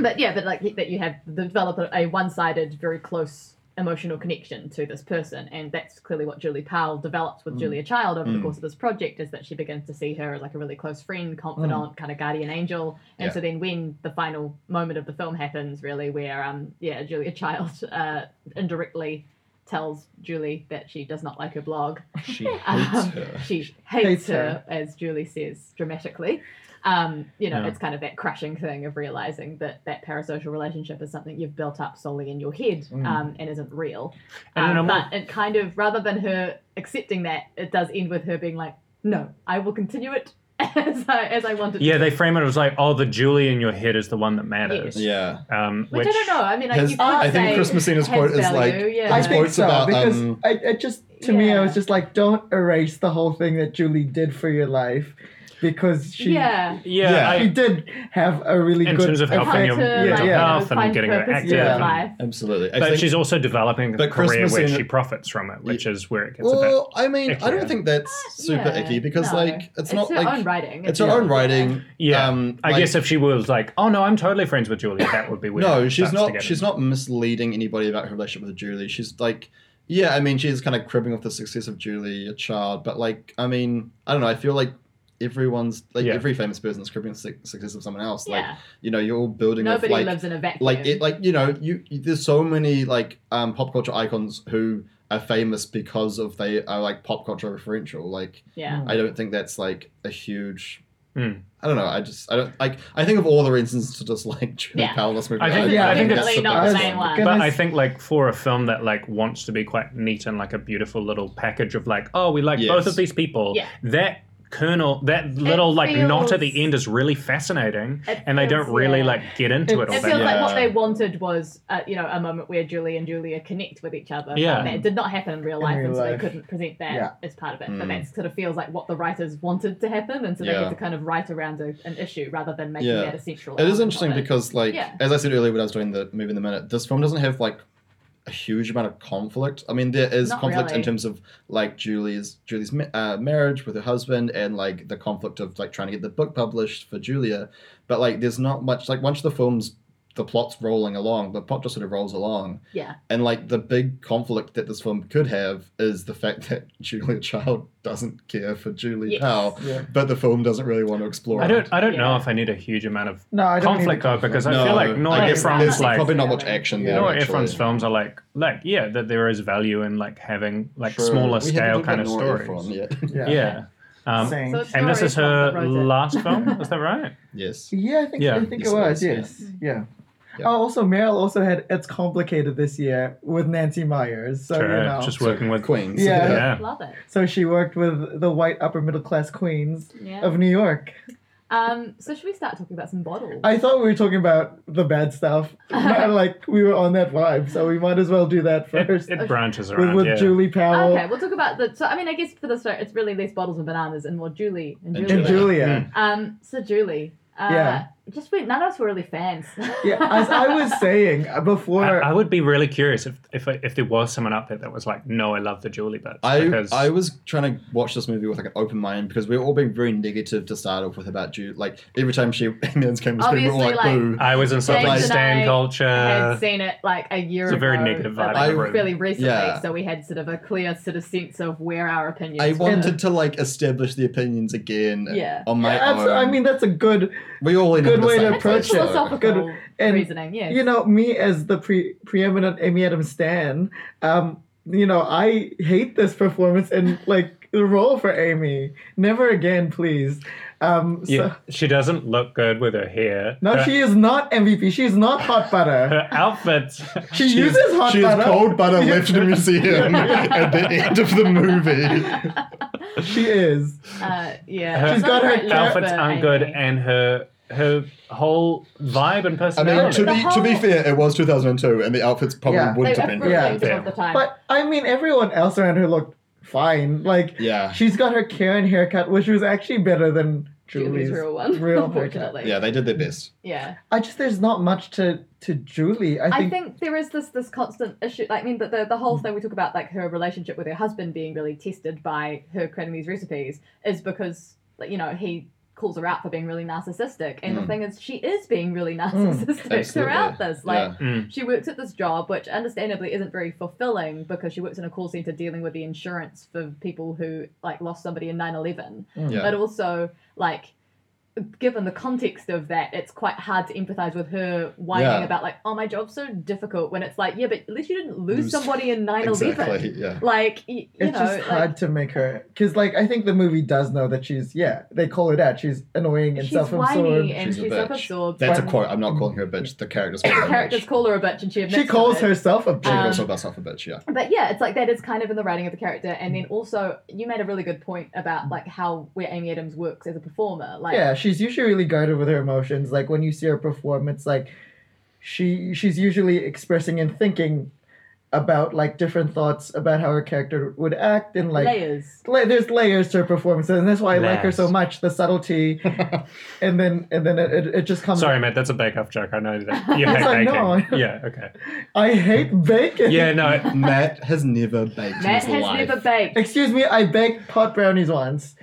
[SPEAKER 1] but yeah, but like that you have developed a one-sided, very close emotional connection to this person, and that's clearly what Julie Powell develops with Julia Child over the
[SPEAKER 3] Mm.
[SPEAKER 1] course of this project is that she begins to see her as like a really close friend, confidant, kind of guardian angel, and
[SPEAKER 3] Mm. Yeah.
[SPEAKER 1] so then when the final moment of the film happens, really, where um yeah, Julia Child uh, indirectly tells Julie that she does not like her blog
[SPEAKER 3] She hates
[SPEAKER 1] Um,
[SPEAKER 3] her.
[SPEAKER 1] she hates,
[SPEAKER 4] Hates
[SPEAKER 1] her, as Julie says dramatically. Um, you know,
[SPEAKER 2] Yeah.
[SPEAKER 1] it's kind of that crushing thing of realizing that that parasocial relationship is something you've built up solely in your head
[SPEAKER 4] Mm.
[SPEAKER 1] um, and isn't real.
[SPEAKER 2] And in a
[SPEAKER 1] Um,
[SPEAKER 2] more-
[SPEAKER 1] but it kind of, rather than her accepting that, it does end with her being like, "No, I will continue it as I as I wanted."
[SPEAKER 2] Yeah,
[SPEAKER 1] to.
[SPEAKER 2] they frame it as like, oh, the Julie in your head is the one that matters.
[SPEAKER 3] Yeah.
[SPEAKER 2] Um,
[SPEAKER 1] Which, I don't know. I mean, like,
[SPEAKER 3] Has-
[SPEAKER 1] you can't
[SPEAKER 3] I think
[SPEAKER 1] say
[SPEAKER 3] Chris Messina's
[SPEAKER 1] has
[SPEAKER 3] quote is
[SPEAKER 1] value,
[SPEAKER 3] like,
[SPEAKER 1] yeah.
[SPEAKER 4] I
[SPEAKER 3] It's
[SPEAKER 4] think
[SPEAKER 3] quotes
[SPEAKER 4] so
[SPEAKER 3] about,
[SPEAKER 4] because
[SPEAKER 3] um,
[SPEAKER 4] I, I just to me I
[SPEAKER 1] Yeah.
[SPEAKER 4] was just like don't erase the whole thing that Julie did for your life. because she
[SPEAKER 1] yeah.
[SPEAKER 2] Yeah,
[SPEAKER 3] Yeah.
[SPEAKER 4] she
[SPEAKER 2] I,
[SPEAKER 4] did have a really
[SPEAKER 2] in
[SPEAKER 4] good
[SPEAKER 2] terms of helping
[SPEAKER 4] effect.
[SPEAKER 2] your
[SPEAKER 1] How to,
[SPEAKER 2] mental
[SPEAKER 1] like, you know,
[SPEAKER 2] health and
[SPEAKER 1] find
[SPEAKER 2] getting her
[SPEAKER 1] purpose
[SPEAKER 2] active.
[SPEAKER 1] in your
[SPEAKER 4] Yeah.
[SPEAKER 1] life.
[SPEAKER 3] Absolutely. I
[SPEAKER 2] But
[SPEAKER 3] think-
[SPEAKER 2] she's also developing a
[SPEAKER 3] But
[SPEAKER 2] career
[SPEAKER 3] Christmas
[SPEAKER 2] where
[SPEAKER 3] in-
[SPEAKER 2] she profits from it, which is where it gets a bit.
[SPEAKER 3] well, I mean, I
[SPEAKER 2] icky.
[SPEAKER 3] don't think that's super
[SPEAKER 1] Ah, Yeah,
[SPEAKER 3] icky because
[SPEAKER 1] no.
[SPEAKER 3] like it's, not
[SPEAKER 1] her own
[SPEAKER 3] like
[SPEAKER 1] writing.
[SPEAKER 3] it's her own writing.
[SPEAKER 2] Yeah,
[SPEAKER 3] um,
[SPEAKER 2] I
[SPEAKER 3] like-
[SPEAKER 2] guess if she was like, "Oh no, I'm totally friends with Julia," that would be weird.
[SPEAKER 3] No, she's
[SPEAKER 2] That's
[SPEAKER 3] not.
[SPEAKER 2] together.
[SPEAKER 3] She's not misleading anybody about her relationship with Julie. She's like, yeah, I mean, she's kind of cribbing off the success of Julie, a child. But like, I mean, I don't know. I feel like everyone's like
[SPEAKER 2] Yeah.
[SPEAKER 3] every famous person is cribbing off the success of someone else. Like,
[SPEAKER 1] Yeah.
[SPEAKER 3] you know, you're all building off
[SPEAKER 1] Nobody
[SPEAKER 3] like
[SPEAKER 1] lives in a vacuum.
[SPEAKER 3] like it like you know you you- there's so many like um pop culture icons who are famous because of they are like pop culture referential like
[SPEAKER 1] yeah.
[SPEAKER 3] i don't think that's like a huge
[SPEAKER 2] Mm.
[SPEAKER 3] i don't know i just i don't like i think of all the reasons to dislike Julie
[SPEAKER 1] Yeah.
[SPEAKER 3] Powell in this movie
[SPEAKER 2] I think-
[SPEAKER 3] don't
[SPEAKER 4] yeah, I think
[SPEAKER 3] that's
[SPEAKER 1] definitely not the
[SPEAKER 3] biggest
[SPEAKER 1] main
[SPEAKER 4] one.
[SPEAKER 1] one.
[SPEAKER 2] But
[SPEAKER 4] Goodness.
[SPEAKER 2] I think like for a film that like wants to be quite neat and like a beautiful little package of like, oh, we like
[SPEAKER 3] Yes.
[SPEAKER 2] both of these people.
[SPEAKER 1] Yeah.
[SPEAKER 2] That kernel, that little like knot at the
[SPEAKER 1] feels-
[SPEAKER 2] end is really fascinating,
[SPEAKER 1] It
[SPEAKER 2] and they
[SPEAKER 1] feels-
[SPEAKER 2] don't really
[SPEAKER 1] yeah.
[SPEAKER 2] like get into it.
[SPEAKER 4] It
[SPEAKER 2] all
[SPEAKER 1] It
[SPEAKER 2] that
[SPEAKER 1] feels
[SPEAKER 2] much.
[SPEAKER 1] like what
[SPEAKER 3] Yeah.
[SPEAKER 1] they wanted was, uh, you know, a moment where Julie and Julia connect with each other.
[SPEAKER 2] Yeah.
[SPEAKER 1] And that did not happen in real
[SPEAKER 4] In
[SPEAKER 1] life,
[SPEAKER 4] real
[SPEAKER 1] and so
[SPEAKER 4] life.
[SPEAKER 1] they couldn't present that
[SPEAKER 4] Yeah.
[SPEAKER 1] as part of it. But
[SPEAKER 3] Mm.
[SPEAKER 1] that sort of feels like what the writers wanted to happen, and so they
[SPEAKER 3] Yeah.
[SPEAKER 1] had to kind of write around a, an issue rather than making
[SPEAKER 3] Yeah.
[SPEAKER 1] that a central.
[SPEAKER 3] It is
[SPEAKER 1] element of
[SPEAKER 3] interesting
[SPEAKER 1] it.
[SPEAKER 3] because, like,
[SPEAKER 1] Yeah.
[SPEAKER 3] as I said earlier when I was doing the movie in the minute, this film doesn't have like a huge amount of conflict. I mean, there is
[SPEAKER 1] Not
[SPEAKER 3] conflict in
[SPEAKER 1] really.
[SPEAKER 3] terms of like Julie's Julie's ma- uh, marriage with her husband and like the conflict of like trying to get the book published for Julia. But like, there's not much. Like, once the film's the plot's rolling along, the plot just sort of rolls along.
[SPEAKER 1] Yeah.
[SPEAKER 3] And like the big conflict that this film could have is the fact that Julia Child doesn't care for Julie
[SPEAKER 1] Yes.
[SPEAKER 3] Powell,
[SPEAKER 4] Yeah.
[SPEAKER 3] but the film doesn't really want to explore.
[SPEAKER 2] I
[SPEAKER 3] it.
[SPEAKER 2] don't. I don't know
[SPEAKER 1] Yeah.
[SPEAKER 2] if I need a huge amount of
[SPEAKER 4] No, I don't need
[SPEAKER 2] conflict
[SPEAKER 4] the
[SPEAKER 2] though, because I
[SPEAKER 4] conflict.
[SPEAKER 2] feel like Nora
[SPEAKER 3] I guess
[SPEAKER 1] Ephron's,
[SPEAKER 3] there's
[SPEAKER 1] like-
[SPEAKER 3] probably not much action
[SPEAKER 1] Yeah,
[SPEAKER 3] there.
[SPEAKER 2] you know what
[SPEAKER 3] actually.
[SPEAKER 2] Efron's films are like like yeah that there is value in like having like
[SPEAKER 3] Sure.
[SPEAKER 2] smaller
[SPEAKER 3] We haven't
[SPEAKER 2] scale
[SPEAKER 3] talked
[SPEAKER 2] kind of
[SPEAKER 3] about
[SPEAKER 2] stories.
[SPEAKER 3] Nora Ephron yet.
[SPEAKER 4] yeah,
[SPEAKER 2] Yeah. Um,
[SPEAKER 4] Same.
[SPEAKER 1] So it's
[SPEAKER 2] and this
[SPEAKER 1] Nora
[SPEAKER 2] is her
[SPEAKER 1] Ephron that wrote it.
[SPEAKER 2] last film, is that right?
[SPEAKER 3] yes.
[SPEAKER 4] Yeah, I think
[SPEAKER 2] Yeah.
[SPEAKER 4] I think
[SPEAKER 3] Yes,
[SPEAKER 4] it was.
[SPEAKER 3] it
[SPEAKER 4] Yes,
[SPEAKER 3] was,
[SPEAKER 4] yeah.
[SPEAKER 3] Yeah.
[SPEAKER 4] Oh, also Meryl also had "It's Complicated" this year with Nancy Myers. So
[SPEAKER 2] Sure,
[SPEAKER 4] you know,
[SPEAKER 2] just working with
[SPEAKER 3] Queens.
[SPEAKER 4] Yeah.
[SPEAKER 2] Yeah.
[SPEAKER 1] Love it.
[SPEAKER 4] so she worked with the white upper middle class queens
[SPEAKER 1] Yeah.
[SPEAKER 4] of New York.
[SPEAKER 1] Um, so should we start talking about some bottles?
[SPEAKER 4] I thought we were talking about the bad stuff, but, uh, like we were on that vibe, so we might as well do that
[SPEAKER 2] It,
[SPEAKER 4] first
[SPEAKER 2] it branches
[SPEAKER 4] with,
[SPEAKER 2] around.
[SPEAKER 4] with
[SPEAKER 2] yeah.
[SPEAKER 4] Julie Powell
[SPEAKER 1] okay, we'll talk about the. So I mean, I guess for the start, it's really less bottles and bananas and more Julie and
[SPEAKER 3] And
[SPEAKER 1] Julia.
[SPEAKER 4] and Julia.
[SPEAKER 1] Um, so Julie. Uh,
[SPEAKER 4] Yeah.
[SPEAKER 1] Just we none of us were really fans.
[SPEAKER 4] Yeah, as I was saying uh, before,
[SPEAKER 2] I, I would be really curious if, if if there was someone out there that was like, no, I love the Julie bits.
[SPEAKER 3] I,
[SPEAKER 2] because
[SPEAKER 3] I was trying to watch this movie with like an open mind because we were all being very negative to start off with about Julie. Like every time she Aliens came to screen, we were all like,
[SPEAKER 1] Obviously, like,
[SPEAKER 3] boo.
[SPEAKER 2] I was in something
[SPEAKER 3] James
[SPEAKER 2] like
[SPEAKER 3] and
[SPEAKER 2] Stan
[SPEAKER 1] I had
[SPEAKER 2] culture.
[SPEAKER 1] seen it like a year
[SPEAKER 2] Uh, It's a
[SPEAKER 1] ago.
[SPEAKER 2] very negative
[SPEAKER 1] but,
[SPEAKER 2] vibe
[SPEAKER 1] like,
[SPEAKER 3] in the room.
[SPEAKER 1] Fairly recently,
[SPEAKER 3] Yeah.
[SPEAKER 1] so we had sort of a clear sort of sense of where our opinions.
[SPEAKER 3] I
[SPEAKER 1] were.
[SPEAKER 3] wanted to like establish the opinions again
[SPEAKER 1] Yeah.
[SPEAKER 3] on my
[SPEAKER 4] Yeah,
[SPEAKER 3] own.
[SPEAKER 4] abso- I mean that's a good
[SPEAKER 3] we all ended
[SPEAKER 4] good
[SPEAKER 3] up the
[SPEAKER 4] way to
[SPEAKER 3] same
[SPEAKER 1] That's a
[SPEAKER 4] approach
[SPEAKER 3] place, though.
[SPEAKER 1] philosophical
[SPEAKER 4] Good- and
[SPEAKER 1] reasoning. Yeah.
[SPEAKER 4] you know me as the pre- preeminent Amy Adams stan. Um, you know I hate this performance and like the role for Amy. Never again, please. Um, so,
[SPEAKER 2] Yeah, she doesn't look good with her hair.
[SPEAKER 4] No,
[SPEAKER 2] her,
[SPEAKER 4] she is not MVP. She is not hot butter.
[SPEAKER 2] her outfits.
[SPEAKER 4] She
[SPEAKER 3] She is-
[SPEAKER 4] uses hot
[SPEAKER 3] she is
[SPEAKER 4] butter.
[SPEAKER 3] cold butter left in a museum at the end of the movie.
[SPEAKER 4] She is.
[SPEAKER 1] Uh,
[SPEAKER 2] Her
[SPEAKER 1] yeah.
[SPEAKER 4] She's got her
[SPEAKER 1] Not a great look
[SPEAKER 2] outfits
[SPEAKER 1] for
[SPEAKER 2] aren't good,
[SPEAKER 1] Amy.
[SPEAKER 2] and her her whole vibe and
[SPEAKER 3] I
[SPEAKER 2] personality.
[SPEAKER 3] mean, to
[SPEAKER 1] The
[SPEAKER 3] be to be
[SPEAKER 1] whole-
[SPEAKER 3] fair, it was 2002, and the outfits probably
[SPEAKER 4] Yeah.
[SPEAKER 1] They
[SPEAKER 3] wouldn't
[SPEAKER 1] were
[SPEAKER 3] have been
[SPEAKER 1] really
[SPEAKER 3] great.
[SPEAKER 4] Yeah.
[SPEAKER 1] good at the time.
[SPEAKER 4] But I mean, everyone else around her looked fine. Like
[SPEAKER 3] Yeah,
[SPEAKER 4] she's got her Karen haircut, which was actually better than Julie's,
[SPEAKER 1] Julie's real one,
[SPEAKER 4] real haircut.
[SPEAKER 1] unfortunately.
[SPEAKER 3] yeah, they did their best.
[SPEAKER 1] Yeah.
[SPEAKER 4] I just there's not much to to Julie. I
[SPEAKER 1] I
[SPEAKER 4] think,
[SPEAKER 1] think, there is this this constant issue. Like, I mean, the, the the
[SPEAKER 3] Mm.
[SPEAKER 1] whole thing we talk about, like her relationship with her husband being really tested by her creating these recipes, is because like, you know he calls her out for being really narcissistic, and the
[SPEAKER 3] Mm.
[SPEAKER 1] thing is, she is being really narcissistic
[SPEAKER 3] absolutely.
[SPEAKER 1] throughout this. Like,
[SPEAKER 3] yeah.
[SPEAKER 1] she works at this job, which understandably isn't very fulfilling because she works in a call center dealing with the insurance for people who like lost somebody in 9-11.
[SPEAKER 4] Mm.
[SPEAKER 3] Yeah.
[SPEAKER 1] But also like given the context of that, it's quite hard to empathize with her whining
[SPEAKER 3] Yeah.
[SPEAKER 1] about like, oh my job's so difficult when it's like, yeah, but at least you didn't lose,
[SPEAKER 3] Lose-
[SPEAKER 1] somebody in 9-11.
[SPEAKER 3] Exactly. Yeah.
[SPEAKER 1] Like y- you
[SPEAKER 4] it's
[SPEAKER 1] know,
[SPEAKER 4] just hard
[SPEAKER 1] like,
[SPEAKER 4] to make her because like I think the movie does know that she's yeah they call it out. She's annoying and
[SPEAKER 1] she's
[SPEAKER 4] self-absorbed.
[SPEAKER 1] whiny and
[SPEAKER 3] She's a
[SPEAKER 1] she's,
[SPEAKER 3] bitch.
[SPEAKER 1] self-absorbed.
[SPEAKER 3] That's a
[SPEAKER 1] but
[SPEAKER 3] quote. I'm not calling her a bitch. The character's calling her a
[SPEAKER 1] Characters
[SPEAKER 3] bitch.
[SPEAKER 1] call her a bitch, and she admits
[SPEAKER 4] she
[SPEAKER 1] to
[SPEAKER 4] calls
[SPEAKER 1] it.
[SPEAKER 4] herself a
[SPEAKER 3] She
[SPEAKER 4] bitch.
[SPEAKER 1] Um,
[SPEAKER 3] calls herself a bitch. Yeah.
[SPEAKER 1] but yeah, it's like that is kind of in the writing of the character, and then also you made a really good point about like how where Amy Adams works as a performer, like
[SPEAKER 4] yeah, she's usually really guarded with her emotions. Like when you see her perform, it's like she she's usually expressing and thinking about like different thoughts about how her character would act and like
[SPEAKER 1] Layers.
[SPEAKER 4] la- there's layers to her performance and that's why I like her so
[SPEAKER 2] Layers.
[SPEAKER 4] much the subtlety and then and then it, it, it just comes
[SPEAKER 2] Sorry, Matt, that's a bake off joke. I know that. You
[SPEAKER 1] It's
[SPEAKER 2] hate
[SPEAKER 4] Um, like,
[SPEAKER 2] baking.
[SPEAKER 4] no.
[SPEAKER 2] Yeah, okay.
[SPEAKER 4] I hate bacon
[SPEAKER 2] Yeah, no.
[SPEAKER 3] Matt has never baked
[SPEAKER 1] Matt
[SPEAKER 3] in his
[SPEAKER 1] has
[SPEAKER 3] life.
[SPEAKER 1] never baked.
[SPEAKER 4] excuse me I baked pot brownies once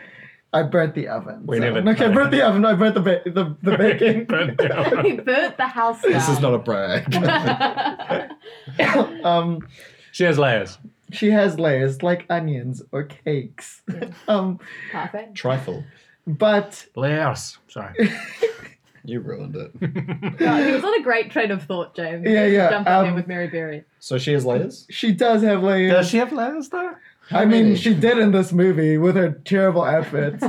[SPEAKER 4] I burnt the oven
[SPEAKER 2] We never
[SPEAKER 4] okay I burnt the oven I burnt the ba- the, the bacon
[SPEAKER 2] Burnt down.
[SPEAKER 1] he burnt the house down.
[SPEAKER 3] This is not a brag.
[SPEAKER 4] um
[SPEAKER 2] she has layers.
[SPEAKER 4] she has layers like onions or cakes
[SPEAKER 1] Yeah.
[SPEAKER 4] um
[SPEAKER 1] Perfect.
[SPEAKER 3] Trifle.
[SPEAKER 4] but
[SPEAKER 2] Layers. Sorry.
[SPEAKER 3] You ruined it.
[SPEAKER 1] No, it was not a great train of thought, James.
[SPEAKER 4] yeah yeah
[SPEAKER 1] Jumping
[SPEAKER 4] um,
[SPEAKER 1] in with Mary Berry.
[SPEAKER 3] So she has layers?
[SPEAKER 4] she does have layers
[SPEAKER 2] she have layers though?
[SPEAKER 4] I mean, she did in this movie with her terrible outfits,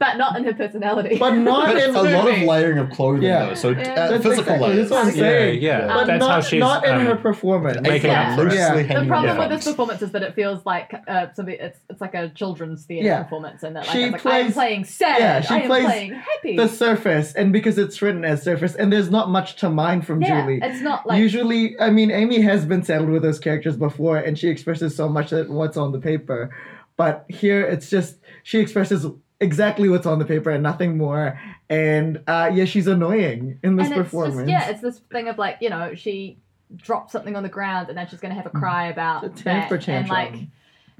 [SPEAKER 1] But not in her personality.
[SPEAKER 4] but not
[SPEAKER 3] But
[SPEAKER 4] in
[SPEAKER 3] a lot of
[SPEAKER 4] movie.
[SPEAKER 3] layering of clothing,
[SPEAKER 4] Yeah.
[SPEAKER 3] though. So uh,
[SPEAKER 1] Yeah.
[SPEAKER 4] That's
[SPEAKER 3] physical
[SPEAKER 4] exactly- that's
[SPEAKER 3] layers.
[SPEAKER 4] what I'm
[SPEAKER 2] Yeah,
[SPEAKER 4] saying.
[SPEAKER 2] yeah.
[SPEAKER 4] But
[SPEAKER 2] That's
[SPEAKER 4] not,
[SPEAKER 2] how she's
[SPEAKER 4] not in
[SPEAKER 2] um,
[SPEAKER 4] her performance.
[SPEAKER 2] making
[SPEAKER 1] Yeah.
[SPEAKER 2] up for it.
[SPEAKER 3] loosely
[SPEAKER 4] Yeah. The
[SPEAKER 1] the
[SPEAKER 3] hanging
[SPEAKER 1] problem
[SPEAKER 3] out.
[SPEAKER 1] with this performance is that it feels like uh, something. It's it's like a children's theatre
[SPEAKER 4] Yeah.
[SPEAKER 1] performance, and that like,
[SPEAKER 4] She
[SPEAKER 1] it's like I'm
[SPEAKER 4] plays-
[SPEAKER 1] playing sad,
[SPEAKER 4] yeah, she
[SPEAKER 1] I am
[SPEAKER 4] plays
[SPEAKER 1] playing happy.
[SPEAKER 4] The surface, and because it's written as surface, and there's not much to mine from
[SPEAKER 1] yeah,
[SPEAKER 4] Julie.
[SPEAKER 1] it's not like
[SPEAKER 4] Usually, I mean, Amy has been saddled with those characters before, and she expresses so much that what's on the paper. But here, it's just she expresses exactly what's on the paper and nothing more. And uh, yeah, she's annoying in this
[SPEAKER 1] and
[SPEAKER 4] performance.
[SPEAKER 1] It's just, yeah, it's this thing of like you know she dropped something on the ground, and then she's gonna have a cry about
[SPEAKER 4] Mm. It's a temper
[SPEAKER 1] that, and like.
[SPEAKER 4] tantrum.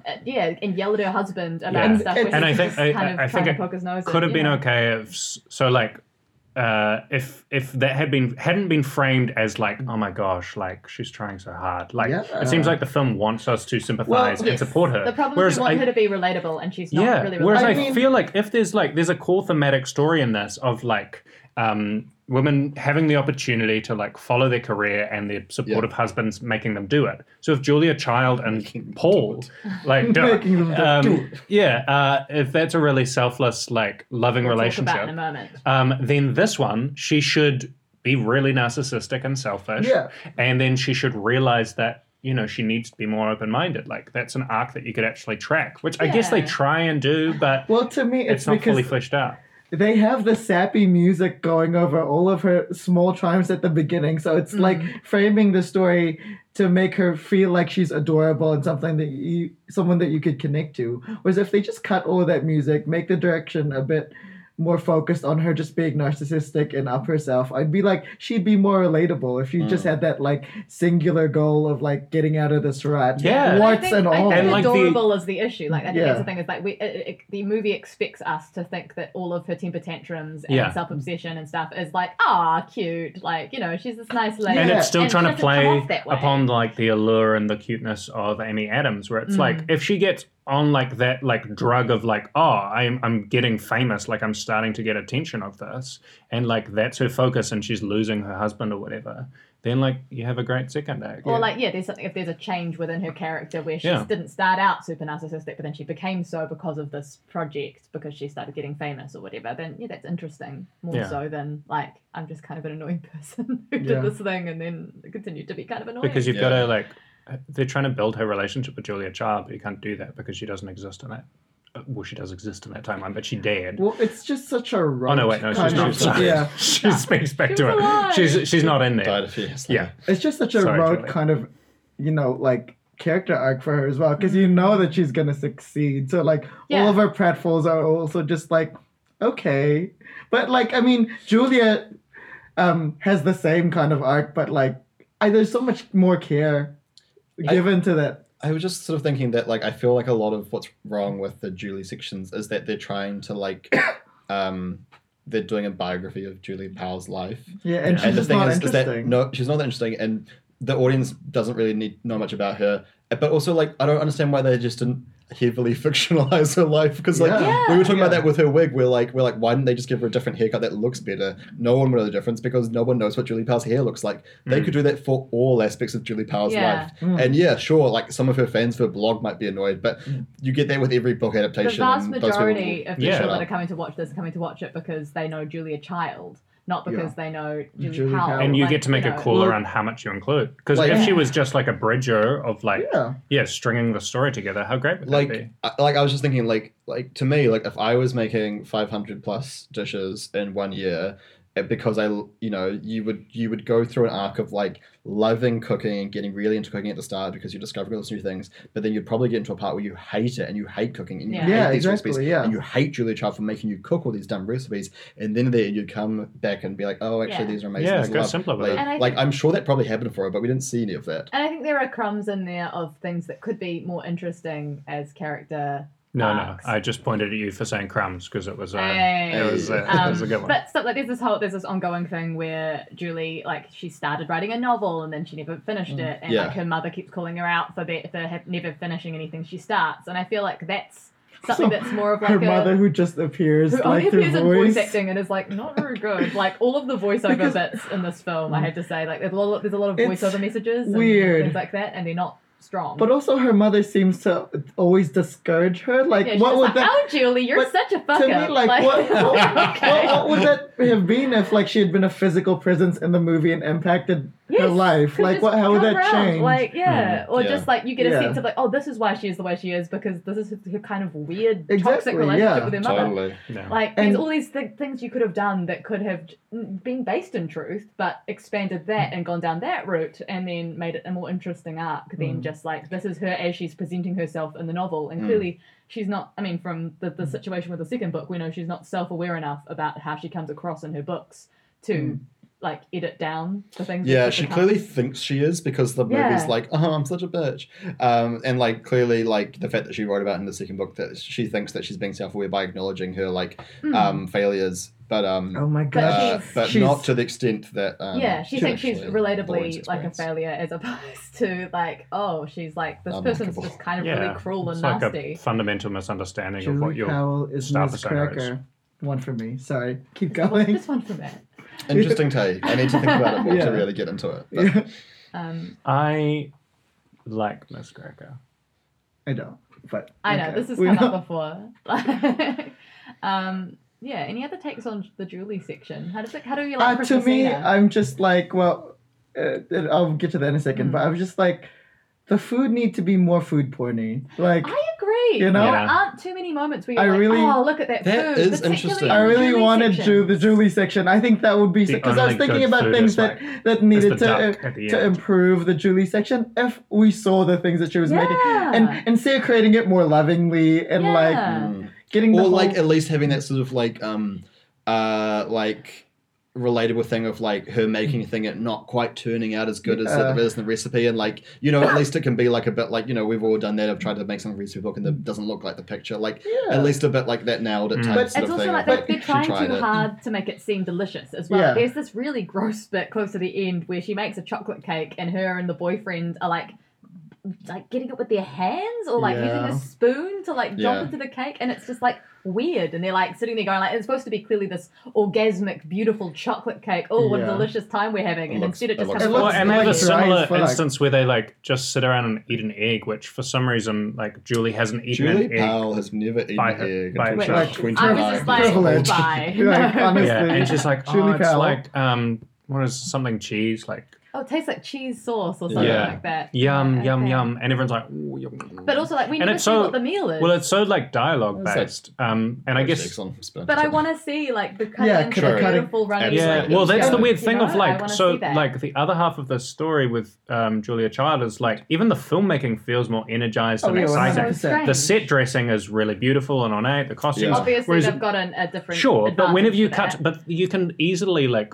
[SPEAKER 1] uh, Yeah, and yell at her husband about
[SPEAKER 2] Yeah.
[SPEAKER 1] stuff.
[SPEAKER 4] And-
[SPEAKER 1] which
[SPEAKER 4] and
[SPEAKER 1] is
[SPEAKER 2] I think-
[SPEAKER 1] just
[SPEAKER 2] I-
[SPEAKER 1] kind of
[SPEAKER 2] I- I think
[SPEAKER 1] trying to
[SPEAKER 2] it
[SPEAKER 1] poke his nose
[SPEAKER 2] Could
[SPEAKER 1] in,
[SPEAKER 2] have
[SPEAKER 1] you
[SPEAKER 2] been
[SPEAKER 1] know.
[SPEAKER 2] okay if s- so like uh if if that had been hadn't been framed as like oh my gosh like she's trying so hard like
[SPEAKER 4] Yeah.
[SPEAKER 2] it seems like the film wants us to sympathize and
[SPEAKER 1] yes.
[SPEAKER 2] support her
[SPEAKER 1] The problem
[SPEAKER 2] whereas
[SPEAKER 1] is we want
[SPEAKER 2] I-
[SPEAKER 1] her to be relatable, and she's not
[SPEAKER 2] yeah
[SPEAKER 1] really
[SPEAKER 2] whereas
[SPEAKER 1] relatable.
[SPEAKER 2] i,
[SPEAKER 4] I mean-
[SPEAKER 2] feel like if there's like there's a core thematic story in this of like um women having the opportunity to like follow their career and their supportive husbands making them do it so if julia child and paul like do it,
[SPEAKER 4] Making them do
[SPEAKER 2] um, yeah uh if that's a really selfless like loving
[SPEAKER 1] We'll talk
[SPEAKER 2] relationship
[SPEAKER 1] about in a moment.
[SPEAKER 2] um, then this one she should be really narcissistic and selfish
[SPEAKER 4] Yeah.
[SPEAKER 2] and then she should realize that you know she needs to be more open-minded like that's an arc that you could actually track which i guess they
[SPEAKER 1] Yeah.
[SPEAKER 2] try and do but
[SPEAKER 4] Well, to me,
[SPEAKER 2] it's
[SPEAKER 4] it's,
[SPEAKER 2] not fully
[SPEAKER 4] because
[SPEAKER 2] fleshed out
[SPEAKER 4] they have the sappy music going over all of her small triumphs at the beginning. So it's
[SPEAKER 2] Mm-hmm.
[SPEAKER 4] like framing the story to make her feel like she's adorable and something that you, someone that you could connect to. Whereas if they just cut all that music, make the direction a bit more focused on her just being narcissistic and up herself, I'd be like, she'd be more relatable if you just
[SPEAKER 2] Mm.
[SPEAKER 4] had that like singular goal of like getting out of this rut.
[SPEAKER 2] Yeah.
[SPEAKER 1] I
[SPEAKER 4] Warts
[SPEAKER 1] think,
[SPEAKER 4] and
[SPEAKER 1] I
[SPEAKER 4] all.
[SPEAKER 1] think
[SPEAKER 2] And, like, the-
[SPEAKER 1] adorable is the issue. Like I think
[SPEAKER 4] Yeah.
[SPEAKER 1] that's the thing is like we it, it, the movie expects us to think that all of her temper tantrums and
[SPEAKER 2] Yeah.
[SPEAKER 1] self obsession and stuff is like ah cute. Like you know she's this nice lady.
[SPEAKER 2] and
[SPEAKER 4] Yeah.
[SPEAKER 2] it's still
[SPEAKER 1] And it
[SPEAKER 2] trying to
[SPEAKER 1] doesn't come
[SPEAKER 2] play
[SPEAKER 1] off that way.
[SPEAKER 2] upon like the allure and the cuteness of Amy Adams, where it's
[SPEAKER 4] Mm.
[SPEAKER 2] like if she gets on like that like drug of like oh I'm I'm getting famous, like I'm starting to get attention of this, and like that's her focus, and she's losing her husband or whatever. Then like you have a great second act.
[SPEAKER 1] Or like yeah, there's something if there's a change within her character where she
[SPEAKER 2] Yeah.
[SPEAKER 1] didn't start out super narcissistic, but then she became so because of this project because she started getting famous or whatever. Then yeah, that's interesting more
[SPEAKER 2] Yeah.
[SPEAKER 1] so than like I'm just kind of an annoying person who
[SPEAKER 4] Yeah.
[SPEAKER 1] did this thing and then continued to be kind of annoying.
[SPEAKER 2] because you've
[SPEAKER 3] Yeah.
[SPEAKER 2] got to like they're trying to build her relationship with Julia Child, but you can't do that because she doesn't exist in that. uh, Well, she does exist in that timeline, but she dared.
[SPEAKER 4] Well, it's just such a
[SPEAKER 2] Oh
[SPEAKER 4] rut.
[SPEAKER 2] no! Wait, no, she's
[SPEAKER 4] kind
[SPEAKER 2] not.
[SPEAKER 4] of-
[SPEAKER 2] Sorry.
[SPEAKER 4] Yeah.
[SPEAKER 2] she speaks back
[SPEAKER 1] She
[SPEAKER 2] to
[SPEAKER 1] was
[SPEAKER 2] it.
[SPEAKER 1] alive.
[SPEAKER 2] She's she's not in there.
[SPEAKER 3] Died a few years
[SPEAKER 2] Yeah.
[SPEAKER 3] later.
[SPEAKER 4] it's just such a
[SPEAKER 2] Sorry,
[SPEAKER 4] road
[SPEAKER 2] Julie.
[SPEAKER 4] kind of you know like character arc for her as well because you know that she's gonna succeed so like all
[SPEAKER 1] Yeah.
[SPEAKER 4] of her pratfalls are also just like okay but like i mean julia um has the same kind of arc but like I, there's so much more care
[SPEAKER 3] I-
[SPEAKER 4] given to that
[SPEAKER 3] I was just sort of thinking that like I feel like a lot of what's wrong with the Julie sections is that they're trying to like um they're doing a biography of Julie Powell's life.
[SPEAKER 4] yeah and
[SPEAKER 2] Yeah.
[SPEAKER 4] she's
[SPEAKER 3] and the
[SPEAKER 4] just
[SPEAKER 3] thing
[SPEAKER 4] not
[SPEAKER 3] is, is
[SPEAKER 4] interesting
[SPEAKER 3] that no she's not that interesting and the audience doesn't really need know much about her. But also like I don't understand why they just didn't heavily fictionalize her life because like
[SPEAKER 4] Yeah.
[SPEAKER 3] we were talking about
[SPEAKER 4] Yeah.
[SPEAKER 3] that with her wig we're like we're like why didn't they just give her a different haircut that looks better no one would know the difference because no one knows what julie powell's hair looks like they
[SPEAKER 2] Mm.
[SPEAKER 3] could do that for all aspects of julie powell's
[SPEAKER 1] Yeah.
[SPEAKER 3] life
[SPEAKER 4] Mm.
[SPEAKER 3] and yeah sure like some of her fans for her blog might be annoyed but you get that with every book
[SPEAKER 1] the
[SPEAKER 3] adaptation
[SPEAKER 1] vast
[SPEAKER 3] and those people
[SPEAKER 1] majority
[SPEAKER 3] will
[SPEAKER 1] of people
[SPEAKER 2] Yeah.
[SPEAKER 1] that are coming to watch this are coming to watch it because they know Julia Child, not because they know Julie,
[SPEAKER 4] Julie
[SPEAKER 1] Powell.
[SPEAKER 4] Powell.
[SPEAKER 2] and you
[SPEAKER 1] like,
[SPEAKER 2] get to make a
[SPEAKER 1] know.
[SPEAKER 2] call
[SPEAKER 4] Well-
[SPEAKER 2] around how much you include. Because
[SPEAKER 3] Like-
[SPEAKER 2] if she was just like a bridger of like, yeah,
[SPEAKER 4] yeah
[SPEAKER 2] stringing the story together, how great would that
[SPEAKER 3] like
[SPEAKER 2] be?
[SPEAKER 3] I, like I was just thinking like like to me like if I was making 500 plus dishes in one year because I you know you would you would go through an arc of like loving cooking and getting really into cooking at the start because you're discovering all these new things, but then you'd probably get into a part where you hate it and you hate cooking and you
[SPEAKER 1] Yeah.
[SPEAKER 3] hate
[SPEAKER 4] Yeah,
[SPEAKER 3] these
[SPEAKER 4] exactly,
[SPEAKER 3] recipes
[SPEAKER 4] yeah.
[SPEAKER 3] and you hate Julia Child for making you cook all these dumb recipes, and then there you'd come back and be like, oh,
[SPEAKER 1] Yeah.
[SPEAKER 3] actually these are amazing.
[SPEAKER 2] Yeah,
[SPEAKER 3] this is
[SPEAKER 2] go
[SPEAKER 3] love.
[SPEAKER 2] simpler with
[SPEAKER 3] Like,
[SPEAKER 2] it.
[SPEAKER 1] And I
[SPEAKER 3] like
[SPEAKER 1] think-
[SPEAKER 3] I'm sure that probably happened for her, but we didn't see any of that.
[SPEAKER 1] And I think there are crumbs in there of things that could be more interesting as character.
[SPEAKER 2] No, no.
[SPEAKER 1] Arcs.
[SPEAKER 2] I just pointed at you for saying crumbs because it was. Uh,
[SPEAKER 1] Hey.
[SPEAKER 2] It was, uh, it
[SPEAKER 1] Um,
[SPEAKER 2] was a good one.
[SPEAKER 1] But stuff like there's this whole there's this ongoing thing where Julie like she started writing a novel and then she never finished it, and
[SPEAKER 3] Yeah.
[SPEAKER 1] like her mother keeps calling her out for be- for ha- never finishing anything she starts, and I feel like that's something
[SPEAKER 4] So,
[SPEAKER 1] that's more of like
[SPEAKER 4] Her
[SPEAKER 1] a
[SPEAKER 4] mother who just appears
[SPEAKER 1] who only
[SPEAKER 4] like through
[SPEAKER 1] appears in voice
[SPEAKER 4] voice.
[SPEAKER 1] acting and is like not very good. Like all of the voiceover
[SPEAKER 4] Because- Mm.
[SPEAKER 1] bits in this film, I have to say, like there's a lot of, there's a lot of
[SPEAKER 4] It's
[SPEAKER 1] voiceover messages, and
[SPEAKER 4] weird.
[SPEAKER 1] things like that, and they're not strong.
[SPEAKER 4] But also, her mother seems to always discourage her. Like,
[SPEAKER 1] yeah, she's
[SPEAKER 4] what
[SPEAKER 1] just
[SPEAKER 4] would
[SPEAKER 1] like,
[SPEAKER 4] that?
[SPEAKER 1] Oh, Julie, you're
[SPEAKER 4] But
[SPEAKER 1] such a fucker.
[SPEAKER 4] to me, like, what, what,
[SPEAKER 1] okay.
[SPEAKER 4] what, what would that have been if, like, she had been a physical presence in the movie and impacted her
[SPEAKER 1] Yes,
[SPEAKER 4] life?
[SPEAKER 1] could
[SPEAKER 4] Like,
[SPEAKER 1] just
[SPEAKER 4] what? How would
[SPEAKER 1] come
[SPEAKER 4] that
[SPEAKER 1] around,
[SPEAKER 4] change?
[SPEAKER 1] Like, yeah, or
[SPEAKER 3] yeah.
[SPEAKER 1] just like you get a
[SPEAKER 4] Yeah.
[SPEAKER 1] sense of like, oh, this is why she is the way she is because this is her kind of weird
[SPEAKER 4] Exactly,
[SPEAKER 1] toxic relationship
[SPEAKER 4] yeah.
[SPEAKER 1] with her mother.
[SPEAKER 2] no.
[SPEAKER 1] Like,
[SPEAKER 4] And-
[SPEAKER 1] there's all these th- things you could have done that could have j- been based in truth, but expanded that
[SPEAKER 3] Mm.
[SPEAKER 1] and gone down that route and then made it a more interesting arc than
[SPEAKER 4] Mm.
[SPEAKER 1] just like, this is her as she's presenting herself in the novel. And
[SPEAKER 3] Mm.
[SPEAKER 1] clearly, she's not, I mean, from the, the situation with the second book, we know she's not self aware enough about how she comes across in her books to like edit down the things. that
[SPEAKER 3] Mm. Yeah,
[SPEAKER 1] have
[SPEAKER 3] she
[SPEAKER 1] become-
[SPEAKER 3] clearly thinks she is because the movie's
[SPEAKER 1] Yeah.
[SPEAKER 3] like, oh, I'm such a bitch. Um, and like clearly, like the fact that she wrote about in the second book that she thinks that she's being self-aware by acknowledging her like
[SPEAKER 1] Mm.
[SPEAKER 3] um, failures, but um,
[SPEAKER 4] oh my
[SPEAKER 1] But
[SPEAKER 3] uh,
[SPEAKER 4] gosh!
[SPEAKER 1] she's-
[SPEAKER 3] but
[SPEAKER 4] she's-
[SPEAKER 3] not to the extent that um,
[SPEAKER 1] yeah, she thinks she's
[SPEAKER 3] actually Lauren's
[SPEAKER 1] relatably like a
[SPEAKER 3] experience.
[SPEAKER 1] failure as opposed to like, oh, she's like, this person's
[SPEAKER 3] Unlikable.
[SPEAKER 1] just kind of
[SPEAKER 2] yeah,
[SPEAKER 1] really cruel and
[SPEAKER 2] it's like
[SPEAKER 1] nasty.
[SPEAKER 2] a fundamental misunderstanding of what
[SPEAKER 4] Julie
[SPEAKER 2] you're.
[SPEAKER 4] Powell is
[SPEAKER 2] star
[SPEAKER 4] Miss
[SPEAKER 2] persona is.
[SPEAKER 4] Cracker. One for me. Sorry, keep
[SPEAKER 1] Well,
[SPEAKER 4] going.
[SPEAKER 1] this one for Matt.
[SPEAKER 3] Interesting take. I need to think about it more
[SPEAKER 4] Yeah.
[SPEAKER 3] to really get into it. But
[SPEAKER 4] Yeah,
[SPEAKER 1] Um,
[SPEAKER 2] I like Miss Greco.
[SPEAKER 4] I don't. But
[SPEAKER 1] I know
[SPEAKER 4] okay.
[SPEAKER 1] this has
[SPEAKER 4] We
[SPEAKER 1] come
[SPEAKER 4] know-
[SPEAKER 1] up before. um, yeah. Any other takes on the Julie section? How does it? How do you like?
[SPEAKER 4] uh, to
[SPEAKER 1] Christmas
[SPEAKER 4] me,
[SPEAKER 1] Eve?
[SPEAKER 4] I'm just like, well, uh, I'll get to that in a second.
[SPEAKER 1] Mm.
[SPEAKER 4] But I'm just like, the food need to be more food porny. Like,
[SPEAKER 1] I agree.
[SPEAKER 4] You know?
[SPEAKER 1] there
[SPEAKER 2] Yeah.
[SPEAKER 1] aren't too many moments where you're
[SPEAKER 4] I
[SPEAKER 1] like,
[SPEAKER 4] really-
[SPEAKER 1] "Oh, look at that,
[SPEAKER 3] That
[SPEAKER 1] food."
[SPEAKER 3] is
[SPEAKER 1] particularly
[SPEAKER 3] interesting.
[SPEAKER 1] in
[SPEAKER 4] I
[SPEAKER 1] the
[SPEAKER 4] really
[SPEAKER 1] Julie
[SPEAKER 4] wanted
[SPEAKER 1] section.
[SPEAKER 4] Ju- the Julie section. I think that would be
[SPEAKER 2] The
[SPEAKER 4] because I was
[SPEAKER 2] only
[SPEAKER 4] thinking
[SPEAKER 2] good
[SPEAKER 4] about
[SPEAKER 2] food
[SPEAKER 4] things
[SPEAKER 2] is,
[SPEAKER 4] that
[SPEAKER 2] like,
[SPEAKER 4] that
[SPEAKER 2] It's the
[SPEAKER 4] needed to.
[SPEAKER 2] duck at the
[SPEAKER 4] to
[SPEAKER 2] end.
[SPEAKER 4] improve the Julie section, if we saw the things that she was making,
[SPEAKER 1] Yeah.
[SPEAKER 4] and instead of creating it more lovingly and like
[SPEAKER 1] Yeah.
[SPEAKER 3] Mm.
[SPEAKER 4] getting the
[SPEAKER 3] or
[SPEAKER 4] whole,
[SPEAKER 3] like at least having that sort of like um uh like relatable thing of like her making a thing and not quite turning out as good as
[SPEAKER 4] Yeah.
[SPEAKER 3] it is in the recipe and like you know at least it can be like a bit like you know we've all done that i've tried to make some recipe book and it doesn't look like the picture like
[SPEAKER 4] Yeah.
[SPEAKER 3] at least a bit like that nailed it
[SPEAKER 2] Mm.
[SPEAKER 3] type
[SPEAKER 4] But-
[SPEAKER 3] sort
[SPEAKER 1] It's
[SPEAKER 3] of
[SPEAKER 1] also
[SPEAKER 3] thing
[SPEAKER 1] like
[SPEAKER 3] of,
[SPEAKER 1] they're, they're
[SPEAKER 3] she
[SPEAKER 1] trying
[SPEAKER 3] tried
[SPEAKER 1] too
[SPEAKER 3] it.
[SPEAKER 1] hard to make it seem delicious as well.
[SPEAKER 4] Yeah.
[SPEAKER 1] There's this really gross bit close to the end where she makes a chocolate cake and her and the boyfriend are like like getting it with their hands or like using
[SPEAKER 4] Yeah.
[SPEAKER 1] a spoon to like
[SPEAKER 3] Yeah.
[SPEAKER 1] dump into the cake and it's just like weird and they're like sitting there going like it's supposed to be clearly this orgasmic beautiful chocolate cake oh what a
[SPEAKER 4] Yeah.
[SPEAKER 1] delicious time we're having
[SPEAKER 3] It
[SPEAKER 1] and
[SPEAKER 3] looks-
[SPEAKER 1] instead it
[SPEAKER 3] it
[SPEAKER 1] just
[SPEAKER 3] looks
[SPEAKER 1] comes
[SPEAKER 4] Well,
[SPEAKER 2] Well,
[SPEAKER 1] across
[SPEAKER 2] and they
[SPEAKER 1] as
[SPEAKER 2] have a
[SPEAKER 4] like
[SPEAKER 1] like-
[SPEAKER 4] dry
[SPEAKER 2] similar
[SPEAKER 4] fuck.
[SPEAKER 2] instance where they like just sit around and eat an egg, which for some reason like Julie hasn't eaten
[SPEAKER 3] julie
[SPEAKER 2] an egg.
[SPEAKER 3] powell has never eaten
[SPEAKER 2] By her-
[SPEAKER 3] egg
[SPEAKER 2] by
[SPEAKER 3] until she
[SPEAKER 1] herself.
[SPEAKER 3] was 20
[SPEAKER 1] I was just like
[SPEAKER 4] Privilege.
[SPEAKER 1] bye
[SPEAKER 4] Like,
[SPEAKER 1] No.
[SPEAKER 4] honestly.
[SPEAKER 2] Yeah, and she's like, oh,
[SPEAKER 4] Julie
[SPEAKER 2] it's
[SPEAKER 4] Powell.
[SPEAKER 2] like um, what is something cheese like
[SPEAKER 1] oh it tastes like cheese sauce or something
[SPEAKER 3] Yeah.
[SPEAKER 1] like that
[SPEAKER 2] yum
[SPEAKER 1] Yeah,
[SPEAKER 2] yum
[SPEAKER 1] okay.
[SPEAKER 2] yum, and everyone's like, Ooh, yum.
[SPEAKER 1] But also, like, we
[SPEAKER 2] And
[SPEAKER 1] never
[SPEAKER 2] it's
[SPEAKER 1] see
[SPEAKER 2] so-
[SPEAKER 1] what the meal is.
[SPEAKER 2] well, it's so like dialogue
[SPEAKER 3] It's like-
[SPEAKER 2] based, um, and I guess
[SPEAKER 1] but I want to see, like, the kind
[SPEAKER 4] Yeah,
[SPEAKER 1] of
[SPEAKER 4] could I-
[SPEAKER 1] beautiful running.
[SPEAKER 3] It's
[SPEAKER 2] yeah
[SPEAKER 3] like-
[SPEAKER 2] well
[SPEAKER 3] it's
[SPEAKER 2] that's the
[SPEAKER 3] like-
[SPEAKER 2] weird thing
[SPEAKER 1] You know,
[SPEAKER 2] of
[SPEAKER 1] I
[SPEAKER 2] like
[SPEAKER 1] wanna
[SPEAKER 2] so
[SPEAKER 1] see that.
[SPEAKER 2] like the other half of the story with um, julia child is like even the filmmaking feels more energized
[SPEAKER 4] Oh,
[SPEAKER 2] and
[SPEAKER 4] yeah,
[SPEAKER 2] exciting
[SPEAKER 4] 100%.
[SPEAKER 2] the set dressing is really beautiful and ornate the costumes
[SPEAKER 3] Yeah.
[SPEAKER 1] Obviously,
[SPEAKER 2] Whereas-
[SPEAKER 1] they've got an, a different.
[SPEAKER 2] sure but whenever you
[SPEAKER 1] advantage
[SPEAKER 2] cut
[SPEAKER 1] for that.
[SPEAKER 2] but you can easily like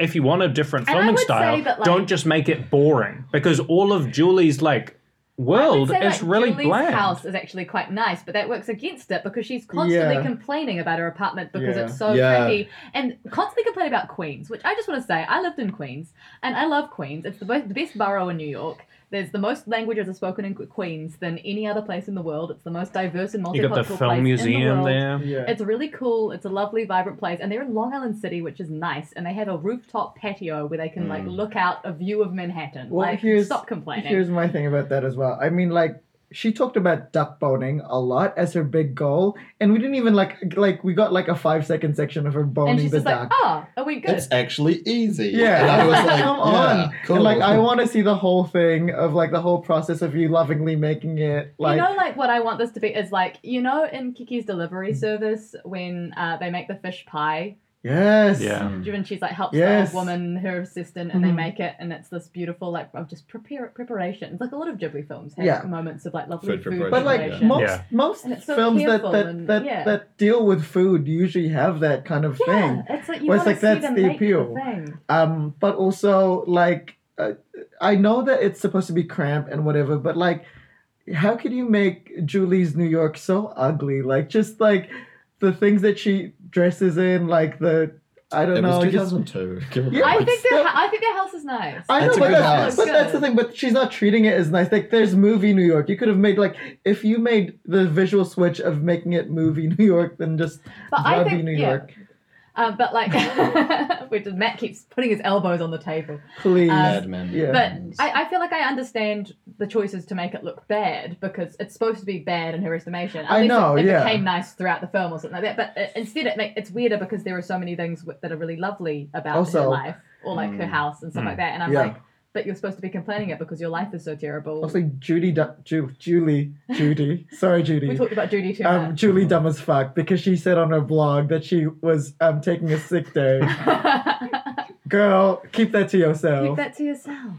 [SPEAKER 2] if you want a different
[SPEAKER 1] And I
[SPEAKER 2] filming
[SPEAKER 1] would
[SPEAKER 2] style
[SPEAKER 1] say that, like-
[SPEAKER 2] don't just make it boring because all of julie's like
[SPEAKER 1] I would
[SPEAKER 2] world
[SPEAKER 1] say,
[SPEAKER 2] is
[SPEAKER 1] like,
[SPEAKER 2] really
[SPEAKER 1] Julie's
[SPEAKER 2] bland
[SPEAKER 1] house is actually quite nice, but that works against it because she's constantly
[SPEAKER 4] Yeah.
[SPEAKER 1] complaining about her apartment because
[SPEAKER 4] Yeah.
[SPEAKER 1] it's so
[SPEAKER 3] Yeah.
[SPEAKER 1] crappy and constantly complaining about Queens, which I just want to say I lived in Queens and I love Queens. It's the best, the best borough in New York. There's the most languages are spoken in Queens than any other place in the world. It's the most diverse and multicultural
[SPEAKER 2] you got the
[SPEAKER 1] place
[SPEAKER 2] film
[SPEAKER 1] in the
[SPEAKER 2] museum
[SPEAKER 1] world.
[SPEAKER 2] there
[SPEAKER 4] yeah.
[SPEAKER 1] It's really cool. It's a lovely, vibrant place, and they're in Long Island City, which is nice. And they have a rooftop patio where they can like
[SPEAKER 3] Mm.
[SPEAKER 1] look out a view of Manhattan.
[SPEAKER 4] Well,
[SPEAKER 1] like,
[SPEAKER 4] here's-
[SPEAKER 1] stop complaining.
[SPEAKER 4] Here's my thing about that as well. I mean, like she talked about duck boning a lot as her big goal, and we didn't even like like we got like a five second section of her
[SPEAKER 1] and
[SPEAKER 4] boning
[SPEAKER 1] she's
[SPEAKER 4] the
[SPEAKER 1] just
[SPEAKER 4] duck.
[SPEAKER 1] like, "Oh, are we good?"
[SPEAKER 3] it's actually easy
[SPEAKER 4] yeah,
[SPEAKER 3] and i was like
[SPEAKER 4] come on.
[SPEAKER 3] yeah, cool.
[SPEAKER 4] And, like I want to see the whole thing of like the whole process of you lovingly making it. Like
[SPEAKER 1] you know, like what I want this to be is like you know in Kiki's delivery service when uh, they make the fish pie
[SPEAKER 4] Yes.
[SPEAKER 2] Yeah.
[SPEAKER 1] Do
[SPEAKER 3] Mm.
[SPEAKER 1] you remember she's like helps
[SPEAKER 4] Yes.
[SPEAKER 1] the old woman, her assistant, and they
[SPEAKER 4] Mhm.
[SPEAKER 1] make it, and it's this beautiful like of just prepare preparation. It's like a lot of Ghibli films have
[SPEAKER 4] Yeah.
[SPEAKER 1] moments of like lovely
[SPEAKER 3] Food
[SPEAKER 1] food,
[SPEAKER 3] preparation,
[SPEAKER 4] But like
[SPEAKER 1] preparation.
[SPEAKER 4] most
[SPEAKER 2] Yeah.
[SPEAKER 4] most
[SPEAKER 1] And it's so
[SPEAKER 4] films that
[SPEAKER 1] careful
[SPEAKER 4] that
[SPEAKER 1] and-
[SPEAKER 4] that,
[SPEAKER 1] yeah.
[SPEAKER 4] that deal with food usually have that kind of
[SPEAKER 1] yeah,
[SPEAKER 4] thing.
[SPEAKER 1] it's like you
[SPEAKER 4] Well,
[SPEAKER 1] want
[SPEAKER 4] it's
[SPEAKER 1] to
[SPEAKER 4] like
[SPEAKER 1] see
[SPEAKER 4] that's
[SPEAKER 1] them
[SPEAKER 4] the
[SPEAKER 1] make
[SPEAKER 4] appeal.
[SPEAKER 1] the thing.
[SPEAKER 4] Um, but also like uh, I know that it's supposed to be cramped and whatever, but like, how could you make Julie's New York so ugly? Like just like the things that she dresses in, like the I don't
[SPEAKER 3] It
[SPEAKER 4] know.
[SPEAKER 3] was
[SPEAKER 4] just-
[SPEAKER 3] 2002. Give
[SPEAKER 4] Yeah,
[SPEAKER 1] I
[SPEAKER 3] a
[SPEAKER 1] think
[SPEAKER 4] It's
[SPEAKER 1] their
[SPEAKER 4] still-
[SPEAKER 1] I think their house is nice.
[SPEAKER 4] I know,
[SPEAKER 3] That's a
[SPEAKER 4] but
[SPEAKER 3] good
[SPEAKER 4] that's,
[SPEAKER 3] house.
[SPEAKER 4] but that's the thing. But she's not treating it as nice. Like, there's movie New York. You could have made like if you made the visual switch of making it movie New York, then just
[SPEAKER 1] But I
[SPEAKER 4] grubby
[SPEAKER 1] think
[SPEAKER 4] New
[SPEAKER 1] yeah.
[SPEAKER 4] York,
[SPEAKER 1] Um, but like, which is- Matt keeps putting his elbows on the table.
[SPEAKER 4] please.
[SPEAKER 1] Um,
[SPEAKER 3] Mad Men.
[SPEAKER 4] yeah.
[SPEAKER 1] But I, I feel like I understand the choices to make it look bad because it's supposed to be bad in her estimation. At
[SPEAKER 4] I
[SPEAKER 1] least
[SPEAKER 4] know,
[SPEAKER 1] it, it
[SPEAKER 4] yeah.
[SPEAKER 1] became nice throughout the film or something like that. But uh, instead, it make, it's weirder because there are so many things w- that are really lovely about
[SPEAKER 4] Also-
[SPEAKER 1] her life or like her
[SPEAKER 3] Mm.
[SPEAKER 1] house and stuff
[SPEAKER 2] Mm.
[SPEAKER 1] like that. And I'm
[SPEAKER 4] Yeah.
[SPEAKER 1] like, but you're supposed to be complaining it because your life is so terrible.
[SPEAKER 4] also, Judy, Du- Ju- Julie, Judy. Sorry,
[SPEAKER 1] we
[SPEAKER 4] Judy.
[SPEAKER 1] talked about Judy too
[SPEAKER 4] Um,
[SPEAKER 1] much.
[SPEAKER 4] Julie dumb as fuck because she said on her blog that she was um taking a sick day. Girl, keep that to
[SPEAKER 1] Keep
[SPEAKER 4] yourself.
[SPEAKER 1] that to yourself.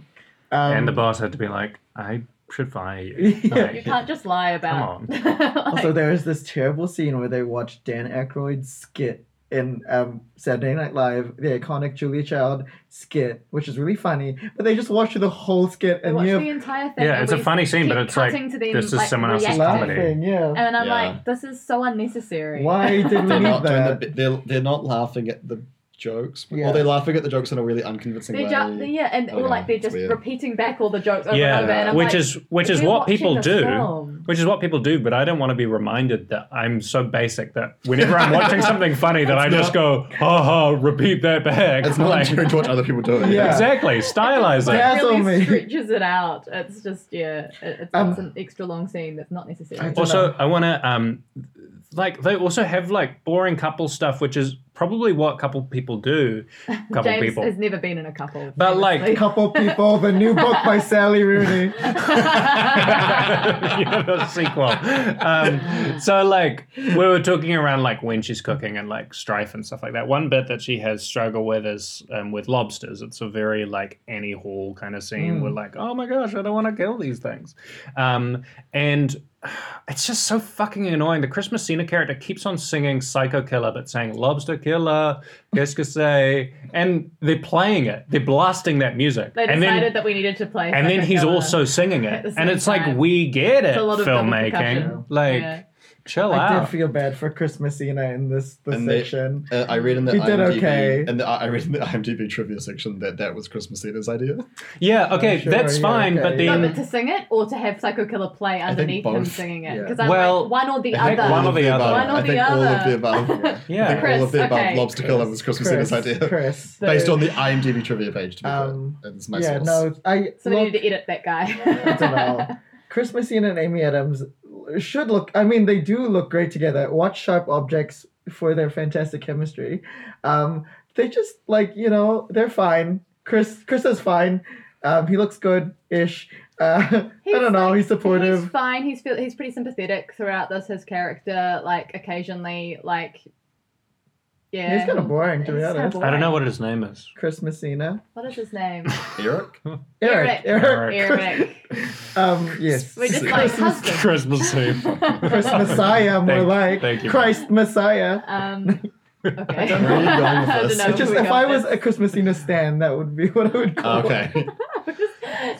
[SPEAKER 4] um,
[SPEAKER 2] and the boss had to be like, I should fire you.
[SPEAKER 4] Yeah.
[SPEAKER 1] You can't just lie about.
[SPEAKER 2] Come
[SPEAKER 1] Like-
[SPEAKER 4] Also, there is this terrible scene where they watch Dan Aykroyd's skit in um, Saturday Night Live, the iconic Julia Child skit, which is really funny. But they just watch through the whole skit
[SPEAKER 1] They
[SPEAKER 4] and
[SPEAKER 1] watch
[SPEAKER 4] you
[SPEAKER 1] the entire thing.
[SPEAKER 2] Yeah,
[SPEAKER 1] and
[SPEAKER 2] it's a
[SPEAKER 1] we
[SPEAKER 2] funny scene,
[SPEAKER 1] keep
[SPEAKER 2] but it's like,
[SPEAKER 1] cutting to them,
[SPEAKER 2] this is
[SPEAKER 1] like,
[SPEAKER 2] someone else's
[SPEAKER 1] reacting.
[SPEAKER 2] comedy.
[SPEAKER 4] laughing. Yeah.
[SPEAKER 1] And I'm
[SPEAKER 3] Yeah.
[SPEAKER 1] like, this is so unnecessary.
[SPEAKER 4] Why did we
[SPEAKER 3] they're
[SPEAKER 4] need
[SPEAKER 3] not doing the
[SPEAKER 4] that?
[SPEAKER 3] bit. They're, they're not laughing at the jokes,
[SPEAKER 4] Yeah.
[SPEAKER 3] or they're laughing at the jokes in a really unconvincing
[SPEAKER 1] They're
[SPEAKER 3] way.
[SPEAKER 1] ju- yeah, and
[SPEAKER 3] Oh,
[SPEAKER 1] or like
[SPEAKER 3] yeah,
[SPEAKER 1] they're
[SPEAKER 3] it's
[SPEAKER 1] just
[SPEAKER 3] weird.
[SPEAKER 1] repeating back all the jokes over and over. And
[SPEAKER 2] Yeah,
[SPEAKER 1] I'm
[SPEAKER 2] which
[SPEAKER 1] like,
[SPEAKER 2] is which is
[SPEAKER 1] we're
[SPEAKER 2] what
[SPEAKER 1] watching
[SPEAKER 2] people
[SPEAKER 1] a
[SPEAKER 2] do.
[SPEAKER 1] film.
[SPEAKER 2] Which is what people do, but I don't want to be reminded that I'm so basic that whenever I'm watching something funny, that I just go, ha ha, repeat that back.
[SPEAKER 3] It's not like to watch other people do it.
[SPEAKER 4] Yeah.
[SPEAKER 2] exactly stylize
[SPEAKER 1] Like,
[SPEAKER 2] it.
[SPEAKER 4] Yeah. Dazzle
[SPEAKER 1] really
[SPEAKER 4] me.
[SPEAKER 1] stretches it out. It's just yeah, it- it's,
[SPEAKER 4] Um,
[SPEAKER 1] it's an extra long scene that's not necessary.
[SPEAKER 4] I don't-
[SPEAKER 2] Also,
[SPEAKER 4] know.
[SPEAKER 2] I want to um, like they also have like boring couple stuff, which is probably what couple people do. Couple
[SPEAKER 1] James
[SPEAKER 2] people.
[SPEAKER 1] has never been in a couple.
[SPEAKER 2] But, like-
[SPEAKER 1] famously.
[SPEAKER 4] Couple People, the new book by Sally Rooney.
[SPEAKER 2] yeah, the sequel. Um, so like we were talking around like when she's cooking and like strife and stuff like that. One bit that she has struggle with is um, with lobsters. It's a very like Annie Hall kind of scene
[SPEAKER 4] Mm.
[SPEAKER 2] where like oh my gosh I don't want to kill these things, um, and. It's just so fucking annoying. The Christmas Cena character keeps on singing Psycho Killer, but saying Lobster Killer, Qu'est-ce que c'est? And they're playing it. They're blasting that music.
[SPEAKER 1] they
[SPEAKER 2] and
[SPEAKER 1] decided
[SPEAKER 2] then,
[SPEAKER 1] that we needed to play.
[SPEAKER 2] and then
[SPEAKER 1] Psycho
[SPEAKER 2] he's
[SPEAKER 1] Killer.
[SPEAKER 2] also singing
[SPEAKER 1] at
[SPEAKER 2] it,
[SPEAKER 1] the same
[SPEAKER 2] and it's like
[SPEAKER 1] time.
[SPEAKER 2] we get it,
[SPEAKER 1] It's a lot of double
[SPEAKER 2] filmmaking.
[SPEAKER 1] percussion.
[SPEAKER 2] Like,
[SPEAKER 1] Yeah.
[SPEAKER 2] chill
[SPEAKER 4] I did
[SPEAKER 2] out.
[SPEAKER 4] feel bad for Christmasina in this, this
[SPEAKER 3] And they-
[SPEAKER 4] section.
[SPEAKER 3] Uh, I read in the
[SPEAKER 4] You did
[SPEAKER 3] IMDb,
[SPEAKER 4] okay.
[SPEAKER 3] and the, I read in the IMDb trivia section that that was Christmas Eater's idea.
[SPEAKER 2] yeah, okay,
[SPEAKER 4] sure,
[SPEAKER 2] that's
[SPEAKER 4] yeah,
[SPEAKER 2] fine,
[SPEAKER 4] okay,
[SPEAKER 2] but
[SPEAKER 4] yeah.
[SPEAKER 1] No,
[SPEAKER 2] then
[SPEAKER 1] but to sing it or to have Psycho Killer play
[SPEAKER 3] think
[SPEAKER 1] underneath him
[SPEAKER 3] both.
[SPEAKER 1] singing it
[SPEAKER 4] Yeah.
[SPEAKER 1] because I'm
[SPEAKER 2] Well,
[SPEAKER 1] like one or the
[SPEAKER 3] I think
[SPEAKER 1] other.
[SPEAKER 2] one or the other.
[SPEAKER 3] above.
[SPEAKER 1] One or
[SPEAKER 3] I
[SPEAKER 1] the
[SPEAKER 3] think all of the
[SPEAKER 1] other.
[SPEAKER 3] above. I think
[SPEAKER 2] yeah,
[SPEAKER 3] all of the
[SPEAKER 1] Chris,
[SPEAKER 3] above.
[SPEAKER 1] okay.
[SPEAKER 3] Lobster Killer was Christmas Eater's idea,
[SPEAKER 4] Chris.
[SPEAKER 3] based
[SPEAKER 1] So-
[SPEAKER 3] on the IMDb trivia page. To be
[SPEAKER 4] Um,
[SPEAKER 3] fair, it's my
[SPEAKER 4] yeah,
[SPEAKER 3] source.
[SPEAKER 4] no, I
[SPEAKER 1] So they
[SPEAKER 4] look-
[SPEAKER 1] need to edit that guy.
[SPEAKER 4] I don't know. Christmasine and Amy Adams should look. I mean, they do look great together. Watch Sharp Objects for their fantastic chemistry. Um, they just like you know they're fine. Chris Chris is fine. Um, he looks good ish. Uh, I
[SPEAKER 1] He's
[SPEAKER 4] don't know.
[SPEAKER 1] like-
[SPEAKER 4] He's supportive.
[SPEAKER 1] He's fine. He's feel, he's pretty sympathetic throughout this. His character, like occasionally, like yeah,
[SPEAKER 4] He's kind of boring to be
[SPEAKER 1] He's kinda
[SPEAKER 4] honest.
[SPEAKER 2] I don't know what his name is.
[SPEAKER 4] Christmasina.
[SPEAKER 1] What is his name?
[SPEAKER 3] Eric.
[SPEAKER 4] Eric.
[SPEAKER 1] Eric.
[SPEAKER 4] Eric.
[SPEAKER 1] Eric.
[SPEAKER 4] Um, yes.
[SPEAKER 1] We're just like
[SPEAKER 4] Christmas-
[SPEAKER 1] husband.
[SPEAKER 2] Christmas Eve.
[SPEAKER 4] Chris Messiah, more
[SPEAKER 2] Thank-
[SPEAKER 4] like
[SPEAKER 2] thank you.
[SPEAKER 4] Christ Messiah.
[SPEAKER 1] Um, okay.
[SPEAKER 4] I don't know
[SPEAKER 3] where you're going with
[SPEAKER 1] I don't
[SPEAKER 3] this.
[SPEAKER 1] know
[SPEAKER 3] It
[SPEAKER 1] who
[SPEAKER 4] Just
[SPEAKER 1] we
[SPEAKER 4] if
[SPEAKER 1] got
[SPEAKER 4] I was
[SPEAKER 1] this.
[SPEAKER 4] a Christmasina stan, that would be what I would call.
[SPEAKER 3] okay.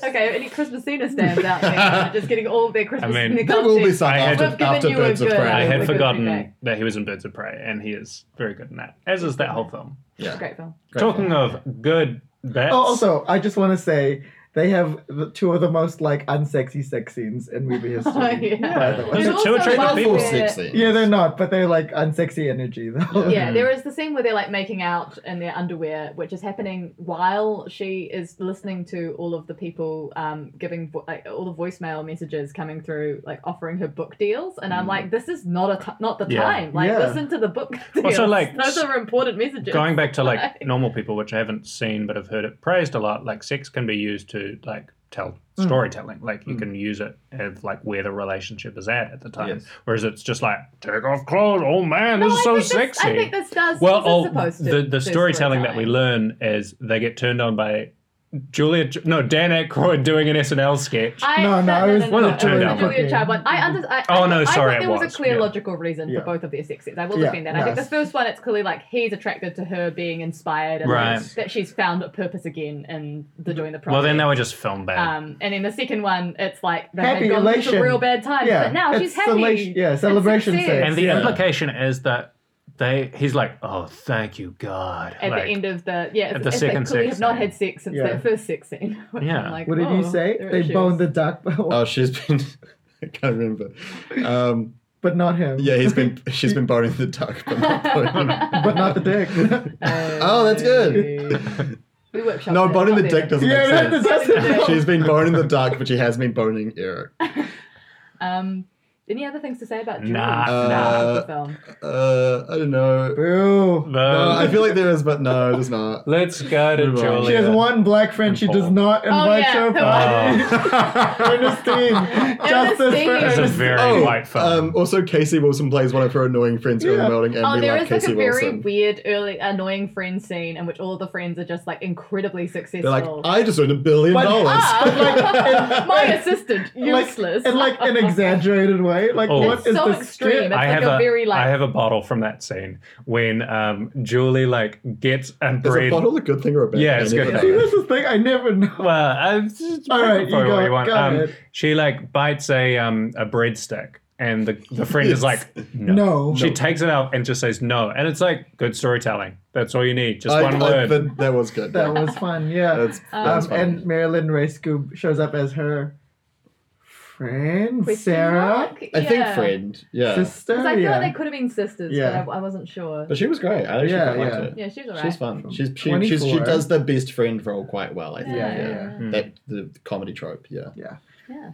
[SPEAKER 1] okay, any Christmasina stands out there. Just getting all their Christmas.
[SPEAKER 2] mean,
[SPEAKER 1] in the
[SPEAKER 3] There will be
[SPEAKER 1] country.
[SPEAKER 3] some
[SPEAKER 2] I had-
[SPEAKER 3] after,
[SPEAKER 1] We've given
[SPEAKER 3] after
[SPEAKER 1] you a
[SPEAKER 3] Birds of
[SPEAKER 1] good-
[SPEAKER 3] Prey.
[SPEAKER 2] I had
[SPEAKER 1] Really good
[SPEAKER 2] forgotten
[SPEAKER 1] feedback.
[SPEAKER 2] that he was in Birds of Prey, and he is very good in that, as is that whole film.
[SPEAKER 1] It's a
[SPEAKER 3] yeah.
[SPEAKER 1] Great film.
[SPEAKER 3] great
[SPEAKER 2] Talking
[SPEAKER 3] film.
[SPEAKER 2] of good bets,
[SPEAKER 4] Oh, also, I just want to say they have the, two of the most like unsexy sex scenes in movie history. By
[SPEAKER 1] Oh, yeah.
[SPEAKER 4] the
[SPEAKER 2] Is it
[SPEAKER 4] way.
[SPEAKER 1] There's
[SPEAKER 2] two
[SPEAKER 1] also
[SPEAKER 2] attractive
[SPEAKER 1] one
[SPEAKER 2] people?
[SPEAKER 1] where-
[SPEAKER 3] sexy.
[SPEAKER 4] Yeah, they're not, but they're like unsexy energy though.
[SPEAKER 2] Mm.
[SPEAKER 1] Yeah, there is the scene where they're like making out in their underwear, which is happening while she is listening to all of the people um, giving vo- like all the voicemail messages coming through, like offering her book deals, and I'm like, this is not a t- not the
[SPEAKER 2] Mm. Yeah.
[SPEAKER 1] time. Like,
[SPEAKER 4] Yeah.
[SPEAKER 1] listen to the book deals.
[SPEAKER 2] Also, like,
[SPEAKER 1] those are important messages.
[SPEAKER 2] going back to like
[SPEAKER 1] Like-
[SPEAKER 2] normal people, which I haven't seen but have heard it praised a lot, like sex can be used to like tell
[SPEAKER 1] Hmm.
[SPEAKER 4] Mm.
[SPEAKER 2] storytelling. Like you
[SPEAKER 3] Mm.
[SPEAKER 2] can use it as like where the relationship is at at the time,
[SPEAKER 3] Yes.
[SPEAKER 2] whereas it's just like take off clothes. Oh man, this
[SPEAKER 1] No,
[SPEAKER 2] is
[SPEAKER 1] I
[SPEAKER 2] so
[SPEAKER 1] think this-
[SPEAKER 2] sexy.
[SPEAKER 1] I think this does.
[SPEAKER 2] well,
[SPEAKER 1] this is
[SPEAKER 2] oh,
[SPEAKER 1] supposed to
[SPEAKER 2] the the
[SPEAKER 1] do
[SPEAKER 2] storytelling that we learn is they get turned on by Julia. No, Dan Aykroyd doing an SNL sketch.
[SPEAKER 1] I,
[SPEAKER 4] No, no, it was-
[SPEAKER 2] Well, it turned
[SPEAKER 1] the
[SPEAKER 2] out
[SPEAKER 1] Julia
[SPEAKER 4] okay.
[SPEAKER 1] Child one. I under, I,
[SPEAKER 2] Oh,
[SPEAKER 1] I-
[SPEAKER 2] no,
[SPEAKER 1] I
[SPEAKER 2] sorry,
[SPEAKER 1] thought
[SPEAKER 2] it
[SPEAKER 1] there was,
[SPEAKER 2] was,
[SPEAKER 1] a clear
[SPEAKER 2] yeah.
[SPEAKER 1] logical reason
[SPEAKER 4] Yeah.
[SPEAKER 1] for both of their sex scenes. I will
[SPEAKER 4] Yeah,
[SPEAKER 1] defend that. I think
[SPEAKER 4] yes.
[SPEAKER 1] this first one, it's clearly like he's attracted to her being inspired and
[SPEAKER 2] Right.
[SPEAKER 1] like, that she's found a purpose again in the doing the project.
[SPEAKER 2] well, then they were just film bad.
[SPEAKER 1] Um, and then the second one, it's like they
[SPEAKER 4] Happy
[SPEAKER 1] had gone through some
[SPEAKER 4] elation.
[SPEAKER 1] real bad times,
[SPEAKER 4] yeah.
[SPEAKER 1] but now
[SPEAKER 4] it's
[SPEAKER 1] she's happy.
[SPEAKER 4] celebration- yeah, celebration
[SPEAKER 1] success.
[SPEAKER 4] sex.
[SPEAKER 2] and the
[SPEAKER 4] yeah.
[SPEAKER 2] implication is that they he's like, oh, thank you, God.
[SPEAKER 1] At
[SPEAKER 2] Like,
[SPEAKER 1] the end of the yeah,
[SPEAKER 2] at
[SPEAKER 1] it's,
[SPEAKER 2] the
[SPEAKER 1] it's
[SPEAKER 2] second
[SPEAKER 1] like, clearly
[SPEAKER 2] sex
[SPEAKER 1] have not
[SPEAKER 2] scene.
[SPEAKER 1] had sex since
[SPEAKER 4] Yeah.
[SPEAKER 1] that first sex scene. which I'm
[SPEAKER 2] Yeah.
[SPEAKER 1] like,
[SPEAKER 4] What did you
[SPEAKER 1] oh,
[SPEAKER 4] say?
[SPEAKER 1] there are
[SPEAKER 4] They
[SPEAKER 1] issues.
[SPEAKER 4] boned the duck, but,
[SPEAKER 3] Oh, she's been. I can't remember. Um,
[SPEAKER 4] but not him.
[SPEAKER 3] yeah, he's been. She's been boning the duck, but not boning.
[SPEAKER 4] but not the dick.
[SPEAKER 3] Oh, that's good.
[SPEAKER 1] We workshop.
[SPEAKER 3] no,
[SPEAKER 1] that.
[SPEAKER 3] boning the
[SPEAKER 1] Not
[SPEAKER 3] dick
[SPEAKER 1] there.
[SPEAKER 3] doesn't
[SPEAKER 4] Yeah,
[SPEAKER 3] make sense.
[SPEAKER 4] that's- that's-
[SPEAKER 3] She's been boning the duck, but she has been boning Eric.
[SPEAKER 1] Um, any other things to say about Julie?
[SPEAKER 2] Nah,
[SPEAKER 1] about
[SPEAKER 3] nah.
[SPEAKER 1] the film?
[SPEAKER 3] Uh, I don't know.
[SPEAKER 4] Boo.
[SPEAKER 3] No, I
[SPEAKER 2] the-
[SPEAKER 3] feel like there is, but no, there's not.
[SPEAKER 2] let's go to
[SPEAKER 3] Move on.
[SPEAKER 2] Julia.
[SPEAKER 4] She has one black friend she does not invite
[SPEAKER 1] yeah.
[SPEAKER 4] to her
[SPEAKER 1] Oh.
[SPEAKER 4] party. Ernestine. Justice for
[SPEAKER 1] Ernestine.
[SPEAKER 2] It's a
[SPEAKER 4] Ernestine.
[SPEAKER 2] very light film.
[SPEAKER 3] Um, also, Casey Wilson plays one of her annoying friends, Earl
[SPEAKER 4] Yeah.
[SPEAKER 3] Melding, and
[SPEAKER 1] Oh,
[SPEAKER 3] we
[SPEAKER 1] there
[SPEAKER 3] love
[SPEAKER 1] is like
[SPEAKER 3] Casey
[SPEAKER 1] a very
[SPEAKER 3] Wilson.
[SPEAKER 1] weird, early, annoying friend scene in which all the friends are just like incredibly successful.
[SPEAKER 3] They're like, I just earned a billion
[SPEAKER 4] But-
[SPEAKER 3] dollars.
[SPEAKER 1] ah,
[SPEAKER 4] like-
[SPEAKER 1] my assistant,
[SPEAKER 4] Like-
[SPEAKER 1] useless.
[SPEAKER 4] in like an exaggerated way. Like
[SPEAKER 2] Oh.
[SPEAKER 4] what
[SPEAKER 1] It's
[SPEAKER 4] is
[SPEAKER 1] so
[SPEAKER 4] this
[SPEAKER 1] extreme.
[SPEAKER 4] skit?
[SPEAKER 1] It's
[SPEAKER 2] I
[SPEAKER 1] like
[SPEAKER 2] have
[SPEAKER 1] a very, like-
[SPEAKER 2] I have a bottle from that scene when um, Julie like gets a
[SPEAKER 3] Is a
[SPEAKER 2] bread.
[SPEAKER 3] bottle a good thing or a bad
[SPEAKER 2] Yeah,
[SPEAKER 3] thing?
[SPEAKER 2] it's
[SPEAKER 3] I
[SPEAKER 2] good.
[SPEAKER 3] never
[SPEAKER 4] See,
[SPEAKER 3] know.
[SPEAKER 4] this is the thing I never know.
[SPEAKER 2] Well, I'm just
[SPEAKER 4] All right, you
[SPEAKER 2] for what
[SPEAKER 4] go-
[SPEAKER 2] you want.
[SPEAKER 4] go
[SPEAKER 2] Um,
[SPEAKER 4] ahead.
[SPEAKER 2] she like bites a um a breadstick, and the the friend is
[SPEAKER 3] Yes.
[SPEAKER 2] like, no.
[SPEAKER 4] No.
[SPEAKER 2] She takes it out and just says no, and it's like good storytelling. That's all you need, just
[SPEAKER 3] I-
[SPEAKER 2] one
[SPEAKER 3] I-
[SPEAKER 2] word.
[SPEAKER 3] that- that was good.
[SPEAKER 4] That was fun, yeah.
[SPEAKER 3] That's,
[SPEAKER 1] Um,
[SPEAKER 3] that's
[SPEAKER 4] Um,
[SPEAKER 3] fun.
[SPEAKER 4] and Marilyn Ray Scoob shows up as her friend,
[SPEAKER 1] Question
[SPEAKER 4] Sarah,
[SPEAKER 1] mark?
[SPEAKER 3] I think
[SPEAKER 1] Yeah.
[SPEAKER 3] friend. Yeah.
[SPEAKER 4] sister.
[SPEAKER 1] 'Cause I feel
[SPEAKER 4] yeah.
[SPEAKER 1] like they could have been sisters,
[SPEAKER 4] Yeah.
[SPEAKER 1] but I, I wasn't sure.
[SPEAKER 3] But she was great. I actually
[SPEAKER 4] Yeah,
[SPEAKER 3] quite
[SPEAKER 4] yeah.
[SPEAKER 3] liked it.
[SPEAKER 1] Yeah, she was alright.
[SPEAKER 3] She's fun. She's she,
[SPEAKER 4] From
[SPEAKER 3] she's, she
[SPEAKER 4] 24.
[SPEAKER 3] does the best friend role quite well. I
[SPEAKER 1] Yeah,
[SPEAKER 3] think.
[SPEAKER 4] Yeah,
[SPEAKER 1] yeah,
[SPEAKER 4] yeah.
[SPEAKER 2] Hmm.
[SPEAKER 1] yeah.
[SPEAKER 3] That the comedy trope. Yeah.
[SPEAKER 1] Yeah.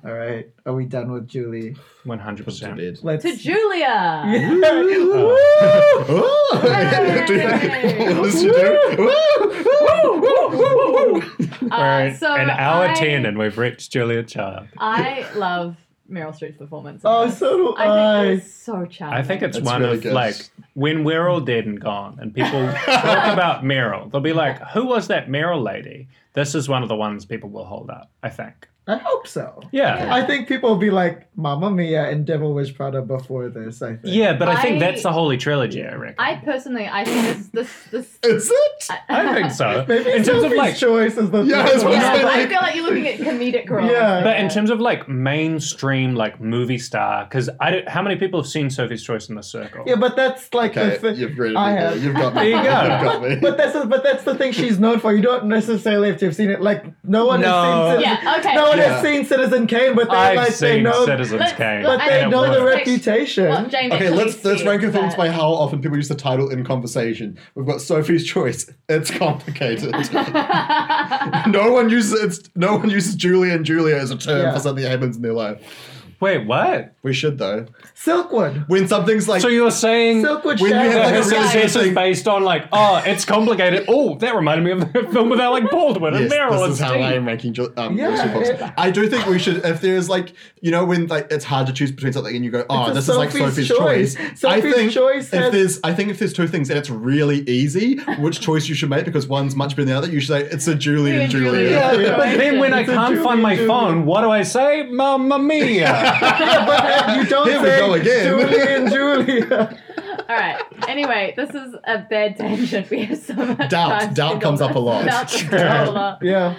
[SPEAKER 4] All right, are we done with Julie?
[SPEAKER 2] One hundred
[SPEAKER 3] It's a
[SPEAKER 2] percent.
[SPEAKER 3] bit-
[SPEAKER 4] Let's.
[SPEAKER 1] To Julia.
[SPEAKER 4] Yeah.
[SPEAKER 2] Oh.
[SPEAKER 3] Oh! Do that. What does she do? Woo! Woo! Woo! Woo!
[SPEAKER 1] Uh,
[SPEAKER 2] We're an-
[SPEAKER 1] so
[SPEAKER 2] an hour
[SPEAKER 1] I-
[SPEAKER 2] ten, and we've reached Julia Child.
[SPEAKER 1] I love Meryl Streep's performance. in
[SPEAKER 4] Oh,
[SPEAKER 1] this.
[SPEAKER 4] so do
[SPEAKER 1] I think
[SPEAKER 4] I.
[SPEAKER 1] it's so charming.
[SPEAKER 2] I think it's
[SPEAKER 3] That's
[SPEAKER 2] one
[SPEAKER 3] really
[SPEAKER 2] of
[SPEAKER 3] good.
[SPEAKER 2] like when we're all dead and gone, and people talk about Meryl, they'll be like, "Who was that Meryl lady?" This is one of the ones people will hold up. I think.
[SPEAKER 4] I hope so.
[SPEAKER 2] Yeah.
[SPEAKER 1] Yeah.
[SPEAKER 2] Yeah.
[SPEAKER 4] I think people will be like Mamma Mia and Devil Wish Prada before this. I think.
[SPEAKER 2] but I think
[SPEAKER 1] I-
[SPEAKER 2] that's the holy trilogy. I reckon.
[SPEAKER 1] I personally, I think this, this, this.
[SPEAKER 3] Is it?
[SPEAKER 2] I think so.
[SPEAKER 4] Maybe
[SPEAKER 2] in terms of
[SPEAKER 4] Sophie's
[SPEAKER 2] like,
[SPEAKER 4] choice is the
[SPEAKER 3] Yeah,
[SPEAKER 4] third
[SPEAKER 3] it's
[SPEAKER 4] one.
[SPEAKER 3] what
[SPEAKER 1] yeah,
[SPEAKER 3] I'm
[SPEAKER 1] I
[SPEAKER 3] saying.
[SPEAKER 1] feel like you're looking at comedic roles.
[SPEAKER 4] Yeah.
[SPEAKER 2] but in terms of like mainstream, like movie star, because I don't. How many people have seen Sophie's Choice in the Circle?
[SPEAKER 4] Yeah, but that's like
[SPEAKER 3] Okay,
[SPEAKER 4] the thing.
[SPEAKER 3] you've read
[SPEAKER 4] I
[SPEAKER 3] it.
[SPEAKER 4] have.
[SPEAKER 3] You've got me.
[SPEAKER 2] There you go.
[SPEAKER 3] You've got
[SPEAKER 4] But
[SPEAKER 3] me.
[SPEAKER 4] that's but that's the thing she's known for. You don't necessarily have to have seen it. Like no one
[SPEAKER 2] No.
[SPEAKER 4] has seen Citizen,
[SPEAKER 1] Yeah, okay.
[SPEAKER 4] no one
[SPEAKER 3] Yeah.
[SPEAKER 4] has seen Citizen Kane, but they
[SPEAKER 2] I've
[SPEAKER 4] like they
[SPEAKER 2] seen
[SPEAKER 4] know,
[SPEAKER 2] Citizens
[SPEAKER 1] Let's-
[SPEAKER 2] Kane.
[SPEAKER 1] let's-
[SPEAKER 4] but
[SPEAKER 1] I
[SPEAKER 4] they
[SPEAKER 1] know
[SPEAKER 4] know the
[SPEAKER 1] what-
[SPEAKER 4] reputation.
[SPEAKER 1] What James
[SPEAKER 3] Okay,
[SPEAKER 1] actually
[SPEAKER 3] let's let's
[SPEAKER 1] said
[SPEAKER 3] rank
[SPEAKER 1] is
[SPEAKER 3] films
[SPEAKER 1] that-
[SPEAKER 3] by how often people use the title in conversation. We've got Sophie's Choice. It's complicated. no one uses it's, no one uses Julia and Julia as a term
[SPEAKER 4] Yeah.
[SPEAKER 3] for something that happens in their life.
[SPEAKER 2] Wait, what?
[SPEAKER 3] We should though.
[SPEAKER 4] Silkwood,
[SPEAKER 3] When something's like
[SPEAKER 2] So you're saying
[SPEAKER 4] Silkwood
[SPEAKER 3] When you have,
[SPEAKER 2] that
[SPEAKER 4] Shadow.
[SPEAKER 3] like, a
[SPEAKER 2] his
[SPEAKER 3] really
[SPEAKER 2] success is
[SPEAKER 3] interesting-
[SPEAKER 2] based on like, oh, it's complicated. Oh, that reminded me of the film with Alec Baldwin and
[SPEAKER 3] Yes,
[SPEAKER 2] Meryl
[SPEAKER 3] this
[SPEAKER 2] and
[SPEAKER 3] is how I
[SPEAKER 2] Steve.
[SPEAKER 3] am ranking. Ju- Um,
[SPEAKER 4] Yeah,
[SPEAKER 3] Lucy Fox.
[SPEAKER 4] it-
[SPEAKER 3] I do think we should. If there's like, you know, when like it's hard to choose between something, and you go, "Oh,
[SPEAKER 4] It's a
[SPEAKER 3] this is like
[SPEAKER 4] Sophie's
[SPEAKER 3] Sophie's choice."
[SPEAKER 4] choice.
[SPEAKER 3] I
[SPEAKER 4] Sophie's
[SPEAKER 3] think
[SPEAKER 4] choice
[SPEAKER 3] if
[SPEAKER 4] has-
[SPEAKER 3] there's, I think if there's two things and it's really easy, which choice you should make because one's much better than the other, you should say it's a Julie and
[SPEAKER 1] Julia.
[SPEAKER 3] Julia.
[SPEAKER 4] Yeah, yeah.
[SPEAKER 2] But then when I
[SPEAKER 4] It's a
[SPEAKER 2] can't
[SPEAKER 4] Julia
[SPEAKER 2] find my
[SPEAKER 4] Julia.
[SPEAKER 2] phone, what do I say? Mamma mia.
[SPEAKER 4] Yeah, but uh, you don't
[SPEAKER 3] Here we
[SPEAKER 4] say
[SPEAKER 3] go again.
[SPEAKER 4] Julie and Julia.
[SPEAKER 1] All right. Anyway, this is a bad tangent. We have so much
[SPEAKER 3] Doubt.
[SPEAKER 1] time
[SPEAKER 3] Doubt
[SPEAKER 1] spent
[SPEAKER 3] comes
[SPEAKER 1] on
[SPEAKER 3] up a
[SPEAKER 1] this.
[SPEAKER 3] lot.
[SPEAKER 1] Doubt comes up a lot.
[SPEAKER 4] yeah,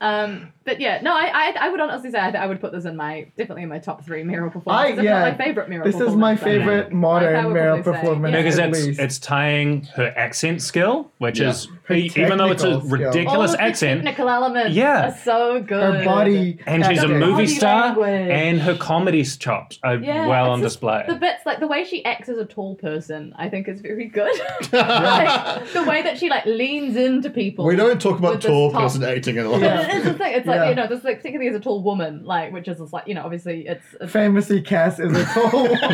[SPEAKER 1] Um, but yeah, no, I, I, I would honestly say I, I would put this in my definitely in my top three Meryl performances. if not
[SPEAKER 4] yeah.
[SPEAKER 1] my favorite Meryl.
[SPEAKER 4] this is my
[SPEAKER 1] performance, I think.
[SPEAKER 4] favorite
[SPEAKER 1] Like, I
[SPEAKER 4] modern
[SPEAKER 1] would
[SPEAKER 4] Meryl
[SPEAKER 1] probably say,
[SPEAKER 4] performance.
[SPEAKER 1] yeah.
[SPEAKER 2] No, because
[SPEAKER 4] at
[SPEAKER 2] it's
[SPEAKER 4] least.
[SPEAKER 2] it's tying her accent skill, which
[SPEAKER 3] Yeah.
[SPEAKER 2] is
[SPEAKER 4] Her
[SPEAKER 2] e- even though it's a
[SPEAKER 4] technical skill.
[SPEAKER 1] All of
[SPEAKER 2] ridiculous
[SPEAKER 1] the
[SPEAKER 2] accent,
[SPEAKER 1] technical elements
[SPEAKER 2] Yeah.
[SPEAKER 1] are so good.
[SPEAKER 4] her body
[SPEAKER 2] and she's a
[SPEAKER 1] Her
[SPEAKER 4] acting.
[SPEAKER 1] body
[SPEAKER 2] movie star,
[SPEAKER 1] language.
[SPEAKER 2] and her comedy chops are
[SPEAKER 1] Yeah,
[SPEAKER 2] well
[SPEAKER 1] it's
[SPEAKER 2] on
[SPEAKER 1] just
[SPEAKER 2] display.
[SPEAKER 1] The bits like the way she acts as a tall person, I think is very good. like, the way that she like leans into people.
[SPEAKER 3] We don't talk about
[SPEAKER 1] With this
[SPEAKER 3] tall
[SPEAKER 1] top.
[SPEAKER 3] person acting a lot.
[SPEAKER 4] Yeah.
[SPEAKER 1] But it is the thing. It's like
[SPEAKER 4] Yeah.
[SPEAKER 1] you know, this like particularly as a tall woman, like which is just, like you know, obviously it's. it's
[SPEAKER 4] Famously, Cass is a tall. woman.
[SPEAKER 1] no,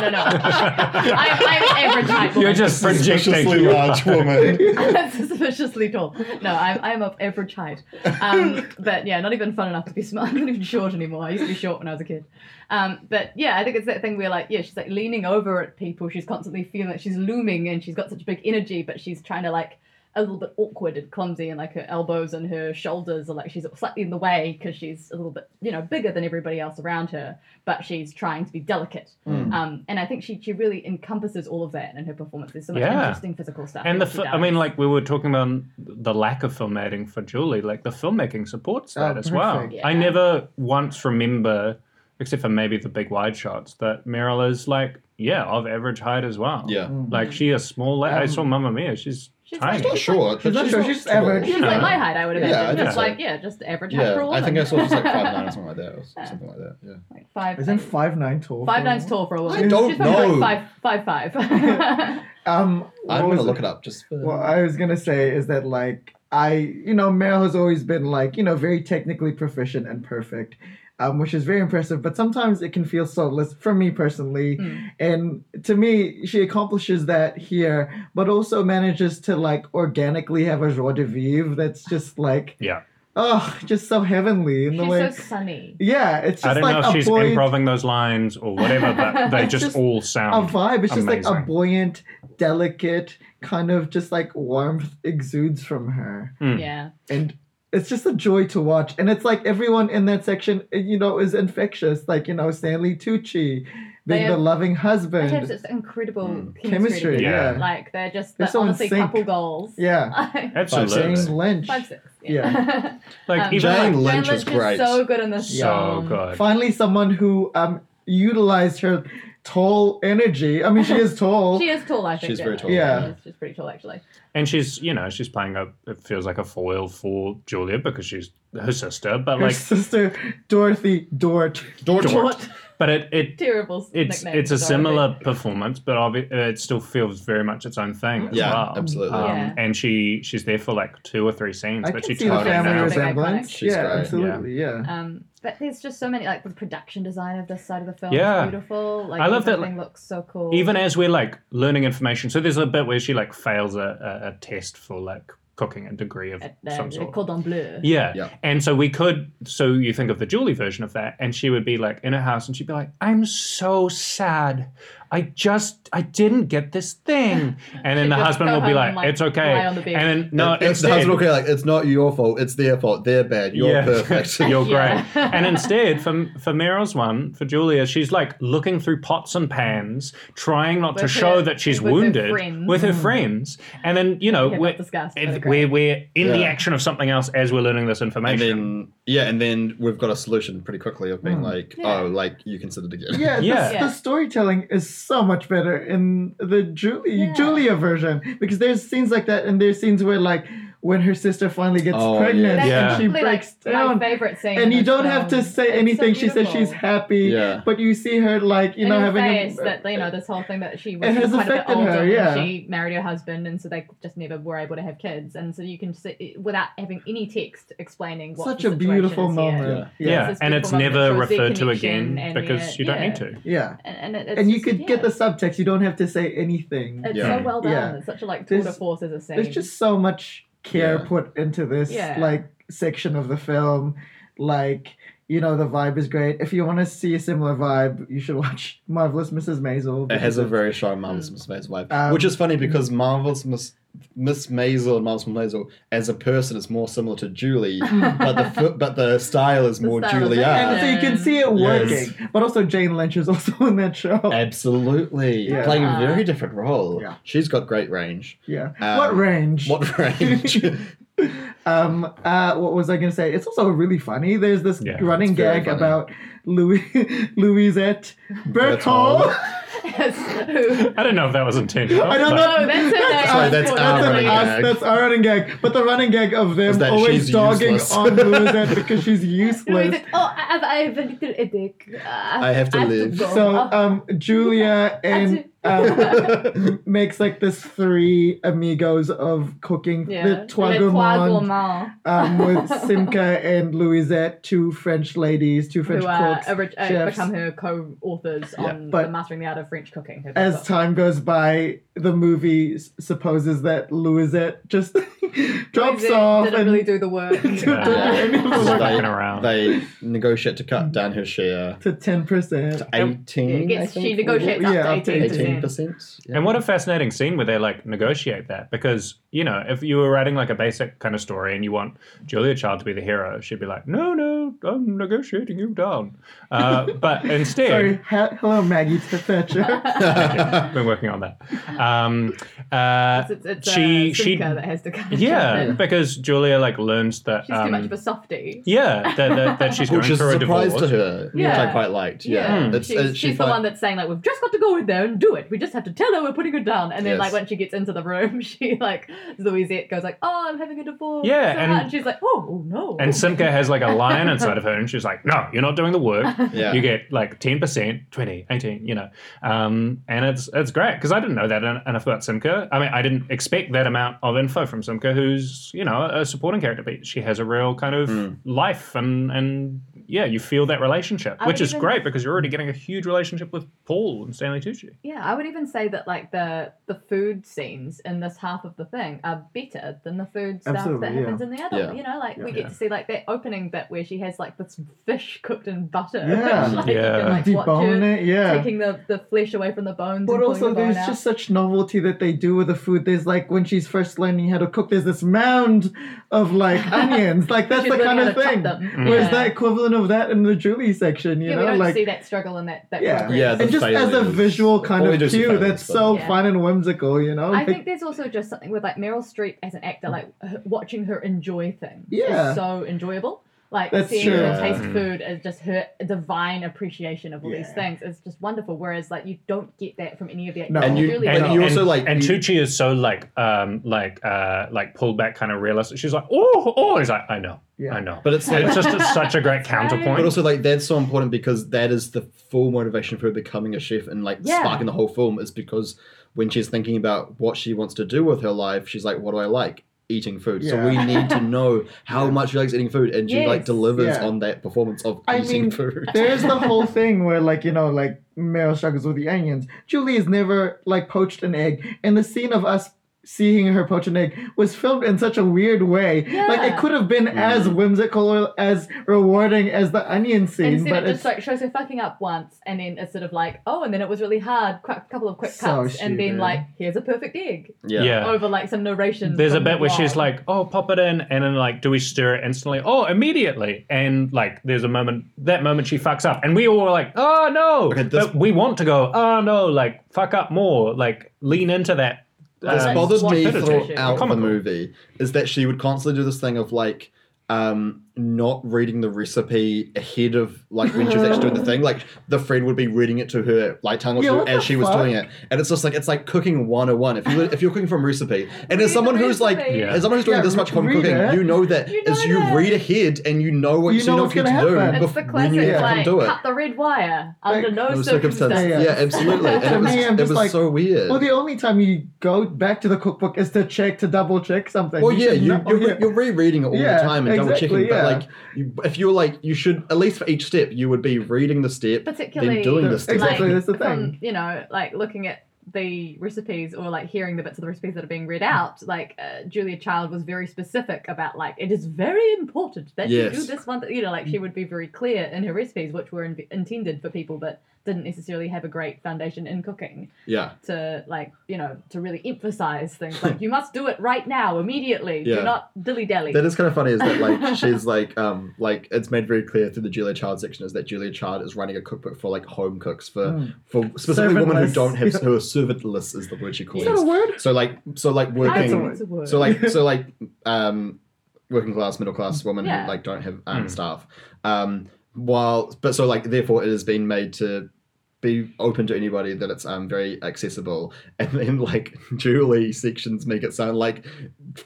[SPEAKER 1] no, no. I'm, I'm an average height. woman.
[SPEAKER 2] You're just
[SPEAKER 3] Suspiciously
[SPEAKER 2] projecting.
[SPEAKER 3] large woman.
[SPEAKER 1] suspiciously tall. No, I'm I'm of average height. Um, but yeah, not even fun enough to be smart. I'm not even short anymore. I used to be short when I was a kid. Um, but yeah, I think it's that thing where like yeah, she's like leaning over at people. She's constantly feeling like she's looming, and she's got such big energy, but she's trying to like a little bit awkward and clumsy, and like her elbows and her shoulders are like she's slightly in the way because she's a little bit you know bigger than everybody else around her, but she's trying to be delicate.
[SPEAKER 2] Hmm.
[SPEAKER 1] Um, and I think she she really encompasses all of that in her performance. There's so much
[SPEAKER 2] Yeah.
[SPEAKER 1] interesting physical stuff.
[SPEAKER 2] And the,
[SPEAKER 1] that she
[SPEAKER 2] fi- I
[SPEAKER 1] does.
[SPEAKER 2] mean, like we were talking about the lack of filmmaking for Julie, like the filmmaking supports that
[SPEAKER 4] Oh,
[SPEAKER 2] as well.
[SPEAKER 4] perfect.
[SPEAKER 2] I
[SPEAKER 1] Yeah.
[SPEAKER 2] never once remember, except for maybe the big wide shots, that Meryl is like, yeah, of average height as well.
[SPEAKER 3] Yeah.
[SPEAKER 2] Like she is small. Like, I
[SPEAKER 4] Um,
[SPEAKER 2] saw Mamma Mia. She's,
[SPEAKER 1] She's
[SPEAKER 2] tiny.
[SPEAKER 3] She's not short.
[SPEAKER 4] She's
[SPEAKER 3] but
[SPEAKER 4] not short, she's
[SPEAKER 3] small.
[SPEAKER 4] average.
[SPEAKER 1] She was
[SPEAKER 2] Yeah.
[SPEAKER 1] like my height, I would
[SPEAKER 3] Yeah,
[SPEAKER 1] imagine.
[SPEAKER 3] I think
[SPEAKER 1] just
[SPEAKER 3] so.
[SPEAKER 1] like yeah, just average height for a
[SPEAKER 3] Yeah, I
[SPEAKER 1] woman.
[SPEAKER 3] think I saw she's like five nine or something like that, or something like that. Yeah.
[SPEAKER 1] Like five.
[SPEAKER 4] Isn't
[SPEAKER 1] like,
[SPEAKER 4] five nine tall?
[SPEAKER 1] five
[SPEAKER 4] for a
[SPEAKER 1] nine's
[SPEAKER 4] woman?
[SPEAKER 1] tall for a woman.
[SPEAKER 3] I don't
[SPEAKER 1] She's probably
[SPEAKER 3] know.
[SPEAKER 1] Like five five five.
[SPEAKER 4] Um, what
[SPEAKER 3] I'm gonna
[SPEAKER 4] was
[SPEAKER 3] look it up just for.
[SPEAKER 4] What I was gonna say is that like I, you know, Meryl has always been like you know very technically proficient and perfect, um, which is very impressive. But sometimes it can feel soulless for me personally,
[SPEAKER 1] Mm.
[SPEAKER 4] and to me she accomplishes that here, but also manages to like organically have a joie de vivre that's just like
[SPEAKER 2] Yeah.
[SPEAKER 4] oh, just so heavenly in
[SPEAKER 1] she's
[SPEAKER 4] the way.
[SPEAKER 1] so sunny.
[SPEAKER 4] yeah, it's just
[SPEAKER 2] I don't
[SPEAKER 4] like
[SPEAKER 2] know if
[SPEAKER 4] a
[SPEAKER 2] she's
[SPEAKER 4] buoyant-
[SPEAKER 2] improvising those lines or whatever, but they
[SPEAKER 4] It's
[SPEAKER 2] just,
[SPEAKER 4] just
[SPEAKER 2] all
[SPEAKER 4] a
[SPEAKER 2] sound.
[SPEAKER 4] vibe. It's just like a
[SPEAKER 2] Amazing.
[SPEAKER 4] buoyant, delicate kind of just like warmth exudes from her.
[SPEAKER 3] Hmm.
[SPEAKER 2] Mm.
[SPEAKER 1] Yeah.
[SPEAKER 4] and it's just a joy to watch. And it's like everyone in that section, eh, you know, is infectious. Like you know, Stanley Tucci being
[SPEAKER 1] They
[SPEAKER 4] the
[SPEAKER 1] have-
[SPEAKER 4] loving
[SPEAKER 1] They have
[SPEAKER 4] husband.
[SPEAKER 1] such incredible
[SPEAKER 3] Mm.
[SPEAKER 1] chemistry.
[SPEAKER 4] Chemistry,
[SPEAKER 1] together.
[SPEAKER 2] yeah.
[SPEAKER 1] Like they're just
[SPEAKER 4] They're
[SPEAKER 1] they're
[SPEAKER 4] so in
[SPEAKER 1] honestly
[SPEAKER 4] sync.
[SPEAKER 1] couple goals.
[SPEAKER 4] Yeah,
[SPEAKER 2] Absolutely.
[SPEAKER 4] Jane Lynch.
[SPEAKER 1] five six. Yeah.
[SPEAKER 2] Like
[SPEAKER 1] Um,
[SPEAKER 2] even
[SPEAKER 3] Jane
[SPEAKER 2] like,
[SPEAKER 3] Lynch is great.
[SPEAKER 1] so good in this
[SPEAKER 2] so
[SPEAKER 1] film.
[SPEAKER 2] good.
[SPEAKER 4] Finally, someone who um utilized her tall energy. I mean, she is tall.
[SPEAKER 1] She is tall, I think.
[SPEAKER 3] She's very tall.
[SPEAKER 4] Yeah.
[SPEAKER 1] She's, she's pretty tall actually.
[SPEAKER 2] And she's, you know, she's playing a, it feels like a foil for Julia because she's her sister, but
[SPEAKER 4] her
[SPEAKER 2] like,
[SPEAKER 4] sister Dorothy Dort.
[SPEAKER 3] Dort.
[SPEAKER 2] Dort. but it, it,
[SPEAKER 1] Terrible
[SPEAKER 2] it's,
[SPEAKER 1] nickname
[SPEAKER 2] it's a
[SPEAKER 1] for Dorothy.
[SPEAKER 2] similar performance, but obvi- it still feels very much its own thing as
[SPEAKER 3] Yeah,
[SPEAKER 2] well.
[SPEAKER 3] absolutely.
[SPEAKER 2] Um,
[SPEAKER 1] Yeah.
[SPEAKER 2] And she, she's there for like two or three scenes,
[SPEAKER 4] I
[SPEAKER 2] but
[SPEAKER 4] can
[SPEAKER 2] she
[SPEAKER 4] see the
[SPEAKER 2] totally
[SPEAKER 4] family
[SPEAKER 1] now.
[SPEAKER 2] nails it.
[SPEAKER 1] Iconic.
[SPEAKER 4] resemblance.
[SPEAKER 3] She's
[SPEAKER 4] yeah,
[SPEAKER 3] great.
[SPEAKER 4] absolutely. Yeah.
[SPEAKER 1] Um, but there's just so many like the production design of this side of the film
[SPEAKER 2] Yeah.
[SPEAKER 1] is beautiful. Like
[SPEAKER 2] I love that,
[SPEAKER 1] everything looks so cool.
[SPEAKER 2] Even as we're like learning information, so there's a bit where she like fails a, a, a test for like cooking a degree of
[SPEAKER 1] at uh, the
[SPEAKER 2] some
[SPEAKER 1] the
[SPEAKER 2] sort.
[SPEAKER 1] cordon bleu.
[SPEAKER 2] Yeah.
[SPEAKER 3] Yeah.
[SPEAKER 2] And so we could, so you think of the Julie version of that, and she would be like in her house and she'd be like, I'm so sad. I just, I didn't get this thing. And then
[SPEAKER 1] She'd
[SPEAKER 2] the
[SPEAKER 1] just
[SPEAKER 2] husband
[SPEAKER 1] go
[SPEAKER 2] will be
[SPEAKER 1] home
[SPEAKER 2] like,
[SPEAKER 1] and, like,
[SPEAKER 2] it's okay.
[SPEAKER 1] lie on the bed.
[SPEAKER 2] And then, no,
[SPEAKER 3] It- it's the
[SPEAKER 2] instead-
[SPEAKER 3] husband okay, like it's not your fault, it's their fault. They're bad. You're
[SPEAKER 2] Yeah.
[SPEAKER 3] perfect.
[SPEAKER 2] You're
[SPEAKER 1] Yeah.
[SPEAKER 2] great. And instead, for for Meryl's one, for Julia, she's like looking through pots and pans, trying not to
[SPEAKER 1] With
[SPEAKER 2] show
[SPEAKER 1] her-
[SPEAKER 2] that she's
[SPEAKER 1] with her
[SPEAKER 2] wounded
[SPEAKER 1] friends. Mm.
[SPEAKER 2] with her friends. And then, you know,
[SPEAKER 1] We have
[SPEAKER 2] we're,
[SPEAKER 1] not discussed,
[SPEAKER 2] if-
[SPEAKER 1] but
[SPEAKER 2] we're,
[SPEAKER 1] great.
[SPEAKER 2] we're in the
[SPEAKER 3] Yeah.
[SPEAKER 2] action of something else as we're learning this
[SPEAKER 3] and
[SPEAKER 2] information.
[SPEAKER 3] then yeah, and then we've got a solution pretty quickly of being like,
[SPEAKER 1] Yeah.
[SPEAKER 3] oh, like you considered again.
[SPEAKER 4] Yeah, the-
[SPEAKER 2] Yeah.
[SPEAKER 4] The,
[SPEAKER 1] Yeah.
[SPEAKER 4] storytelling is so much better in the Julie
[SPEAKER 1] Yeah.
[SPEAKER 4] Julia version because there's scenes like that, and there's scenes where like when her sister finally gets
[SPEAKER 3] Oh,
[SPEAKER 4] pregnant
[SPEAKER 1] That's
[SPEAKER 4] and
[SPEAKER 2] Yeah.
[SPEAKER 4] she
[SPEAKER 1] probably,
[SPEAKER 4] breaks
[SPEAKER 1] like, My
[SPEAKER 4] down,
[SPEAKER 1] favorite scene. in
[SPEAKER 4] and you
[SPEAKER 1] this
[SPEAKER 4] don't have
[SPEAKER 1] film.
[SPEAKER 4] to say
[SPEAKER 1] It's so
[SPEAKER 4] anything. she says
[SPEAKER 1] beautiful.
[SPEAKER 4] she's happy,
[SPEAKER 3] Yeah.
[SPEAKER 4] but you see her like you
[SPEAKER 1] And
[SPEAKER 4] know
[SPEAKER 1] her
[SPEAKER 4] having
[SPEAKER 1] face,
[SPEAKER 4] a, uh,
[SPEAKER 1] that you know this whole thing that she was
[SPEAKER 4] It has
[SPEAKER 1] quite a bit
[SPEAKER 4] affected
[SPEAKER 1] older
[SPEAKER 4] her,
[SPEAKER 1] when
[SPEAKER 4] yeah.
[SPEAKER 1] she married her husband and so they just never were able to have kids and so you can see without having any text explaining what
[SPEAKER 4] such
[SPEAKER 1] the
[SPEAKER 4] a beautiful
[SPEAKER 1] situation is here.
[SPEAKER 4] moment.
[SPEAKER 2] yeah,
[SPEAKER 1] It's this
[SPEAKER 2] and it's
[SPEAKER 1] beautiful
[SPEAKER 2] never
[SPEAKER 1] moment that shows their
[SPEAKER 2] referred to
[SPEAKER 1] connection
[SPEAKER 2] again
[SPEAKER 1] and
[SPEAKER 2] because
[SPEAKER 1] yet-
[SPEAKER 2] you don't
[SPEAKER 1] yeah.
[SPEAKER 2] need to.
[SPEAKER 4] yeah.
[SPEAKER 1] and and, it, it's
[SPEAKER 4] And you
[SPEAKER 1] just-
[SPEAKER 4] could get
[SPEAKER 1] yeah.
[SPEAKER 4] the subtext. You don't have to say anything.
[SPEAKER 1] It's
[SPEAKER 3] Yeah.
[SPEAKER 1] so well done.
[SPEAKER 4] Yeah.
[SPEAKER 1] It's such a like tour de
[SPEAKER 4] There's-
[SPEAKER 1] force as a scene.
[SPEAKER 4] There's just so much care
[SPEAKER 3] Yeah.
[SPEAKER 4] put into this
[SPEAKER 1] Yeah.
[SPEAKER 4] like section of the film. Like, you know, the vibe is great. If you want to see a similar vibe, you should watch Marvelous Mrs. Maisel.
[SPEAKER 3] It has a very
[SPEAKER 1] Hmm.
[SPEAKER 3] strong Marvelous Miss Maisel vibe,
[SPEAKER 4] Um,
[SPEAKER 3] which is funny because Marvelous Miss Miss Maisel and Marvelous Miss Maisel as a person is more similar to Julie, but the fi- but the style is
[SPEAKER 1] The
[SPEAKER 3] more
[SPEAKER 1] style is
[SPEAKER 3] Julie.
[SPEAKER 1] better.
[SPEAKER 4] And Uh, so you can see it
[SPEAKER 3] Yes.
[SPEAKER 4] working. But also Jane Lynch is also in that show.
[SPEAKER 3] Absolutely,
[SPEAKER 4] Yeah.
[SPEAKER 3] playing a
[SPEAKER 1] Uh,
[SPEAKER 3] very different role.
[SPEAKER 4] yeah.
[SPEAKER 3] She's got great range.
[SPEAKER 4] yeah.
[SPEAKER 3] Um,
[SPEAKER 4] what range?
[SPEAKER 3] What range?
[SPEAKER 4] Um uh what was I gonna say? It's also really funny. There's this
[SPEAKER 2] Yeah,
[SPEAKER 4] running
[SPEAKER 3] it's very
[SPEAKER 4] gag
[SPEAKER 3] funny.
[SPEAKER 4] about Louis Louisette Berthold.
[SPEAKER 3] Berthold.
[SPEAKER 1] Yes. Who-
[SPEAKER 2] I don't know if that was intentional.
[SPEAKER 4] I don't
[SPEAKER 2] but-
[SPEAKER 4] know.
[SPEAKER 1] Oh, that's her name.
[SPEAKER 3] Sorry, that's
[SPEAKER 1] Unfortunately.
[SPEAKER 4] That's
[SPEAKER 3] our Ah, running
[SPEAKER 4] an us,
[SPEAKER 3] gag.
[SPEAKER 4] that's our running gag. But the running gag of
[SPEAKER 3] Is
[SPEAKER 4] them
[SPEAKER 3] that
[SPEAKER 4] always
[SPEAKER 3] she's
[SPEAKER 4] dogging
[SPEAKER 3] useless.
[SPEAKER 4] on Louisette because she's
[SPEAKER 1] You know, he's
[SPEAKER 4] useless.
[SPEAKER 1] like, oh, I have, I have a little headache. Uh,
[SPEAKER 3] I have to live."
[SPEAKER 1] go.
[SPEAKER 4] So um, Julia
[SPEAKER 1] I have
[SPEAKER 4] and
[SPEAKER 1] to-
[SPEAKER 4] um, makes like this three amigos of cooking
[SPEAKER 1] Yeah.
[SPEAKER 4] the Twagumon, um with Simca and Louisette, two French ladies, two French
[SPEAKER 1] who uh,
[SPEAKER 4] cooks.
[SPEAKER 1] orig- uh,
[SPEAKER 4] chefs.
[SPEAKER 1] become her co-authors
[SPEAKER 3] Yeah.
[SPEAKER 1] on
[SPEAKER 4] But-
[SPEAKER 1] the mastering the art of French cooking. her
[SPEAKER 4] As
[SPEAKER 1] book.
[SPEAKER 4] time goes by, the movie s- supposes that Louisette just drops
[SPEAKER 1] Didn't-
[SPEAKER 4] off
[SPEAKER 1] Didn't
[SPEAKER 4] and
[SPEAKER 1] really do the work.
[SPEAKER 4] Yeah.
[SPEAKER 1] Uh,
[SPEAKER 3] Just
[SPEAKER 2] Fucking
[SPEAKER 3] like-
[SPEAKER 2] around.
[SPEAKER 3] they negotiate to cut down her share
[SPEAKER 4] to ten percent.
[SPEAKER 3] to 18
[SPEAKER 1] it gets-
[SPEAKER 3] I think,
[SPEAKER 1] she negotiates
[SPEAKER 4] Yeah,
[SPEAKER 1] up
[SPEAKER 4] up
[SPEAKER 1] to
[SPEAKER 4] to
[SPEAKER 1] 18%.
[SPEAKER 3] 18%. Yeah.
[SPEAKER 2] And what a fascinating scene where they like negotiate that because you know if you were writing like a basic kind of story and you want Julia Child to be the hero, she'd be like, "No, no, I'm negotiating you down." Uh, but instead,
[SPEAKER 4] Sorry, he- hello Maggie T- Thatcher.
[SPEAKER 2] I've been working on that. Um, uh,
[SPEAKER 1] It's, it's
[SPEAKER 2] She-
[SPEAKER 1] she,
[SPEAKER 2] she-
[SPEAKER 1] that has to cut.
[SPEAKER 2] yeah, because Julia like learns that. um,
[SPEAKER 1] She's too much of a softie.
[SPEAKER 2] yeah, that, that, that she's going
[SPEAKER 3] Which is
[SPEAKER 2] through
[SPEAKER 3] a
[SPEAKER 2] a
[SPEAKER 3] surprise
[SPEAKER 2] divorce.
[SPEAKER 3] to her, which I
[SPEAKER 1] Yeah.
[SPEAKER 3] quite liked. Yeah,
[SPEAKER 2] Hmm.
[SPEAKER 3] It's-
[SPEAKER 1] she's,
[SPEAKER 3] uh, she
[SPEAKER 1] she's the
[SPEAKER 3] fin-
[SPEAKER 1] one that's saying like, "We've just got to go in there and do it. We just have to tell her we're putting her down." And then
[SPEAKER 3] Yes.
[SPEAKER 1] like when she gets into the room, she like Louisette goes like, "Oh, I'm having a divorce."
[SPEAKER 2] Yeah,
[SPEAKER 1] so
[SPEAKER 2] and-
[SPEAKER 1] hard." she's like, "Oh, oh, no."
[SPEAKER 2] And Simca has like a lion inside of her, and she's like, "No, you're not doing the work.
[SPEAKER 3] Yeah.
[SPEAKER 2] You get like 10%, 20, 18, you know. Um, and it's it's great because I didn't know that en- enough about Simca. I mean, I didn't expect that amount of info from Simca, who's, you know, a supporting character, but she has a real kind of
[SPEAKER 3] Mm.
[SPEAKER 2] life and, and yeah, you feel that relationship,
[SPEAKER 1] I
[SPEAKER 2] which
[SPEAKER 1] would
[SPEAKER 2] is
[SPEAKER 1] even-
[SPEAKER 2] great because you're already getting a huge relationship with Paul and Stanley Tucci.
[SPEAKER 1] yeah, I would even say that like the the food scenes in this half of the thing are better than the food stuff
[SPEAKER 4] Absolutely,
[SPEAKER 1] that
[SPEAKER 4] yeah.
[SPEAKER 1] happens in the other.
[SPEAKER 3] Yeah.
[SPEAKER 1] one. You know, like we
[SPEAKER 3] Yeah.
[SPEAKER 1] get to see like that opening bit where she has like this fish cooked in butter.
[SPEAKER 4] Yeah.
[SPEAKER 1] like, you
[SPEAKER 2] Yeah.
[SPEAKER 1] can, like, watch her
[SPEAKER 4] Debone it, yeah.
[SPEAKER 1] taking the, the flesh away from the bones.
[SPEAKER 4] But
[SPEAKER 1] and pulling
[SPEAKER 4] also,
[SPEAKER 1] the bone
[SPEAKER 4] there's
[SPEAKER 1] out.
[SPEAKER 4] just such novelty that they do with the food. There's like when she's first learning how to cook, there's this mound of like onions. Like that's
[SPEAKER 1] She's
[SPEAKER 4] the kind
[SPEAKER 1] learning
[SPEAKER 4] of
[SPEAKER 1] how to chop
[SPEAKER 4] thing.
[SPEAKER 1] them.
[SPEAKER 4] Where's
[SPEAKER 1] Yeah.
[SPEAKER 4] that equivalent of that in the Julie section? You
[SPEAKER 1] yeah,
[SPEAKER 4] know,
[SPEAKER 1] we don't
[SPEAKER 4] like
[SPEAKER 1] see that struggle in that. that
[SPEAKER 4] Yeah.
[SPEAKER 1] progress.
[SPEAKER 3] yeah, the
[SPEAKER 4] and just as a
[SPEAKER 3] failures.
[SPEAKER 4] visual kind
[SPEAKER 3] Well, we do
[SPEAKER 4] of
[SPEAKER 3] see
[SPEAKER 4] cue,
[SPEAKER 3] failures,
[SPEAKER 4] that's
[SPEAKER 3] but-
[SPEAKER 4] so
[SPEAKER 1] Yeah.
[SPEAKER 4] fun and whimsical. You know,
[SPEAKER 1] I
[SPEAKER 4] Like,
[SPEAKER 1] think there's also just something with like Meryl Streep as an actor, like her- watching her enjoy things.
[SPEAKER 4] Yeah.
[SPEAKER 1] is so enjoyable. Like
[SPEAKER 4] That's
[SPEAKER 1] seeing
[SPEAKER 4] true.
[SPEAKER 1] her taste
[SPEAKER 2] Mm.
[SPEAKER 1] food is just her divine appreciation of all these
[SPEAKER 4] Yeah.
[SPEAKER 1] things. It's just wonderful. Whereas like you don't get that from any of the
[SPEAKER 4] No.
[SPEAKER 1] actors
[SPEAKER 4] And
[SPEAKER 1] in
[SPEAKER 3] you-
[SPEAKER 1] Julia
[SPEAKER 3] and
[SPEAKER 1] Child.
[SPEAKER 3] you also, like,
[SPEAKER 2] and
[SPEAKER 3] you-
[SPEAKER 2] Tucci is so like um like uh like pulled back kind of realistic. She's like, oh oh, he's like, I know,
[SPEAKER 4] Yeah.
[SPEAKER 2] I know.
[SPEAKER 3] But it's like,
[SPEAKER 2] it's just it's such a great counterpoint.
[SPEAKER 3] but also like that's so important because that is the full motivation for her becoming a chef and like
[SPEAKER 1] Yeah.
[SPEAKER 3] sparking the whole film is because when she's thinking about what she wants to do with her life, she's like, what do I like? Eating food. So
[SPEAKER 4] Yeah.
[SPEAKER 3] we need to know how
[SPEAKER 4] Yeah.
[SPEAKER 3] much she likes eating food, and she like
[SPEAKER 1] Yes.
[SPEAKER 3] delivers
[SPEAKER 4] Yeah.
[SPEAKER 3] on that performance of
[SPEAKER 4] I
[SPEAKER 3] eating
[SPEAKER 4] mean,
[SPEAKER 3] food.
[SPEAKER 4] there's the whole thing where like you know like Meryl struggles with the onions. Julie has never like poached an egg, and the scene of us seeing her poach an egg was filmed in such a weird way. Like it
[SPEAKER 1] Yeah.
[SPEAKER 4] could have
[SPEAKER 3] Mm-hmm.
[SPEAKER 4] been as whimsical or as rewarding as the onion
[SPEAKER 1] And
[SPEAKER 4] scene,
[SPEAKER 1] Instead,
[SPEAKER 4] but
[SPEAKER 1] it
[SPEAKER 4] it's
[SPEAKER 1] just like shows her fucking up once, and then it's sort of like, oh, and then it was really hard. Quick, couple of quick
[SPEAKER 4] So
[SPEAKER 1] cuts, and then
[SPEAKER 4] stupid.
[SPEAKER 1] like, here's a perfect egg
[SPEAKER 3] yeah.
[SPEAKER 1] over like some narration.
[SPEAKER 2] There's a
[SPEAKER 1] from the
[SPEAKER 2] bit where she's
[SPEAKER 1] blog.
[SPEAKER 2] like, "Oh, pop it in," and then like, "Do we stir it instantly?" Oh, immediately! And like, there's a moment that moment she fucks up, and we all were like, "Oh no!"
[SPEAKER 3] Okay, this-
[SPEAKER 2] but we want to go, "Oh no!" Like, fuck up more, like lean into that.
[SPEAKER 3] This
[SPEAKER 1] Um,
[SPEAKER 3] bothered me
[SPEAKER 1] what-
[SPEAKER 3] throughout the
[SPEAKER 2] Comical.
[SPEAKER 3] movie is that she would constantly do this thing of like um not reading the recipe ahead of like when she was actually doing the thing. Like the friend would be reading it to her like tongue or
[SPEAKER 4] Yeah,
[SPEAKER 3] something
[SPEAKER 4] what
[SPEAKER 3] as
[SPEAKER 4] the
[SPEAKER 3] she was
[SPEAKER 4] fuck?
[SPEAKER 3] doing it. And it's just like it's like cooking 101. If you if you're cooking from recipe and as
[SPEAKER 1] Read
[SPEAKER 3] someone
[SPEAKER 1] the
[SPEAKER 3] who's like
[SPEAKER 1] recipe.
[SPEAKER 2] Yeah.
[SPEAKER 3] as someone who's doing
[SPEAKER 4] Yeah,
[SPEAKER 3] this
[SPEAKER 4] re-
[SPEAKER 3] much home
[SPEAKER 4] read
[SPEAKER 3] cooking,
[SPEAKER 4] it.
[SPEAKER 3] you know that
[SPEAKER 1] You
[SPEAKER 3] as
[SPEAKER 1] know
[SPEAKER 3] you
[SPEAKER 1] that.
[SPEAKER 3] read ahead and you know what
[SPEAKER 4] You
[SPEAKER 3] you
[SPEAKER 4] know
[SPEAKER 3] know
[SPEAKER 4] what's
[SPEAKER 3] what you
[SPEAKER 4] gonna
[SPEAKER 3] need to do
[SPEAKER 4] happen.
[SPEAKER 1] It's
[SPEAKER 3] bef-
[SPEAKER 1] the
[SPEAKER 3] when you
[SPEAKER 1] classic,
[SPEAKER 3] have
[SPEAKER 1] like,
[SPEAKER 3] to do it.
[SPEAKER 1] cut the red wire
[SPEAKER 4] Like,
[SPEAKER 1] under no,
[SPEAKER 3] No
[SPEAKER 1] circumstance.
[SPEAKER 3] circumstance.
[SPEAKER 4] circumstances.
[SPEAKER 3] Yeah, absolutely. And
[SPEAKER 4] To
[SPEAKER 3] it was,
[SPEAKER 4] me, I'm
[SPEAKER 3] it
[SPEAKER 4] just
[SPEAKER 3] was
[SPEAKER 4] like,
[SPEAKER 3] so weird.
[SPEAKER 4] well, the only time you go back to the cookbook is to check to double check something.
[SPEAKER 3] Well, yeah,
[SPEAKER 4] should
[SPEAKER 3] you,
[SPEAKER 4] know-
[SPEAKER 3] you're,
[SPEAKER 4] yeah.
[SPEAKER 3] you're rereading it all
[SPEAKER 4] Yeah,
[SPEAKER 3] the time and double checking.
[SPEAKER 4] exactly, yeah.
[SPEAKER 3] But like, you, if you're like, you should at least for each step, you would be reading the step,
[SPEAKER 1] Particularly,
[SPEAKER 3] then doing the step.
[SPEAKER 4] Exactly,
[SPEAKER 1] like,
[SPEAKER 4] that's the
[SPEAKER 1] from,
[SPEAKER 4] thing.
[SPEAKER 1] you know, like looking at the recipes or like hearing the bits of the recipes that are being read out, like uh, Julia Child was very specific about like it is very important that you do
[SPEAKER 3] Yes.
[SPEAKER 1] this one. Th-, you know, like she would be very clear in her recipes, which were in- intended for people that didn't necessarily have a great foundation in cooking
[SPEAKER 3] Yeah,
[SPEAKER 1] to like you know to really emphasize things like you must do it right now immediately
[SPEAKER 3] Yeah.
[SPEAKER 1] do not dilly dally
[SPEAKER 3] that is kind of funny. Is that like she's like, um, like it's made very clear through the Julia Child section is that Julia Child is running a cookbook for like home cooks for
[SPEAKER 4] Mm.
[SPEAKER 3] for specifically women who
[SPEAKER 4] Servantless.
[SPEAKER 3] don't have who are servantless is the word she calls.
[SPEAKER 4] Is that a word?
[SPEAKER 3] So like, so like
[SPEAKER 4] That's a
[SPEAKER 3] working,
[SPEAKER 4] word.
[SPEAKER 3] so like, so like, um, working class, middle class women
[SPEAKER 1] Yeah.
[SPEAKER 3] who like don't have um,
[SPEAKER 2] Mm.
[SPEAKER 3] staff. Um, while but so like, therefore, it has been made to be open to anybody that it's um very accessible and then like Julie sections make it sound like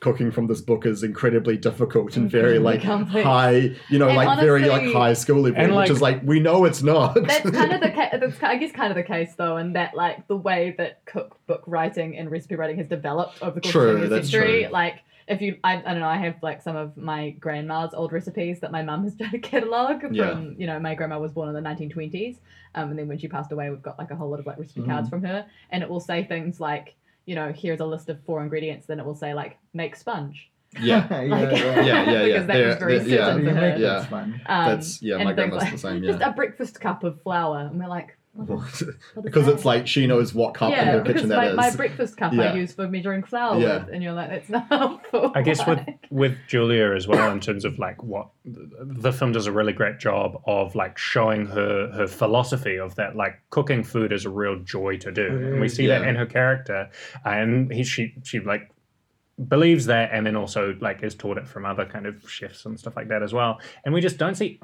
[SPEAKER 3] cooking from this book is incredibly difficult and very like
[SPEAKER 1] Complex.
[SPEAKER 3] high you know
[SPEAKER 1] And
[SPEAKER 3] like very like
[SPEAKER 1] honestly-
[SPEAKER 3] high school level
[SPEAKER 2] And, like-
[SPEAKER 3] which is like we know it's not
[SPEAKER 1] That's kind of the ca- that's ki- I guess kind of the case though, in that like the way that cookbook writing and recipe writing has developed over the course
[SPEAKER 3] True,
[SPEAKER 1] of the 20th
[SPEAKER 3] that's
[SPEAKER 1] century.
[SPEAKER 3] true.
[SPEAKER 1] Like if you, I, I don't know, I have like some of my grandma's old recipes that my mum has tried to catalog from.
[SPEAKER 3] Yeah.
[SPEAKER 1] You know, my grandma was born in the 1920s, um, and then when she passed away, we've got like a whole lot of like recipe
[SPEAKER 3] Mm.
[SPEAKER 1] cards from her, and it will say things like, you know, here's a list of four ingredients. Then it will say like make sponge.
[SPEAKER 3] yeah
[SPEAKER 4] yeah,
[SPEAKER 1] Like,
[SPEAKER 4] yeah.
[SPEAKER 3] yeah, yeah.
[SPEAKER 1] because that
[SPEAKER 3] They're-
[SPEAKER 1] was very
[SPEAKER 3] they're-
[SPEAKER 4] yeah.
[SPEAKER 3] yeah.
[SPEAKER 1] certain
[SPEAKER 4] You
[SPEAKER 1] for
[SPEAKER 4] make
[SPEAKER 1] her.
[SPEAKER 4] it
[SPEAKER 3] Yeah.
[SPEAKER 4] fun.
[SPEAKER 1] Um,
[SPEAKER 3] that's yeah
[SPEAKER 1] and
[SPEAKER 3] my
[SPEAKER 1] things
[SPEAKER 3] grandma's
[SPEAKER 1] like-
[SPEAKER 3] the same
[SPEAKER 1] Just
[SPEAKER 3] yeah
[SPEAKER 1] a breakfast cup of flour, and we're like, what the what is
[SPEAKER 3] because
[SPEAKER 1] that?
[SPEAKER 3] it's like she knows what cup in
[SPEAKER 1] yeah,
[SPEAKER 3] her
[SPEAKER 1] because
[SPEAKER 3] kitchen
[SPEAKER 1] my,
[SPEAKER 3] that is
[SPEAKER 1] my breakfast cup
[SPEAKER 3] Yeah.
[SPEAKER 1] I use for measuring flour
[SPEAKER 3] Yeah.
[SPEAKER 1] with, and you're like, that's not helpful.
[SPEAKER 2] I guess with
[SPEAKER 1] Like,
[SPEAKER 2] with Julia as well in terms of like what the film does a really great job of like showing her her philosophy of that like cooking food is a real joy to do and we see that
[SPEAKER 3] Mm, Yeah.
[SPEAKER 2] in her character and he she she like believes that and then also like is taught it from other kind of chefs and stuff like that as well and we just don't see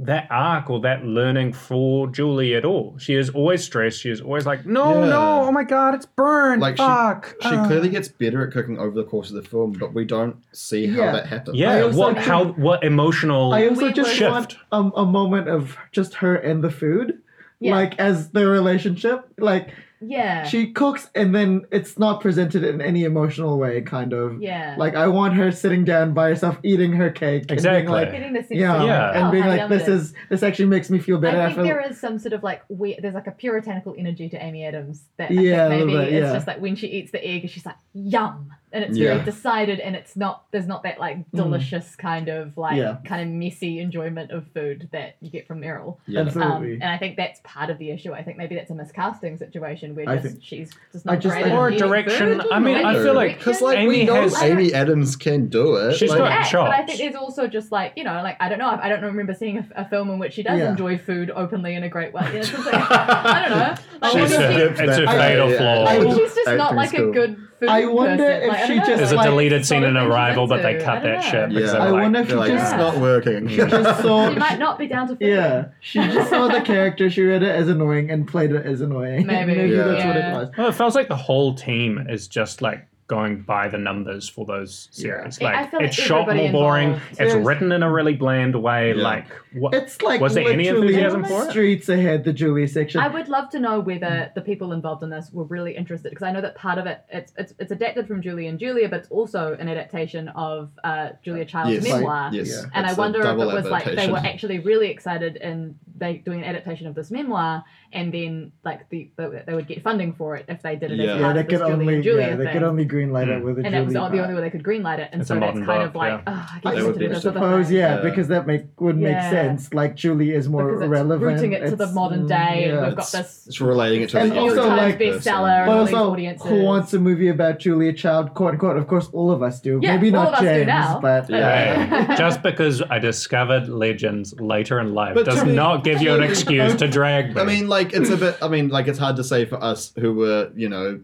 [SPEAKER 2] that arc or that learning for Julie at all. She is always stressed. She is always like, no,
[SPEAKER 3] Yeah.
[SPEAKER 2] no, oh my god, it's burned.
[SPEAKER 3] Like, she-
[SPEAKER 2] Fuck.
[SPEAKER 3] she
[SPEAKER 2] ah."
[SPEAKER 4] Uh.
[SPEAKER 3] clearly gets better at cooking over the course of the film but we don't see
[SPEAKER 4] Yeah.
[SPEAKER 3] how that happens
[SPEAKER 4] I
[SPEAKER 2] Yeah.
[SPEAKER 4] also
[SPEAKER 2] What?
[SPEAKER 4] think-
[SPEAKER 2] How? What emotional?
[SPEAKER 4] I also
[SPEAKER 1] We
[SPEAKER 4] just
[SPEAKER 2] were-
[SPEAKER 4] want
[SPEAKER 2] Shift.
[SPEAKER 4] um, a moment of just her and the food,
[SPEAKER 1] Yeah.
[SPEAKER 4] like as their relationship. Like
[SPEAKER 1] yeah,
[SPEAKER 4] she cooks, and then it's not presented in any emotional way, kind of.
[SPEAKER 1] yeah,
[SPEAKER 4] Like I want her sitting down by herself, eating her cake, and being
[SPEAKER 2] Exactly.
[SPEAKER 4] like,
[SPEAKER 1] getting the sense
[SPEAKER 4] yeah,
[SPEAKER 1] of,
[SPEAKER 2] Yeah.
[SPEAKER 1] oh,
[SPEAKER 4] and being
[SPEAKER 1] how
[SPEAKER 4] like,
[SPEAKER 1] yum
[SPEAKER 4] this
[SPEAKER 1] it
[SPEAKER 4] is this actually makes me feel better.
[SPEAKER 1] I think
[SPEAKER 4] feel-
[SPEAKER 1] there is some sort of like weird, there's like a puritanical energy to Amy Adams that
[SPEAKER 4] Yeah, a
[SPEAKER 1] I think
[SPEAKER 4] little
[SPEAKER 1] maybe
[SPEAKER 4] bit,
[SPEAKER 1] it's
[SPEAKER 4] yeah.
[SPEAKER 1] just like when she eats the egg, she's like yum, and it's
[SPEAKER 3] Yeah.
[SPEAKER 1] very decided, and it's not there's not that like delicious kind of like
[SPEAKER 4] Mm. Yeah.
[SPEAKER 1] kind of messy enjoyment of food that you get from Meryl.
[SPEAKER 3] Yeah.
[SPEAKER 1] Um,
[SPEAKER 4] Absolutely.
[SPEAKER 1] and I think that's part of the issue. I think maybe that's a miscasting situation where
[SPEAKER 4] I
[SPEAKER 1] just
[SPEAKER 4] think-
[SPEAKER 1] she's just
[SPEAKER 4] I
[SPEAKER 1] not
[SPEAKER 4] just
[SPEAKER 1] great
[SPEAKER 4] think-
[SPEAKER 1] at
[SPEAKER 4] Or
[SPEAKER 1] eating
[SPEAKER 2] direction.
[SPEAKER 1] food.
[SPEAKER 2] I mean, I
[SPEAKER 1] Maybe
[SPEAKER 2] feel like-
[SPEAKER 1] direction.
[SPEAKER 3] because like
[SPEAKER 2] Amy
[SPEAKER 3] we know
[SPEAKER 2] has-
[SPEAKER 3] Amy Adams can do it.
[SPEAKER 2] She's
[SPEAKER 3] like,
[SPEAKER 1] She
[SPEAKER 2] got
[SPEAKER 1] acts, but I think
[SPEAKER 2] chops.
[SPEAKER 1] there's also just like you know, like I don't know, I don't remember seeing a, a film in which she does
[SPEAKER 4] Yeah.
[SPEAKER 1] enjoy food openly in a great way. You know, it's just like, I don't know. Like,
[SPEAKER 2] She's
[SPEAKER 1] I wonder
[SPEAKER 2] a-
[SPEAKER 1] if
[SPEAKER 2] it's a fatal flaw.
[SPEAKER 4] I
[SPEAKER 1] she-
[SPEAKER 4] would-
[SPEAKER 1] she's just not
[SPEAKER 3] Acting
[SPEAKER 1] like a
[SPEAKER 3] school.
[SPEAKER 1] good food.
[SPEAKER 4] I wonder
[SPEAKER 1] person.
[SPEAKER 4] if
[SPEAKER 1] Like, I
[SPEAKER 4] she
[SPEAKER 1] don't know,
[SPEAKER 4] just,
[SPEAKER 2] There's
[SPEAKER 1] like,
[SPEAKER 2] a deleted
[SPEAKER 1] it's
[SPEAKER 2] scene
[SPEAKER 1] sort
[SPEAKER 2] in
[SPEAKER 1] of thing she's
[SPEAKER 2] Arrival, but they
[SPEAKER 1] into. I
[SPEAKER 2] cut
[SPEAKER 1] don't
[SPEAKER 2] that
[SPEAKER 1] know.
[SPEAKER 2] shit. because
[SPEAKER 3] Yeah.
[SPEAKER 2] they're
[SPEAKER 4] I
[SPEAKER 2] like-
[SPEAKER 4] wonder if
[SPEAKER 3] They're
[SPEAKER 4] you
[SPEAKER 3] like,
[SPEAKER 4] just
[SPEAKER 3] it's not working.
[SPEAKER 4] she just saw.
[SPEAKER 1] She might not be down to food.
[SPEAKER 4] yeah, she just saw the character. She read it as annoying and played it as annoying.
[SPEAKER 1] Maybe,
[SPEAKER 4] that's what it
[SPEAKER 1] yeah.
[SPEAKER 4] was.
[SPEAKER 2] Well, "Oh, it feels like the whole team is just like going by the numbers for those series.
[SPEAKER 1] Yeah. I
[SPEAKER 2] Like
[SPEAKER 1] feel like
[SPEAKER 2] it's shot more
[SPEAKER 1] everybody
[SPEAKER 2] boring.
[SPEAKER 1] involved-
[SPEAKER 2] It's
[SPEAKER 4] There's-
[SPEAKER 2] written in a really bland way.
[SPEAKER 3] Yeah.
[SPEAKER 2] Like what?
[SPEAKER 4] It's like
[SPEAKER 2] Was there any
[SPEAKER 4] literally
[SPEAKER 2] enthusiasm for it?
[SPEAKER 4] Streets ahead, the Julie section.
[SPEAKER 1] I would love to know whether the people involved in this were really interested because I know that part of it it's it's, it's adapted from Julie and Julia, but it's also an adaptation of uh, Julia Child's
[SPEAKER 3] yes,
[SPEAKER 1] memoir.
[SPEAKER 3] yes.
[SPEAKER 4] Yeah.
[SPEAKER 1] And I
[SPEAKER 3] It's a
[SPEAKER 1] wonder if it
[SPEAKER 3] double
[SPEAKER 1] was like they
[SPEAKER 3] adaptation.
[SPEAKER 1] were actually really excited and they doing an adaptation of this memoir, and then like the, the they would get funding for it if they did it.
[SPEAKER 3] Yeah.
[SPEAKER 1] as
[SPEAKER 4] yeah,
[SPEAKER 1] part
[SPEAKER 4] they
[SPEAKER 1] of this
[SPEAKER 4] could
[SPEAKER 1] Julia
[SPEAKER 4] only
[SPEAKER 1] and Julia
[SPEAKER 4] yeah, they
[SPEAKER 1] thing.
[SPEAKER 4] could only greenlight it
[SPEAKER 2] Mm.
[SPEAKER 4] with a
[SPEAKER 1] and
[SPEAKER 4] Julie.
[SPEAKER 1] that was the only
[SPEAKER 4] part.
[SPEAKER 1] way they could greenlight it, and
[SPEAKER 2] It's a
[SPEAKER 1] so that's
[SPEAKER 2] modern
[SPEAKER 1] kind
[SPEAKER 2] book,
[SPEAKER 1] of like
[SPEAKER 2] yeah.
[SPEAKER 1] oh, I
[SPEAKER 4] I
[SPEAKER 1] guess it's
[SPEAKER 3] would
[SPEAKER 1] another sort of
[SPEAKER 4] suppose,
[SPEAKER 1] thing.
[SPEAKER 4] yeah,
[SPEAKER 3] Yeah.
[SPEAKER 4] because that make would
[SPEAKER 1] Yeah.
[SPEAKER 4] make sense. Like Julie is more
[SPEAKER 1] Because it's
[SPEAKER 4] relevant.
[SPEAKER 1] rooting it to the modern
[SPEAKER 4] mm,
[SPEAKER 1] day, and
[SPEAKER 4] yeah.
[SPEAKER 1] we've got this
[SPEAKER 3] It's relating it to
[SPEAKER 4] And
[SPEAKER 3] the
[SPEAKER 4] also,
[SPEAKER 3] everyday
[SPEAKER 4] like-
[SPEAKER 3] person.
[SPEAKER 1] bestseller.
[SPEAKER 4] But
[SPEAKER 1] all these
[SPEAKER 4] also,
[SPEAKER 1] audiences.
[SPEAKER 4] who wants a movie about Julia Child? Quote unquote. Of course, all of us do.
[SPEAKER 1] Yeah,
[SPEAKER 4] Maybe
[SPEAKER 1] all
[SPEAKER 4] not
[SPEAKER 1] of us do
[SPEAKER 4] James,
[SPEAKER 1] now.
[SPEAKER 4] but
[SPEAKER 3] Yeah.
[SPEAKER 2] Hey, just because I discovered legends later in life
[SPEAKER 3] But
[SPEAKER 2] does
[SPEAKER 3] to be-
[SPEAKER 2] not give you an excuse to drag me.
[SPEAKER 3] I mean, like it's a bit. I mean, like it's hard to say for us who were, you know,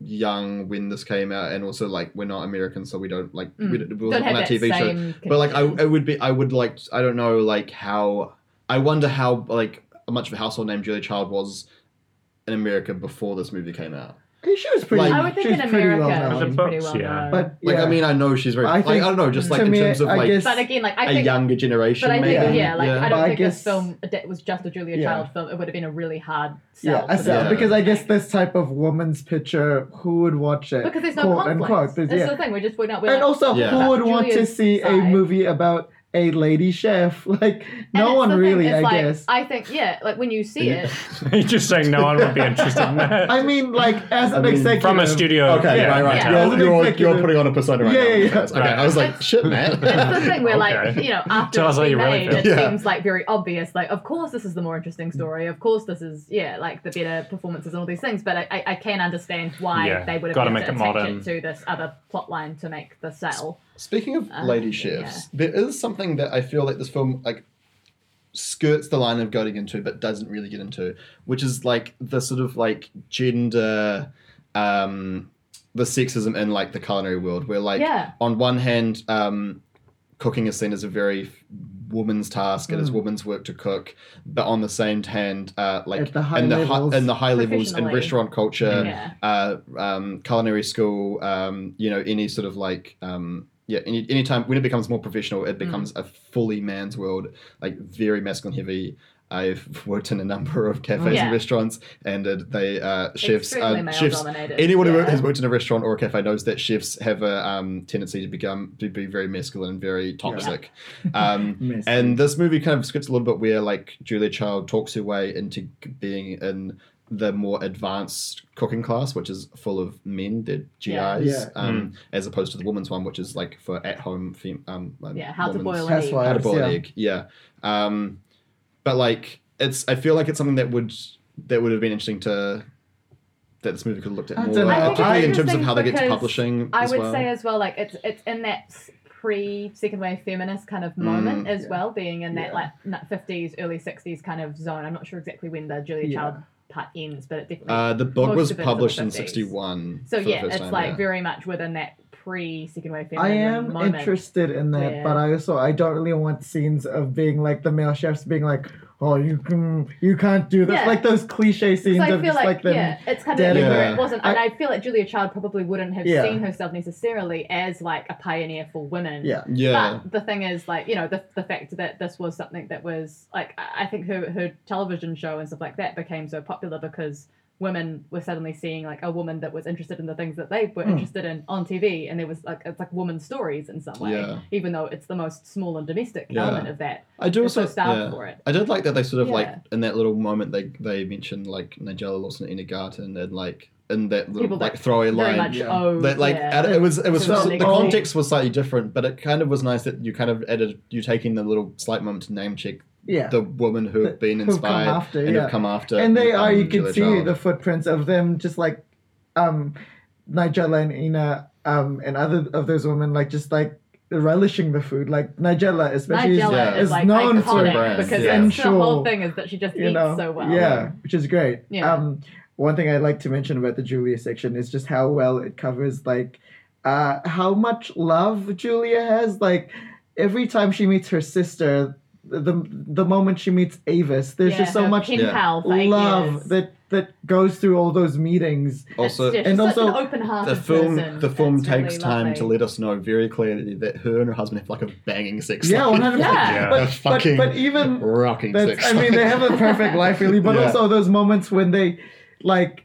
[SPEAKER 3] young when this came out, and also like we're not American, so we don't like we,
[SPEAKER 1] Mm.
[SPEAKER 3] don't- it
[SPEAKER 1] Don't
[SPEAKER 3] wasn't
[SPEAKER 1] have
[SPEAKER 3] on our
[SPEAKER 1] that
[SPEAKER 3] TV show.
[SPEAKER 1] same
[SPEAKER 3] But like, I
[SPEAKER 1] connection.
[SPEAKER 3] it would be. I would like. I don't know. Like how. I wonder how like much of a household name Julia Child was in America before this movie came out.
[SPEAKER 4] she was pretty.
[SPEAKER 3] Like-
[SPEAKER 1] I would think
[SPEAKER 4] she was
[SPEAKER 1] in
[SPEAKER 4] pretty
[SPEAKER 1] America
[SPEAKER 4] well known.
[SPEAKER 2] The
[SPEAKER 1] she's
[SPEAKER 2] books,
[SPEAKER 1] pretty well
[SPEAKER 2] yeah.
[SPEAKER 1] known. But,
[SPEAKER 4] But
[SPEAKER 3] Like
[SPEAKER 4] yeah.
[SPEAKER 3] I mean, I know she's very.
[SPEAKER 4] I
[SPEAKER 3] like,
[SPEAKER 4] think-
[SPEAKER 3] I don't know. Just
[SPEAKER 4] to
[SPEAKER 3] like in
[SPEAKER 4] me,
[SPEAKER 3] terms of
[SPEAKER 4] I
[SPEAKER 3] like
[SPEAKER 4] guess-
[SPEAKER 1] again, like I
[SPEAKER 3] a
[SPEAKER 1] think,
[SPEAKER 3] younger generation.
[SPEAKER 1] but I
[SPEAKER 3] maybe.
[SPEAKER 1] think,
[SPEAKER 4] maybe.
[SPEAKER 1] yeah, like I don't
[SPEAKER 4] But I
[SPEAKER 1] think
[SPEAKER 4] guess-
[SPEAKER 1] this film that was just a Julia
[SPEAKER 4] Yeah.
[SPEAKER 1] Child film. It would have been a really hard sell.
[SPEAKER 4] Yeah, I
[SPEAKER 1] for
[SPEAKER 4] said-
[SPEAKER 1] them.
[SPEAKER 3] Yeah.
[SPEAKER 4] because I guess this type of woman's picture, who would watch it?
[SPEAKER 1] because there's no
[SPEAKER 4] quote
[SPEAKER 1] conflict.
[SPEAKER 4] unquote. There's-
[SPEAKER 1] That's
[SPEAKER 4] yeah.
[SPEAKER 1] the thing. We're just we're not. We're
[SPEAKER 4] And
[SPEAKER 1] like,
[SPEAKER 4] also,
[SPEAKER 3] Yeah.
[SPEAKER 4] who would want to
[SPEAKER 1] Julia's
[SPEAKER 4] see a
[SPEAKER 1] side.
[SPEAKER 4] movie about a lady chef? Like,
[SPEAKER 1] and
[SPEAKER 4] no
[SPEAKER 1] it's
[SPEAKER 4] one
[SPEAKER 1] the thing,
[SPEAKER 4] really,
[SPEAKER 1] it's
[SPEAKER 4] I
[SPEAKER 1] like,
[SPEAKER 4] guess.
[SPEAKER 1] I think yeah, like when you see it,
[SPEAKER 2] You're just saying no one would be interested in that.
[SPEAKER 4] I mean, like, as
[SPEAKER 3] I
[SPEAKER 4] an
[SPEAKER 3] mean, Oh,
[SPEAKER 4] executive.
[SPEAKER 2] From a studio.
[SPEAKER 3] Okay,
[SPEAKER 2] yeah,
[SPEAKER 3] right, right.
[SPEAKER 1] Yeah.
[SPEAKER 4] As
[SPEAKER 3] You're,
[SPEAKER 4] an
[SPEAKER 3] you're,
[SPEAKER 4] executive-
[SPEAKER 3] you're putting on a persona right
[SPEAKER 4] Yeah,
[SPEAKER 3] now.
[SPEAKER 4] yeah, yeah.
[SPEAKER 3] Okay, I was like, shit, man.
[SPEAKER 1] That's the thing where, like,
[SPEAKER 2] Okay.
[SPEAKER 1] you know, after
[SPEAKER 2] Tell
[SPEAKER 1] it's
[SPEAKER 2] us how
[SPEAKER 1] been
[SPEAKER 2] you really
[SPEAKER 1] made,
[SPEAKER 2] feel.
[SPEAKER 1] it
[SPEAKER 3] Yeah.
[SPEAKER 1] seems like very obvious. Like, of course, this is the more interesting story. Of course, this is yeah, like the better performances and all these things. But I, I, I can understand why
[SPEAKER 2] Yeah.
[SPEAKER 1] they would have
[SPEAKER 2] Gotta
[SPEAKER 1] had
[SPEAKER 2] make
[SPEAKER 1] to
[SPEAKER 2] it
[SPEAKER 1] attach
[SPEAKER 2] modern.
[SPEAKER 1] it to this other plot line to make the sale.
[SPEAKER 3] Speaking
[SPEAKER 4] Ah,
[SPEAKER 3] of
[SPEAKER 1] Uh,
[SPEAKER 3] lady
[SPEAKER 1] yeah.
[SPEAKER 3] chefs, there is something that I feel like this film like skirts the line of going into, but doesn't really get into, which is like the sort of like gender, um, the sexism in like the culinary world, where like
[SPEAKER 1] Yeah.
[SPEAKER 3] on one hand, um, cooking is seen as a very woman's task. It is
[SPEAKER 4] Mm.
[SPEAKER 3] woman's work to cook. But on the same hand, uh, like
[SPEAKER 4] At the high
[SPEAKER 3] in the
[SPEAKER 4] levels.
[SPEAKER 3] hi- in the high levels in
[SPEAKER 1] Professionally.
[SPEAKER 3] restaurant culture,
[SPEAKER 1] Yeah.
[SPEAKER 3] uh, um, culinary school, um, you know, any sort of like, um, yeah, any anytime when it becomes more professional, it becomes
[SPEAKER 1] Mm.
[SPEAKER 3] a fully man's world, like very masculine heavy. I've worked in a number of cafes
[SPEAKER 1] Yeah.
[SPEAKER 3] and restaurants, and uh, they uh, chefs,
[SPEAKER 1] Extremely
[SPEAKER 3] uh,
[SPEAKER 1] male
[SPEAKER 3] chefs.
[SPEAKER 1] dominated.
[SPEAKER 3] Anyone who
[SPEAKER 1] Yeah.
[SPEAKER 3] has worked in a restaurant or a cafe knows that chefs have a um, tendency to become to be very masculine and very toxic. Um,
[SPEAKER 4] Miss.
[SPEAKER 3] and this movie kind of skips a little bit where like Julia Child talks her way into being in the more advanced cooking class, which is full of men, they're GIs,
[SPEAKER 1] Yeah. Mm.
[SPEAKER 4] Yeah.
[SPEAKER 3] Um, as opposed to the woman's one, which is like for at home fem- um like,
[SPEAKER 1] Yeah, how to
[SPEAKER 3] woman's-
[SPEAKER 1] boil
[SPEAKER 4] That's
[SPEAKER 1] an egg.
[SPEAKER 4] why-
[SPEAKER 3] how to
[SPEAKER 4] Yes,
[SPEAKER 3] boil an
[SPEAKER 4] yeah.
[SPEAKER 3] egg. Yeah. Um, but like it's I feel like it's something that would that would have been interesting to that this movie could have looked at
[SPEAKER 4] I
[SPEAKER 3] more, uh,
[SPEAKER 4] dunno. I think it's
[SPEAKER 3] particularly in terms of
[SPEAKER 1] interesting
[SPEAKER 3] how they get to
[SPEAKER 1] because
[SPEAKER 3] publishing.
[SPEAKER 1] I
[SPEAKER 3] as
[SPEAKER 1] would
[SPEAKER 3] well.
[SPEAKER 1] say as well, like it's it's in that pre second wave feminist kind
[SPEAKER 3] Mm,
[SPEAKER 1] of moment as well, being in that
[SPEAKER 4] Yeah.
[SPEAKER 1] like like fifties, early sixties kind of zone. I'm not sure exactly when the Julia
[SPEAKER 4] Yeah.
[SPEAKER 1] Child part ends, but it definitely.
[SPEAKER 3] uh, the book
[SPEAKER 1] most
[SPEAKER 3] was
[SPEAKER 1] of it's in the
[SPEAKER 3] published in
[SPEAKER 1] 50s.
[SPEAKER 3] '61.
[SPEAKER 1] so
[SPEAKER 3] for the
[SPEAKER 1] yeah,
[SPEAKER 3] first
[SPEAKER 1] it's
[SPEAKER 3] time,
[SPEAKER 1] like
[SPEAKER 3] yeah.
[SPEAKER 1] very much within that pre second wave
[SPEAKER 4] I
[SPEAKER 1] feminist
[SPEAKER 4] am
[SPEAKER 1] moment.
[SPEAKER 4] interested in that,
[SPEAKER 1] Yeah.
[SPEAKER 4] but I also I don't really want scenes of being like the male chefs being like, "Oh, you can you can't do this,"
[SPEAKER 1] Yeah.
[SPEAKER 4] like those cliche scenes
[SPEAKER 1] So I
[SPEAKER 4] of
[SPEAKER 1] feel
[SPEAKER 4] just
[SPEAKER 1] like,
[SPEAKER 4] like, them.
[SPEAKER 1] yeah, it's kind of
[SPEAKER 4] dead
[SPEAKER 1] yeah.
[SPEAKER 3] and-
[SPEAKER 1] where it wasn't, and
[SPEAKER 4] I-
[SPEAKER 1] I feel like Julia Child probably wouldn't have
[SPEAKER 4] Yeah.
[SPEAKER 1] seen herself necessarily as like a pioneer for women.
[SPEAKER 4] Yeah.
[SPEAKER 3] yeah.
[SPEAKER 1] But the thing is, like you know, the, the fact that this was something that was like I I think her her television show and stuff like that became so popular because women were suddenly seeing like a woman that was interested in the things that they were
[SPEAKER 4] Hmm.
[SPEAKER 1] interested in on TV, and there was like it's like woman stories in some way,
[SPEAKER 3] Yeah.
[SPEAKER 1] even though it's the most small and domestic
[SPEAKER 3] Yeah.
[SPEAKER 1] element of that.
[SPEAKER 3] I do
[SPEAKER 1] They're
[SPEAKER 3] also
[SPEAKER 1] so starved
[SPEAKER 3] yeah.
[SPEAKER 1] for it.
[SPEAKER 3] I did like that they sort of like
[SPEAKER 1] Yeah.
[SPEAKER 3] in that little moment they they mentioned like Nigella Lawson in a garden and like in that little
[SPEAKER 1] People that
[SPEAKER 3] like throwaway
[SPEAKER 1] Very
[SPEAKER 3] line.
[SPEAKER 1] much.
[SPEAKER 4] yeah.
[SPEAKER 1] Oh,
[SPEAKER 3] That like
[SPEAKER 1] yeah.
[SPEAKER 3] add- it was it was
[SPEAKER 1] So
[SPEAKER 3] so-
[SPEAKER 1] they-
[SPEAKER 3] the context was slightly different, but it kind of was nice that you kind of added you taking the little slight moment to name check
[SPEAKER 4] yeah.
[SPEAKER 3] the woman who had been
[SPEAKER 4] Who've come
[SPEAKER 3] inspired
[SPEAKER 4] after,
[SPEAKER 3] and
[SPEAKER 4] yeah.
[SPEAKER 3] have come after,
[SPEAKER 4] and they are
[SPEAKER 3] um,
[SPEAKER 4] you can
[SPEAKER 3] Julia
[SPEAKER 4] see
[SPEAKER 3] Child.
[SPEAKER 4] the footprints of them just like um nigella and ina um and other of those women like just like relishing the food like nigella especially
[SPEAKER 1] Nigella
[SPEAKER 3] Yeah.
[SPEAKER 1] is
[SPEAKER 4] is
[SPEAKER 1] like
[SPEAKER 4] known for
[SPEAKER 1] iconic
[SPEAKER 3] brands,
[SPEAKER 1] because
[SPEAKER 3] yeah.
[SPEAKER 1] that's the whole
[SPEAKER 4] Sensual,
[SPEAKER 1] thing is that she just
[SPEAKER 4] you
[SPEAKER 1] eats
[SPEAKER 4] know
[SPEAKER 1] so well.
[SPEAKER 4] yeah which is great
[SPEAKER 1] Yeah.
[SPEAKER 4] um one thing i like to mention about the julia section is just how well it covers like uh how much love julia has like every time she meets her sister the the moment she meets avis there's
[SPEAKER 1] Yeah,
[SPEAKER 4] just so
[SPEAKER 1] her
[SPEAKER 4] much
[SPEAKER 1] pen
[SPEAKER 3] Yeah.
[SPEAKER 1] pal for eight
[SPEAKER 4] love
[SPEAKER 1] years.
[SPEAKER 4] that that goes through all those meetings.
[SPEAKER 3] also
[SPEAKER 1] It's- yeah,
[SPEAKER 4] and
[SPEAKER 1] she's such
[SPEAKER 4] also
[SPEAKER 1] an open-hearted
[SPEAKER 3] the film
[SPEAKER 1] person.
[SPEAKER 3] the film
[SPEAKER 1] It's
[SPEAKER 3] takes
[SPEAKER 1] really
[SPEAKER 3] time to
[SPEAKER 1] lovely.
[SPEAKER 3] let us know very clearly that her and her husband have like a banging sex
[SPEAKER 4] Yeah,
[SPEAKER 3] life.
[SPEAKER 4] one hundred
[SPEAKER 1] Yeah.
[SPEAKER 4] percent.
[SPEAKER 3] A
[SPEAKER 4] But but
[SPEAKER 3] fucking
[SPEAKER 4] but even
[SPEAKER 3] rocking
[SPEAKER 4] that's,
[SPEAKER 3] sex
[SPEAKER 4] I mean
[SPEAKER 3] life.
[SPEAKER 4] they have a perfect life really, but
[SPEAKER 3] Yeah.
[SPEAKER 4] also those moments when they like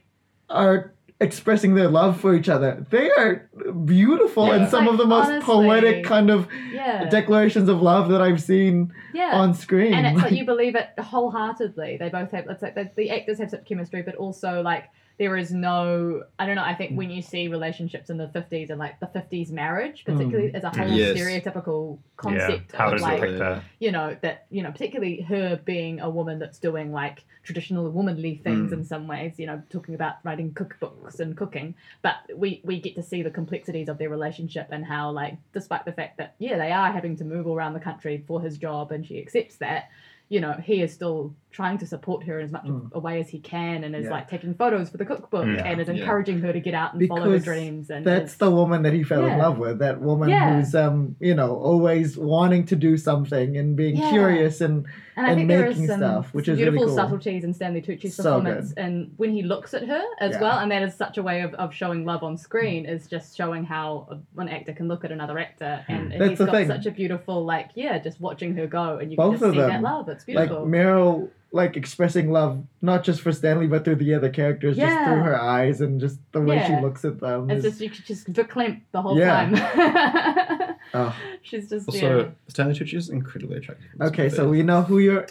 [SPEAKER 4] are expressing their love for each other. They are beautiful
[SPEAKER 3] Yeah.
[SPEAKER 4] and some
[SPEAKER 1] Like,
[SPEAKER 4] of the most
[SPEAKER 1] honestly.
[SPEAKER 4] poetic kind of
[SPEAKER 1] yeah,
[SPEAKER 4] declarations of love that I've seen
[SPEAKER 1] yeah.
[SPEAKER 4] on screen.
[SPEAKER 1] and it's like you believe it wholeheartedly. They both have. It's like the, the actors have such chemistry, but also like there is no. I don't know. I think when you see relationships in the fifties and like the fifties marriage, particularly as a whole
[SPEAKER 3] Yes.
[SPEAKER 1] stereotypical
[SPEAKER 2] Yeah.
[SPEAKER 1] concept
[SPEAKER 2] How
[SPEAKER 1] of
[SPEAKER 2] does it
[SPEAKER 1] like
[SPEAKER 2] pick the
[SPEAKER 1] you know that you know particularly her being a woman that's doing like traditional womanly things
[SPEAKER 3] Mm.
[SPEAKER 1] in some ways you know talking about writing cookbooks and cooking but we we get to see the complexities of their relationship and how like despite the fact that yeah they are having to move all around the country for his job and she accepts that you know he is still trying to support her in as much
[SPEAKER 4] Mm.
[SPEAKER 1] a way as he can and is
[SPEAKER 4] Yeah.
[SPEAKER 1] like taking photos for the cookbook
[SPEAKER 2] Yeah.
[SPEAKER 1] and is
[SPEAKER 3] Yeah.
[SPEAKER 1] encouraging her to get out and follow her
[SPEAKER 4] Because
[SPEAKER 1] dreams and
[SPEAKER 4] That's
[SPEAKER 1] is-
[SPEAKER 4] the woman that he fell in
[SPEAKER 1] Yeah.
[SPEAKER 4] love with. That woman
[SPEAKER 1] Yeah.
[SPEAKER 4] who's um, you know, always wanting to do something and being
[SPEAKER 1] Yeah.
[SPEAKER 4] curious and
[SPEAKER 1] And I
[SPEAKER 4] and
[SPEAKER 1] think there is
[SPEAKER 4] making
[SPEAKER 1] some
[SPEAKER 4] stuff, which is really
[SPEAKER 1] beautiful
[SPEAKER 4] cool.
[SPEAKER 1] subtleties in Stanley Tucci's
[SPEAKER 4] So
[SPEAKER 1] performance, and when he looks at her as
[SPEAKER 4] Yeah.
[SPEAKER 1] well, and that is such a way of, of showing love on screen is just showing how a- one actor can look at another actor, and
[SPEAKER 4] Hmm. That's
[SPEAKER 1] he's
[SPEAKER 4] the
[SPEAKER 1] got
[SPEAKER 4] thing.
[SPEAKER 1] such a beautiful like yeah, just watching her go, and you
[SPEAKER 4] Both
[SPEAKER 1] can
[SPEAKER 4] of
[SPEAKER 1] just see that
[SPEAKER 4] them.
[SPEAKER 1] love. It's
[SPEAKER 4] like
[SPEAKER 1] beautiful.
[SPEAKER 4] Meryl like expressing love not just for Stanley but through the other characters just through
[SPEAKER 1] Yeah.
[SPEAKER 4] her eyes and just the way
[SPEAKER 1] Yeah.
[SPEAKER 4] she looks at them.
[SPEAKER 1] it's
[SPEAKER 4] is-
[SPEAKER 1] just you could just verklempt the whole
[SPEAKER 4] Yeah.
[SPEAKER 1] time.
[SPEAKER 4] oh.
[SPEAKER 1] She's just yeah.
[SPEAKER 3] Also, Stanley Tucci is incredibly attractive. in this
[SPEAKER 4] Okay, so
[SPEAKER 3] movie.
[SPEAKER 4] we know who your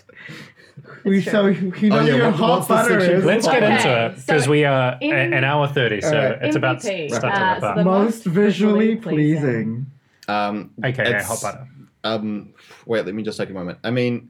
[SPEAKER 4] we
[SPEAKER 1] true.
[SPEAKER 4] so you
[SPEAKER 3] Oh,
[SPEAKER 4] know
[SPEAKER 3] yeah,
[SPEAKER 4] who your
[SPEAKER 3] what-
[SPEAKER 4] hot
[SPEAKER 3] what's the
[SPEAKER 4] butter
[SPEAKER 3] section?
[SPEAKER 4] is.
[SPEAKER 2] Let's get
[SPEAKER 1] Okay,
[SPEAKER 2] into it
[SPEAKER 1] so
[SPEAKER 2] because we are a-
[SPEAKER 1] in-
[SPEAKER 2] an hour thirty, so
[SPEAKER 4] Alright.
[SPEAKER 2] it's about
[SPEAKER 1] MVP,
[SPEAKER 2] starting
[SPEAKER 1] uh,
[SPEAKER 2] to wrap
[SPEAKER 1] so
[SPEAKER 2] up.
[SPEAKER 1] the-
[SPEAKER 4] most visually
[SPEAKER 1] Visually pleasing.
[SPEAKER 4] pleasing.
[SPEAKER 3] um,
[SPEAKER 2] AKA
[SPEAKER 3] it's-
[SPEAKER 2] hot butter.
[SPEAKER 3] Um, wait, let me just take a moment. I mean,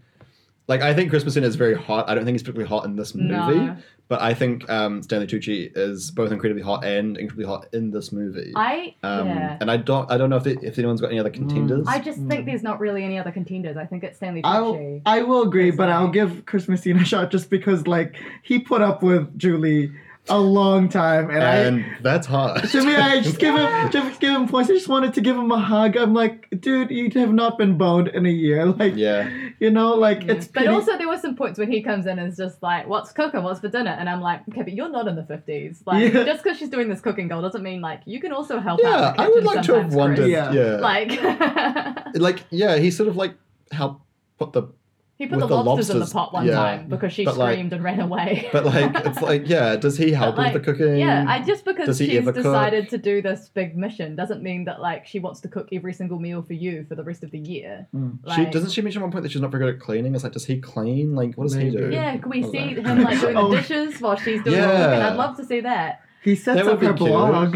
[SPEAKER 3] like I think Christmas Inn is very hot. I don't think he's particularly hot in this movie,
[SPEAKER 1] No.
[SPEAKER 3] but I think um, Stanley Tucci is both incredibly hot and incredibly hot in this movie.
[SPEAKER 1] I
[SPEAKER 3] um,
[SPEAKER 1] yeah.
[SPEAKER 3] and I don't, I don't know if, the- if anyone's got any other contenders.
[SPEAKER 1] I just think there's not really any other contenders. I think it's Stanley
[SPEAKER 4] Hmm. I'll,
[SPEAKER 1] Tucci.
[SPEAKER 4] I will agree,
[SPEAKER 1] That's
[SPEAKER 4] but I'll
[SPEAKER 1] fine.
[SPEAKER 4] give Chris Messina a shot just because like he put up with Julie a long time, and,
[SPEAKER 3] and that's hard.
[SPEAKER 4] I to me I just give him just give him points. I just wanted to give him a hug. I'm like, dude, you have not been boned in a year. Like,
[SPEAKER 3] yeah,
[SPEAKER 4] you know, like it's
[SPEAKER 1] but
[SPEAKER 4] pity-
[SPEAKER 1] also there were some points when he comes in and is just like, "What's cooking? What's for dinner?" And I'm like, "Okay, but you're not in the fifties. Like,
[SPEAKER 4] Yeah.
[SPEAKER 1] just because she's doing this cooking goal doesn't mean like you can also help out." in
[SPEAKER 3] yeah.
[SPEAKER 1] the
[SPEAKER 3] I would
[SPEAKER 1] kitchen
[SPEAKER 3] like to have
[SPEAKER 1] sometimes,
[SPEAKER 3] wondered.
[SPEAKER 1] Chris."
[SPEAKER 3] Yeah,
[SPEAKER 4] Yeah.
[SPEAKER 1] Like,
[SPEAKER 3] like yeah, he sort of like helped put the
[SPEAKER 1] he put
[SPEAKER 3] With
[SPEAKER 1] the
[SPEAKER 3] the
[SPEAKER 1] lobsters, in the
[SPEAKER 3] lobsters,
[SPEAKER 1] pot one
[SPEAKER 3] yeah.
[SPEAKER 1] time because she
[SPEAKER 3] But, like-
[SPEAKER 1] screamed and ran away.
[SPEAKER 3] But like, it's like, yeah, does he help
[SPEAKER 1] But,
[SPEAKER 3] with the
[SPEAKER 1] like,
[SPEAKER 3] cooking?
[SPEAKER 1] Yeah, I just because
[SPEAKER 3] Does he
[SPEAKER 1] she's
[SPEAKER 3] ever cook?
[SPEAKER 1] decided to do this big mission doesn't mean that like she wants to cook every single meal for you for the rest of the year.
[SPEAKER 4] Mm.
[SPEAKER 3] she
[SPEAKER 1] Like-
[SPEAKER 3] doesn't she mention at one point that she's not very good at cleaning? It's like, does he clean? Like, what does he do?
[SPEAKER 4] Maybe.
[SPEAKER 1] Yeah, can we
[SPEAKER 3] Or
[SPEAKER 1] see
[SPEAKER 3] like-
[SPEAKER 1] him like doing the
[SPEAKER 4] Oh.
[SPEAKER 1] dishes while she's doing the
[SPEAKER 3] Yeah.
[SPEAKER 1] cooking? I'd love to see that.
[SPEAKER 4] he sets
[SPEAKER 3] That would
[SPEAKER 4] up
[SPEAKER 3] be
[SPEAKER 4] her
[SPEAKER 3] cute.
[SPEAKER 4] blog.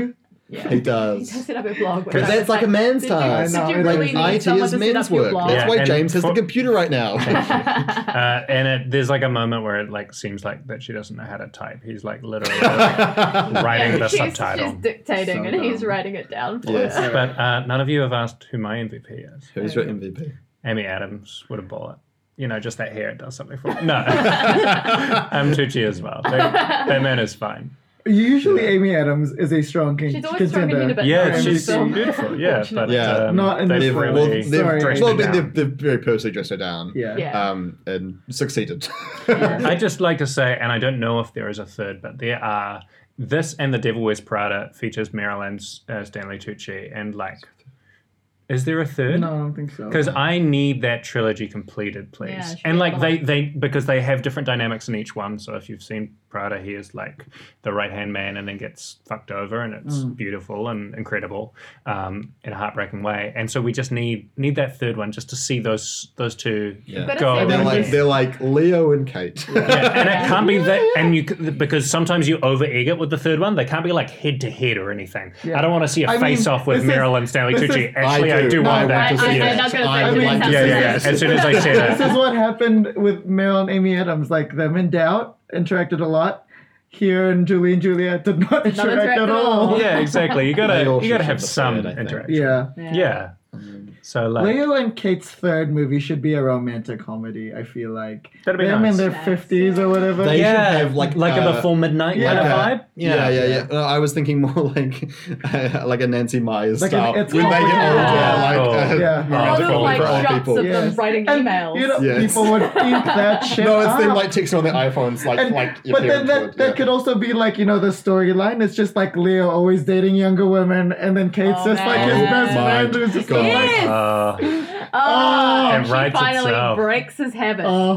[SPEAKER 1] Yeah.
[SPEAKER 3] He
[SPEAKER 1] He does
[SPEAKER 3] does.
[SPEAKER 1] set up a blog. which I
[SPEAKER 3] Because
[SPEAKER 1] was
[SPEAKER 3] that's like a man's
[SPEAKER 1] did you-
[SPEAKER 3] task.
[SPEAKER 4] I know,
[SPEAKER 1] Did you
[SPEAKER 4] it
[SPEAKER 3] Like
[SPEAKER 1] really
[SPEAKER 4] is.
[SPEAKER 1] need
[SPEAKER 3] IT
[SPEAKER 1] someone
[SPEAKER 3] is
[SPEAKER 1] to set
[SPEAKER 3] men's
[SPEAKER 1] up your
[SPEAKER 3] work.
[SPEAKER 1] blog?
[SPEAKER 2] Yeah,
[SPEAKER 3] That's why
[SPEAKER 2] and
[SPEAKER 3] James has the
[SPEAKER 2] for-
[SPEAKER 3] computer right now.
[SPEAKER 2] Uh, and it, there's like a moment where it like seems like that she doesn't know how to type. He's like literally writing the
[SPEAKER 1] she's,
[SPEAKER 2] subtitle.
[SPEAKER 1] She's dictating
[SPEAKER 4] So
[SPEAKER 1] and he's
[SPEAKER 4] dumb.
[SPEAKER 1] writing it down for
[SPEAKER 3] Yes.
[SPEAKER 1] her.
[SPEAKER 2] But uh, none of you have asked who my MVP is.
[SPEAKER 3] Who's your MVP?
[SPEAKER 2] Amy Adams would have bought it. You know, just that hair does something for me. No, I'm Tucci as well. That, that man is fine.
[SPEAKER 4] Usually, Amy Adams is a strong con-
[SPEAKER 1] She's always trying to
[SPEAKER 4] contender.
[SPEAKER 1] hint about
[SPEAKER 2] Yeah,
[SPEAKER 4] she's
[SPEAKER 2] she's
[SPEAKER 4] so-
[SPEAKER 2] beautiful. Yeah, but
[SPEAKER 1] unfortunately.
[SPEAKER 3] Yeah.
[SPEAKER 2] um,
[SPEAKER 4] Not in
[SPEAKER 2] they've
[SPEAKER 4] this
[SPEAKER 3] They've,
[SPEAKER 4] room.
[SPEAKER 3] well,
[SPEAKER 2] really
[SPEAKER 3] they've,
[SPEAKER 4] Sorry.
[SPEAKER 2] dressed
[SPEAKER 3] well,
[SPEAKER 2] her
[SPEAKER 3] they-
[SPEAKER 2] down.
[SPEAKER 3] they've, they've very purposely dressed her down.
[SPEAKER 4] Yeah.
[SPEAKER 1] Yeah.
[SPEAKER 3] Um, and succeeded.
[SPEAKER 1] Yeah.
[SPEAKER 2] I'd just like to say, and I don't know if there is a third, but there are. This and The Devil Wears Prada features Marilyn's uh, Stanley Tucci, and like, is there a third?
[SPEAKER 4] No, I don't think so.
[SPEAKER 2] Because I need that trilogy completed, please.
[SPEAKER 1] Yeah, it should
[SPEAKER 2] and
[SPEAKER 1] be
[SPEAKER 2] like
[SPEAKER 1] a
[SPEAKER 2] they,
[SPEAKER 1] lot.
[SPEAKER 2] they because they have different dynamics in each one. So if you've seen Prada, he is like the right hand man, and then gets fucked over, and it's
[SPEAKER 4] Mm.
[SPEAKER 2] beautiful and incredible um, in a heartbreaking way. And so we just need need that third one just to see those those two
[SPEAKER 3] Yeah.
[SPEAKER 1] But
[SPEAKER 2] go.
[SPEAKER 1] it's-
[SPEAKER 3] they're, like, they're like Leo and Kate.
[SPEAKER 2] Yeah, and it can't be that, and you c- because sometimes you over egg it with the third one. They can't be like head to head or anything.
[SPEAKER 4] Yeah.
[SPEAKER 2] I don't want to see a
[SPEAKER 4] I mean,
[SPEAKER 2] face off with
[SPEAKER 4] this is-
[SPEAKER 2] Marilyn Stanley
[SPEAKER 4] this
[SPEAKER 2] Tucci.
[SPEAKER 4] is-
[SPEAKER 2] Actually, I do, want
[SPEAKER 3] I
[SPEAKER 1] I-
[SPEAKER 2] that.
[SPEAKER 3] to see
[SPEAKER 1] I- I'm
[SPEAKER 3] it.
[SPEAKER 1] not gonna say
[SPEAKER 3] I
[SPEAKER 4] it
[SPEAKER 3] would like to
[SPEAKER 2] yeah,
[SPEAKER 3] see
[SPEAKER 2] yeah, yeah.
[SPEAKER 3] it.
[SPEAKER 2] As soon as I say
[SPEAKER 4] this
[SPEAKER 2] that,
[SPEAKER 4] is what happened with Meryl and Amy Adams. Like them in doubt interacted a lot. Here and Julie and Julia did not interact,
[SPEAKER 1] interact
[SPEAKER 4] at
[SPEAKER 1] at
[SPEAKER 4] all.
[SPEAKER 1] all.
[SPEAKER 2] yeah, exactly. You
[SPEAKER 3] They
[SPEAKER 2] gotta
[SPEAKER 3] all
[SPEAKER 2] you gotta
[SPEAKER 3] should
[SPEAKER 2] have
[SPEAKER 3] have
[SPEAKER 2] some
[SPEAKER 3] appeared, I think.
[SPEAKER 2] interaction.
[SPEAKER 4] Yeah.
[SPEAKER 2] Yeah. So like
[SPEAKER 4] Leo and Kate's third movie should be a romantic comedy. I feel like
[SPEAKER 2] That'd be
[SPEAKER 4] them
[SPEAKER 2] nice.
[SPEAKER 4] in their
[SPEAKER 1] Yes.
[SPEAKER 4] fifties or whatever.
[SPEAKER 3] They-
[SPEAKER 2] yeah,
[SPEAKER 3] should have, like,
[SPEAKER 2] like a
[SPEAKER 3] uh,
[SPEAKER 2] before midnight
[SPEAKER 4] yeah.
[SPEAKER 2] kind of
[SPEAKER 3] Yeah.
[SPEAKER 2] vibe.
[SPEAKER 3] Yeah, yeah, yeah. No, I was thinking more like like a Nancy Myers
[SPEAKER 4] Like an
[SPEAKER 3] style.
[SPEAKER 4] It's
[SPEAKER 3] when they get
[SPEAKER 1] Complicated.
[SPEAKER 3] older,
[SPEAKER 1] Yeah.
[SPEAKER 3] like
[SPEAKER 2] Oh.
[SPEAKER 3] uh,
[SPEAKER 4] Yeah.
[SPEAKER 1] A lot
[SPEAKER 3] romantic
[SPEAKER 1] of
[SPEAKER 2] Wonderful
[SPEAKER 1] like
[SPEAKER 3] for old
[SPEAKER 1] shots
[SPEAKER 3] people.
[SPEAKER 1] of them
[SPEAKER 4] Yes.
[SPEAKER 1] writing
[SPEAKER 4] And,
[SPEAKER 1] emails.
[SPEAKER 4] You know,
[SPEAKER 3] Yes.
[SPEAKER 4] people would eat that shit.
[SPEAKER 3] No, it's
[SPEAKER 4] up.
[SPEAKER 3] them like texting on their iPhones, like
[SPEAKER 4] And-
[SPEAKER 3] like your
[SPEAKER 4] but then
[SPEAKER 3] parents
[SPEAKER 4] that,
[SPEAKER 3] would.
[SPEAKER 4] that
[SPEAKER 3] yeah.
[SPEAKER 4] could also be like you know the storyline. It's just like Leo always dating younger women, and then Kate's
[SPEAKER 1] Oh,
[SPEAKER 4] just like his
[SPEAKER 1] man.
[SPEAKER 4] best
[SPEAKER 1] Oh, my
[SPEAKER 4] friend who's just
[SPEAKER 3] God.
[SPEAKER 4] like,
[SPEAKER 1] Yes!
[SPEAKER 2] Uh,
[SPEAKER 1] Oh,
[SPEAKER 2] It
[SPEAKER 1] she
[SPEAKER 2] writes
[SPEAKER 1] finally
[SPEAKER 2] itself.
[SPEAKER 1] breaks his habit.
[SPEAKER 4] Oh.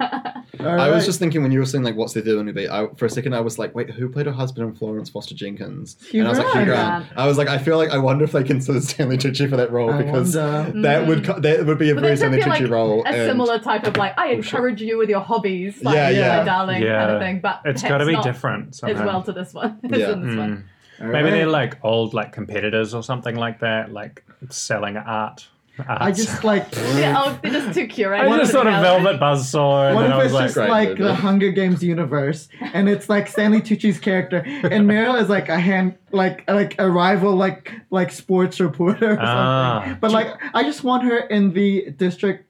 [SPEAKER 3] I
[SPEAKER 4] "Alright."
[SPEAKER 3] was just thinking when you were saying like what's the third one to be. I, for a second, I was like, wait, who played her husband in Florence Foster Jenkins?
[SPEAKER 4] Hugh
[SPEAKER 3] and I was like, Hugh
[SPEAKER 1] Grant.
[SPEAKER 3] Grant. I was like, I feel like I wonder if they considered Stanley Tucci for that role
[SPEAKER 4] I
[SPEAKER 3] because
[SPEAKER 4] wonder. Mm.
[SPEAKER 3] that would co- that would be a
[SPEAKER 1] But
[SPEAKER 3] very
[SPEAKER 1] that could
[SPEAKER 3] Stanley
[SPEAKER 1] be
[SPEAKER 3] Tucci
[SPEAKER 1] like
[SPEAKER 3] role.
[SPEAKER 1] a
[SPEAKER 3] and-
[SPEAKER 1] similar type of like, I
[SPEAKER 3] Oh, shit.
[SPEAKER 1] encourage you with your hobbies, like
[SPEAKER 3] Yeah,
[SPEAKER 1] yeah,
[SPEAKER 3] yeah.
[SPEAKER 1] my darling kind
[SPEAKER 2] Yeah.
[SPEAKER 1] of thing. But
[SPEAKER 2] it's
[SPEAKER 1] got
[SPEAKER 2] gotta be different
[SPEAKER 1] as
[SPEAKER 2] somehow.
[SPEAKER 1] well to this one. as
[SPEAKER 3] Yeah.
[SPEAKER 1] in this one.
[SPEAKER 2] Mm. Maybe they're like old like competitors or something like that, like selling art.
[SPEAKER 4] I just like.
[SPEAKER 1] Yeah, oh, they're just too curated.
[SPEAKER 2] Mm. I just
[SPEAKER 1] to
[SPEAKER 2] thought of
[SPEAKER 1] be honest.
[SPEAKER 2] Velvet Buzzsaw, and
[SPEAKER 4] What
[SPEAKER 2] then I was
[SPEAKER 4] if it's
[SPEAKER 2] like,
[SPEAKER 4] just
[SPEAKER 3] Great
[SPEAKER 4] like
[SPEAKER 3] movie.
[SPEAKER 4] the Hunger Games universe, and it's like Stanley Tucci's character, and Meryl is like a hand, like like a rival, like like sports reporter or
[SPEAKER 2] Ah.
[SPEAKER 4] something. But like, I just want her in the district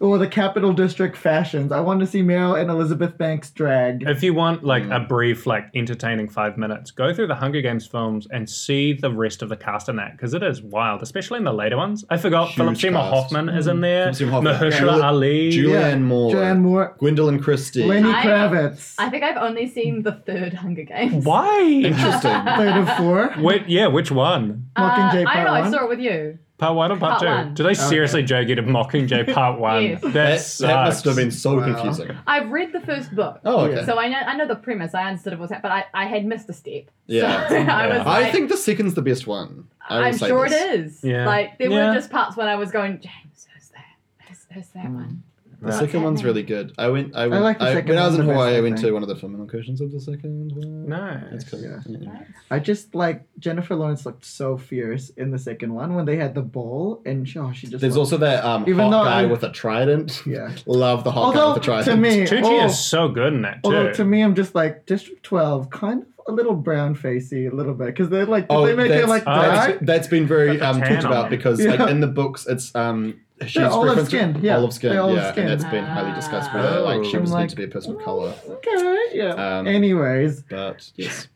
[SPEAKER 4] or the capital district fashions. I want to see Meryl and Elizabeth Banks drag.
[SPEAKER 2] If you want like a brief, like entertaining five minutes, go through the Hunger Games films and see the rest of the cast in that because it is wild, especially in the later ones. I forgot
[SPEAKER 3] Huge
[SPEAKER 2] Philip Seymour
[SPEAKER 3] cast.
[SPEAKER 2] Hoffman is in there.
[SPEAKER 3] Philip Seymour Hoffman.
[SPEAKER 2] Mahershala
[SPEAKER 3] Yeah.
[SPEAKER 2] Ali.
[SPEAKER 3] Julianne Moore,
[SPEAKER 4] Jan Moore,
[SPEAKER 3] Gwendolyn Christie.
[SPEAKER 4] Lenny
[SPEAKER 1] I-
[SPEAKER 4] Kravitz,
[SPEAKER 1] I think I've only seen the third Hunger Games.
[SPEAKER 2] Why?
[SPEAKER 3] Interesting.
[SPEAKER 4] third of four.
[SPEAKER 2] Wait, yeah, which one?
[SPEAKER 1] Uh,
[SPEAKER 4] Mockingjay
[SPEAKER 1] I
[SPEAKER 4] Part
[SPEAKER 1] know, I
[SPEAKER 4] One?
[SPEAKER 1] saw it with you.
[SPEAKER 2] Part one or part,
[SPEAKER 1] Part
[SPEAKER 2] two?
[SPEAKER 1] one.
[SPEAKER 2] Did I seriously drag you to Mockingjay Part One?
[SPEAKER 1] Yes.
[SPEAKER 2] That,
[SPEAKER 3] that, that
[SPEAKER 2] sucks.
[SPEAKER 3] must have been so
[SPEAKER 4] Wow.
[SPEAKER 3] confusing.
[SPEAKER 1] I've read the first book.
[SPEAKER 3] Oh, okay.
[SPEAKER 1] So I know, I know the premise. I understood it was happening, but I, I had missed a step.
[SPEAKER 3] Yeah.
[SPEAKER 1] So I was
[SPEAKER 2] Yeah.
[SPEAKER 1] like,
[SPEAKER 3] I think the second's the best one. I will
[SPEAKER 1] I'm
[SPEAKER 3] say
[SPEAKER 1] sure
[SPEAKER 3] this.
[SPEAKER 1] it is.
[SPEAKER 2] Yeah.
[SPEAKER 1] Like there
[SPEAKER 2] Yeah.
[SPEAKER 1] were just parts when I was going, James, who's that? Who's, who's that one?
[SPEAKER 3] The second one's really good. I went. I, went,
[SPEAKER 4] like the second
[SPEAKER 3] When I was in
[SPEAKER 4] one the best,
[SPEAKER 3] Hawaii, I
[SPEAKER 4] I
[SPEAKER 3] went to
[SPEAKER 4] think.
[SPEAKER 3] one of the film incursions of the second one. That's
[SPEAKER 2] Nice.
[SPEAKER 3] cool.
[SPEAKER 4] Yeah.
[SPEAKER 2] Mm.
[SPEAKER 3] Yeah.
[SPEAKER 4] I just like Jennifer Lawrence looked so fierce in the second one when they had the bowl, and she, oh, she just
[SPEAKER 3] There's
[SPEAKER 4] looked-
[SPEAKER 3] also that um,
[SPEAKER 4] Even
[SPEAKER 3] hot
[SPEAKER 4] though
[SPEAKER 3] guy
[SPEAKER 4] I-
[SPEAKER 3] with a trident.
[SPEAKER 4] Yeah.
[SPEAKER 3] Love the hot guy
[SPEAKER 4] although
[SPEAKER 3] with a trident.
[SPEAKER 4] to me
[SPEAKER 2] Tucci
[SPEAKER 4] oh,
[SPEAKER 2] is so good in that too.
[SPEAKER 4] Although to me, I'm just like District 12, kind of a little brown facey, a little bit, because they're like, did
[SPEAKER 3] Oh,
[SPEAKER 4] they make
[SPEAKER 3] that's,
[SPEAKER 4] it like
[SPEAKER 2] oh,
[SPEAKER 4] dark?
[SPEAKER 3] that's- that's been very
[SPEAKER 2] Got the
[SPEAKER 3] um,
[SPEAKER 2] tan
[SPEAKER 3] talked
[SPEAKER 2] on
[SPEAKER 3] about
[SPEAKER 2] it.
[SPEAKER 3] because like
[SPEAKER 4] Yeah.
[SPEAKER 3] in the books, it's um, she's
[SPEAKER 4] olive
[SPEAKER 3] referenced
[SPEAKER 4] skin,
[SPEAKER 3] it-
[SPEAKER 4] yeah.
[SPEAKER 3] olive skin,
[SPEAKER 4] They're olive
[SPEAKER 3] yeah,
[SPEAKER 4] skin. Oh.
[SPEAKER 3] and that's been highly discussed. Where
[SPEAKER 2] Ah.
[SPEAKER 3] like she
[SPEAKER 4] I'm
[SPEAKER 3] was
[SPEAKER 4] like-
[SPEAKER 3] meant to be a person of color,
[SPEAKER 4] Okay, yeah.
[SPEAKER 3] Um,
[SPEAKER 4] Anyways,
[SPEAKER 3] but yes,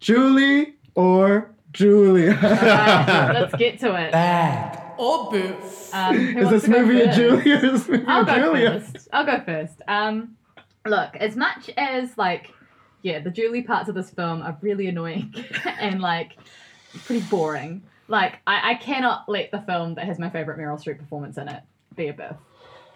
[SPEAKER 4] Julie or Julia?
[SPEAKER 1] Alright, let's get to it.
[SPEAKER 6] Or boo.
[SPEAKER 1] Um, who
[SPEAKER 4] Is
[SPEAKER 1] wants
[SPEAKER 4] this
[SPEAKER 1] to go
[SPEAKER 4] movie a
[SPEAKER 1] first?
[SPEAKER 4] Julia? Is this movie
[SPEAKER 1] I'll
[SPEAKER 4] a
[SPEAKER 1] go
[SPEAKER 4] Julia?
[SPEAKER 1] first. I'll go first. Um, look, as much as like, yeah, the Julie parts of this film are really annoying and like pretty boring. Like, I, I cannot let the film that has my favorite Meryl Streep performance in it be a biff.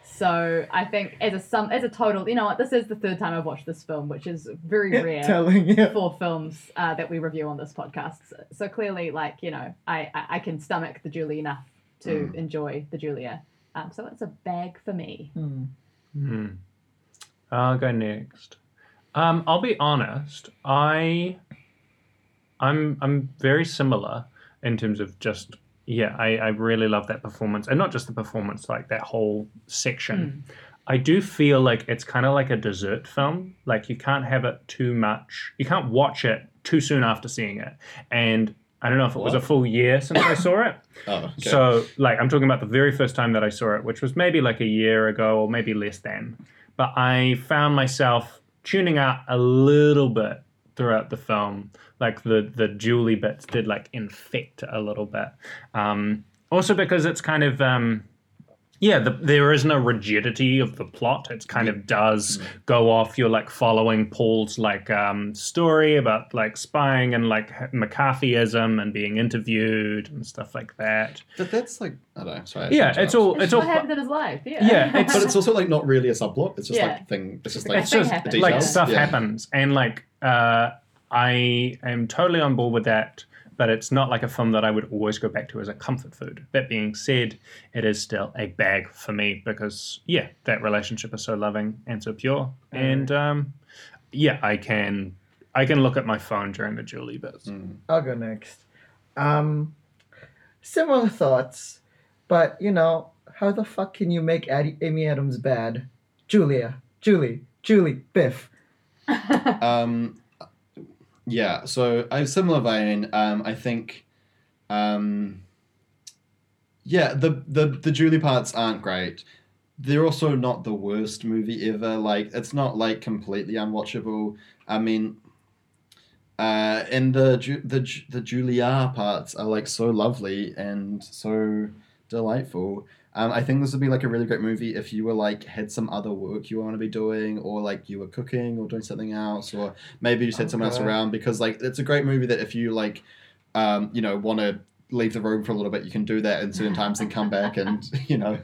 [SPEAKER 1] So I think as a sum, as a total, you know what? This is the third time I've watched this film, which is very rare
[SPEAKER 4] Telling you.
[SPEAKER 1] four films uh, that we review on this podcast. So, so clearly, like you know, I, I I can stomach the Julie enough to
[SPEAKER 2] Mm.
[SPEAKER 1] enjoy the Julia. Um, so it's a bag for me.
[SPEAKER 4] Hmm.
[SPEAKER 2] Hmm. I'll go next. Um, I'll be honest. I, I'm I'm very similar in terms of just yeah. I I really love that performance, and not just the performance, like that whole section. I do feel like it's kind of like a dessert film. Like you can't have it too much. You can't watch it too soon after seeing it. And I don't know if it was a
[SPEAKER 3] What?
[SPEAKER 2] full year since I saw it.
[SPEAKER 3] oh, okay.
[SPEAKER 2] So, like, I'm talking about the very first time that I saw it, which was maybe like a year ago or maybe less than. But I found myself tuning out a little bit throughout the film. Like the the Julie bits did like infect a little bit. Um, also because it's kind of um, yeah, the, there is no rigidity of the plot. It kind of does go off. You're like following Paul's like um, story about like spying and like McCarthyism and being interviewed and stuff like that.
[SPEAKER 3] but that's like I don't know. Sorry, I
[SPEAKER 2] Yeah,
[SPEAKER 3] shouldn't
[SPEAKER 2] it's
[SPEAKER 3] interrupt.
[SPEAKER 2] all
[SPEAKER 1] It's
[SPEAKER 2] it's
[SPEAKER 1] what
[SPEAKER 2] all
[SPEAKER 1] happened in his life. Yeah.
[SPEAKER 2] Yeah, it's-
[SPEAKER 3] But it's also like not really a subplot. It's just
[SPEAKER 1] Yeah.
[SPEAKER 3] like thing. It's just
[SPEAKER 1] Like a
[SPEAKER 3] like
[SPEAKER 2] it's
[SPEAKER 1] thing
[SPEAKER 2] just
[SPEAKER 1] happens.
[SPEAKER 2] like
[SPEAKER 3] Details,
[SPEAKER 2] stuff
[SPEAKER 3] yeah.
[SPEAKER 2] happens and like uh, i am totally on board with that but it's not like a film that i would always go back to as a comfort food that being said it is still a bag for me because yeah that relationship is so loving and so pure and um, yeah i can i can look at my phone during the julie bits
[SPEAKER 4] I'll go next. Um, similar thoughts, but you know, how the fuck can you make Ad- Amy Adams bad? Julia, Julie, Julie, Biff.
[SPEAKER 3] um, yeah. So I have similar vein. Um, I think, um, yeah, the the the Julie parts aren't great. They're also not the worst movie ever. Like it's not like completely unwatchable. I mean, uh, and the Ju- the Ju- the Julia parts are like so lovely and so delightful. Um, I think this would be like a really great movie if you were like had some other work you want to be doing, or like you were cooking or doing something else, or maybe you just had someone else
[SPEAKER 4] Okay.
[SPEAKER 3] around because like it's a great movie that if you like, um, you know, want to leave the room for a little bit, you can do that in certain times and come back and you know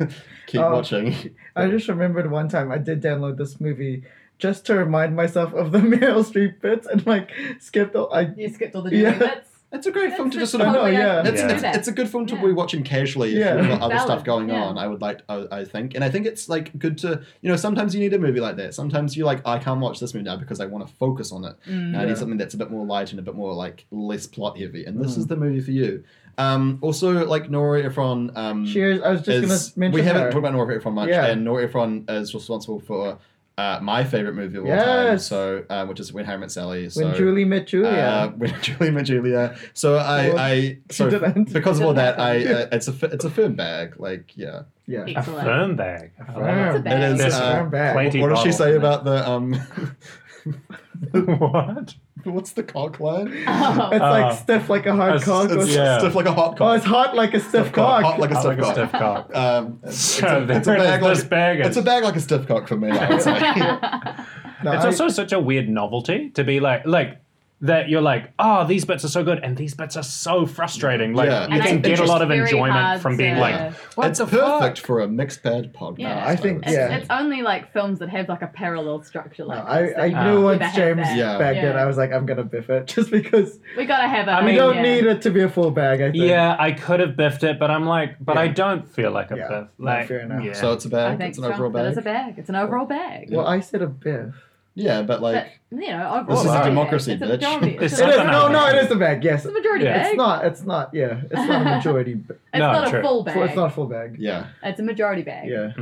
[SPEAKER 3] keep
[SPEAKER 4] Oh.
[SPEAKER 3] watching.
[SPEAKER 4] I just remembered one time I did download this movie just to remind myself of the Meryl Streep bits and like skipped all. I
[SPEAKER 1] You skipped all the Julie
[SPEAKER 4] Yeah.
[SPEAKER 1] bits.
[SPEAKER 3] It's a great film to
[SPEAKER 1] That's
[SPEAKER 3] just
[SPEAKER 1] the
[SPEAKER 3] sort of
[SPEAKER 4] know,
[SPEAKER 1] whole way I
[SPEAKER 4] yeah.
[SPEAKER 1] can
[SPEAKER 3] It's,
[SPEAKER 1] do
[SPEAKER 3] it's,
[SPEAKER 1] that.
[SPEAKER 3] it's a good film to
[SPEAKER 1] Yeah.
[SPEAKER 3] be watching casually if
[SPEAKER 4] Yeah.
[SPEAKER 3] you've got other
[SPEAKER 1] Valid,
[SPEAKER 3] stuff going
[SPEAKER 1] yeah.
[SPEAKER 3] on. I would like, I, I think, and I think it's like good to, you know, sometimes you need a movie like that. Sometimes you're like, I can't watch this movie now because I want to focus on it.
[SPEAKER 1] Mm.
[SPEAKER 3] And I
[SPEAKER 4] Yeah.
[SPEAKER 3] need something that's a bit more light and a bit more like less plot heavy. And this
[SPEAKER 4] Mm.
[SPEAKER 3] is the movie for you. Um, also, like Nora Ephron. Um,
[SPEAKER 4] cheers. I was just
[SPEAKER 3] is-
[SPEAKER 4] gonna mention
[SPEAKER 3] we haven't
[SPEAKER 4] her.
[SPEAKER 3] talked about Nora Ephron much,
[SPEAKER 4] Yeah.
[SPEAKER 3] and Nora Ephron is responsible for uh, my favorite movie of all time,
[SPEAKER 4] Yes.
[SPEAKER 3] so uh, which is When Harry Met Sally. So
[SPEAKER 4] when Julie met Julia.
[SPEAKER 3] uh, with Julia and Julia. So I,
[SPEAKER 4] Well,
[SPEAKER 3] I so
[SPEAKER 4] didn't.
[SPEAKER 3] because of all that, I
[SPEAKER 4] Yeah.
[SPEAKER 3] uh, it's a fi- it's a firm bag. Like yeah,
[SPEAKER 4] yeah.
[SPEAKER 2] a
[SPEAKER 1] Excellent.
[SPEAKER 2] firm bag I love
[SPEAKER 1] It's
[SPEAKER 4] Firm.
[SPEAKER 1] a
[SPEAKER 2] it.
[SPEAKER 1] bag.
[SPEAKER 3] It is,
[SPEAKER 2] There's
[SPEAKER 3] uh,
[SPEAKER 4] I'm back.
[SPEAKER 2] plenty- Empty
[SPEAKER 3] what does she
[SPEAKER 2] bottle.
[SPEAKER 3] say about the um?
[SPEAKER 2] what
[SPEAKER 3] what's the cock line?
[SPEAKER 4] It's
[SPEAKER 1] Oh,
[SPEAKER 2] Uh,
[SPEAKER 4] like stiff like a hard
[SPEAKER 2] it's-
[SPEAKER 4] cock. or
[SPEAKER 3] It's
[SPEAKER 4] something.
[SPEAKER 2] Yeah.
[SPEAKER 3] stiff like a hot
[SPEAKER 4] Oh,
[SPEAKER 3] cock.
[SPEAKER 4] it's hot like a stiff cock.
[SPEAKER 3] Hot like a
[SPEAKER 2] I
[SPEAKER 3] stiff
[SPEAKER 2] like a
[SPEAKER 3] cock.
[SPEAKER 2] stiff cock
[SPEAKER 3] Um, it's,
[SPEAKER 2] so
[SPEAKER 3] it's a, it's a
[SPEAKER 2] there it is,
[SPEAKER 3] bag
[SPEAKER 2] this
[SPEAKER 3] like,
[SPEAKER 2] bag is.
[SPEAKER 3] it's a bag like a stiff cock for me. I would say.
[SPEAKER 4] No,
[SPEAKER 2] it's
[SPEAKER 4] I-
[SPEAKER 2] also such a weird novelty to be like like that you're like oh these bits are so good and these bits are so frustrating like
[SPEAKER 3] Yeah.
[SPEAKER 2] you
[SPEAKER 1] And
[SPEAKER 2] can
[SPEAKER 1] I-
[SPEAKER 2] get a lot of
[SPEAKER 1] it's very
[SPEAKER 2] enjoyment
[SPEAKER 1] hard
[SPEAKER 2] from being
[SPEAKER 1] to-
[SPEAKER 2] like what
[SPEAKER 3] it's
[SPEAKER 2] the
[SPEAKER 3] perfect
[SPEAKER 2] fuck?
[SPEAKER 3] for a mixed bad podcast.
[SPEAKER 1] Yeah.
[SPEAKER 4] I think-
[SPEAKER 3] would
[SPEAKER 1] It's,
[SPEAKER 4] yeah.
[SPEAKER 3] say.
[SPEAKER 1] it's only like films that have like a parallel structure
[SPEAKER 4] No,
[SPEAKER 1] like this
[SPEAKER 4] I,
[SPEAKER 1] that
[SPEAKER 4] I
[SPEAKER 1] you
[SPEAKER 4] knew
[SPEAKER 2] uh,
[SPEAKER 1] can
[SPEAKER 4] once
[SPEAKER 1] have
[SPEAKER 4] James
[SPEAKER 1] that.
[SPEAKER 3] Yeah.
[SPEAKER 4] back then
[SPEAKER 1] Yeah.
[SPEAKER 4] I was like, I'm gonna biff it just because
[SPEAKER 1] We gotta have it.
[SPEAKER 2] I
[SPEAKER 4] we
[SPEAKER 2] mean,
[SPEAKER 4] don't
[SPEAKER 1] yeah.
[SPEAKER 4] need it to be a full bag. I think.
[SPEAKER 2] yeah I could have biffed it but I'm like but I
[SPEAKER 4] Yeah.
[SPEAKER 2] don't feel like a
[SPEAKER 4] Yeah.
[SPEAKER 2] biff
[SPEAKER 4] No,
[SPEAKER 2] like
[SPEAKER 4] fair enough.
[SPEAKER 2] yeah
[SPEAKER 3] So it's a
[SPEAKER 1] I
[SPEAKER 3] bag.
[SPEAKER 1] think
[SPEAKER 3] It's an
[SPEAKER 1] Trump-
[SPEAKER 3] overall
[SPEAKER 1] It is a
[SPEAKER 3] bag.
[SPEAKER 1] bag. It's an overall bag.
[SPEAKER 4] Well, I said a biff.
[SPEAKER 3] Yeah, but like
[SPEAKER 1] but, you know, overall
[SPEAKER 3] this is
[SPEAKER 2] Well,
[SPEAKER 3] a
[SPEAKER 2] I-
[SPEAKER 1] bag.
[SPEAKER 3] democracy,
[SPEAKER 1] It's a
[SPEAKER 3] bitch.
[SPEAKER 1] majority-
[SPEAKER 2] It's
[SPEAKER 1] it's
[SPEAKER 4] It
[SPEAKER 1] a-
[SPEAKER 4] is.
[SPEAKER 2] not
[SPEAKER 4] No,
[SPEAKER 2] a
[SPEAKER 4] no,
[SPEAKER 2] bag.
[SPEAKER 4] it is a bag. Yes.
[SPEAKER 1] It's a majority
[SPEAKER 2] Yeah.
[SPEAKER 1] bag.
[SPEAKER 4] It's not. It's not. Yeah. It's not a majority. b-
[SPEAKER 1] It's
[SPEAKER 2] No,
[SPEAKER 1] not
[SPEAKER 2] true.
[SPEAKER 1] a full
[SPEAKER 4] full-
[SPEAKER 1] bag.
[SPEAKER 4] It's not a full bag.
[SPEAKER 3] yeah.
[SPEAKER 1] It's a majority bag.
[SPEAKER 4] Yeah.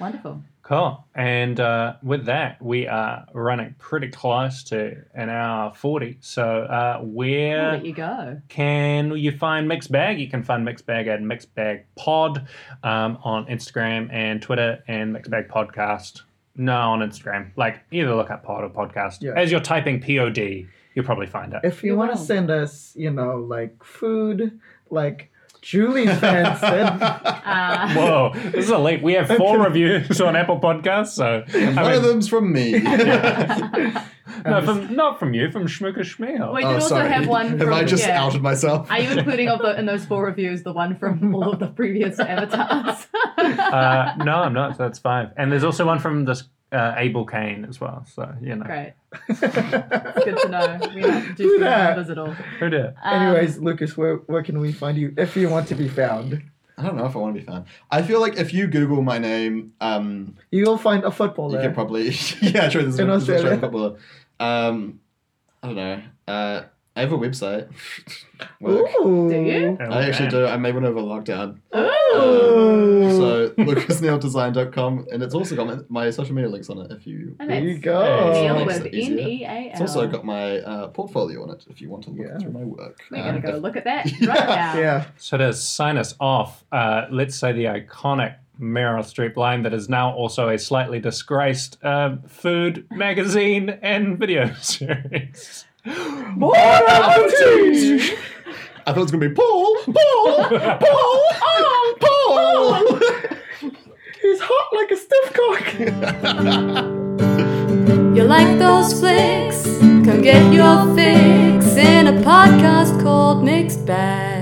[SPEAKER 1] Wonderful.
[SPEAKER 2] Cool. And uh, with that, we are running pretty close to an hour 40. So, uh,
[SPEAKER 1] I'll
[SPEAKER 2] where
[SPEAKER 1] let you go.
[SPEAKER 2] can you find Mixed Bag? You can find Mixed Bag at Mixed Bag Pod um, on Instagram and Twitter and Mixed Bag Podcast. No, on Instagram. Like, either look up pod or podcast.
[SPEAKER 4] Yeah.
[SPEAKER 2] As you're typing POD, you'll probably find it.
[SPEAKER 4] If you
[SPEAKER 1] You
[SPEAKER 4] want to
[SPEAKER 1] will.
[SPEAKER 4] send us, you know, like food, like Julie's fans said,
[SPEAKER 1] Uh,
[SPEAKER 2] Whoa, this is a leap. We have four reviews on Apple Podcasts. So, I
[SPEAKER 3] One
[SPEAKER 2] mean,
[SPEAKER 3] of them's from me.
[SPEAKER 2] no, from, not from you, from Schmooker Schmeal.
[SPEAKER 1] we did also have one. From,
[SPEAKER 3] Have Oh, I just
[SPEAKER 1] yeah.
[SPEAKER 3] outed myself?
[SPEAKER 1] Are you including of the, in those four reviews the one from all of the previous avatars?
[SPEAKER 2] uh, no, I'm not. So that's five. And there's also one from this uh, Abel Kane as well. So you know,
[SPEAKER 1] Great. It's good to know. We don't
[SPEAKER 4] Do
[SPEAKER 1] do
[SPEAKER 4] that.
[SPEAKER 1] numbers at all.
[SPEAKER 2] who did?
[SPEAKER 1] Um,
[SPEAKER 4] Anyways, Lucas, where, where can we find you if you want to be found?
[SPEAKER 3] I don't know if I want to be found. I feel like if you Google my name, um,
[SPEAKER 4] You'll find a
[SPEAKER 3] you
[SPEAKER 4] footballer.
[SPEAKER 3] can probably yeah, sure. There's a,
[SPEAKER 4] In
[SPEAKER 3] there's a
[SPEAKER 4] Australia.
[SPEAKER 3] Australian footballer. Um, I don't know. Uh, I have a website. Work.
[SPEAKER 4] Ooh.
[SPEAKER 1] Do you?
[SPEAKER 3] I actually do. I made one over lockdown.
[SPEAKER 1] oh,
[SPEAKER 4] Ooh.
[SPEAKER 3] So lucasnaildesign.com, and it's also got my, my social media links on it. If you,
[SPEAKER 1] And
[SPEAKER 4] There
[SPEAKER 1] that's
[SPEAKER 4] you go.
[SPEAKER 1] Neil
[SPEAKER 3] Makes
[SPEAKER 1] with
[SPEAKER 3] it easier.
[SPEAKER 1] N E A L.
[SPEAKER 3] it's also got my uh, portfolio on it. If you want to look
[SPEAKER 4] Yeah.
[SPEAKER 3] through my work.
[SPEAKER 1] We're gonna
[SPEAKER 3] Um,
[SPEAKER 1] go
[SPEAKER 3] if-
[SPEAKER 1] look at that right
[SPEAKER 3] Yeah.
[SPEAKER 1] now.
[SPEAKER 4] Yeah.
[SPEAKER 2] So to sign us off, uh, let's say the iconic Meryl Streep line that is now also a slightly disgraced uh, food magazine and video series. More
[SPEAKER 4] Bounties!
[SPEAKER 3] I thought it was gonna be Paul, Paul, Paul, Ah, Paul.
[SPEAKER 4] He's hot like a stiff cock.
[SPEAKER 7] You like those flicks? Come get your fix in a podcast called Mixed Bag.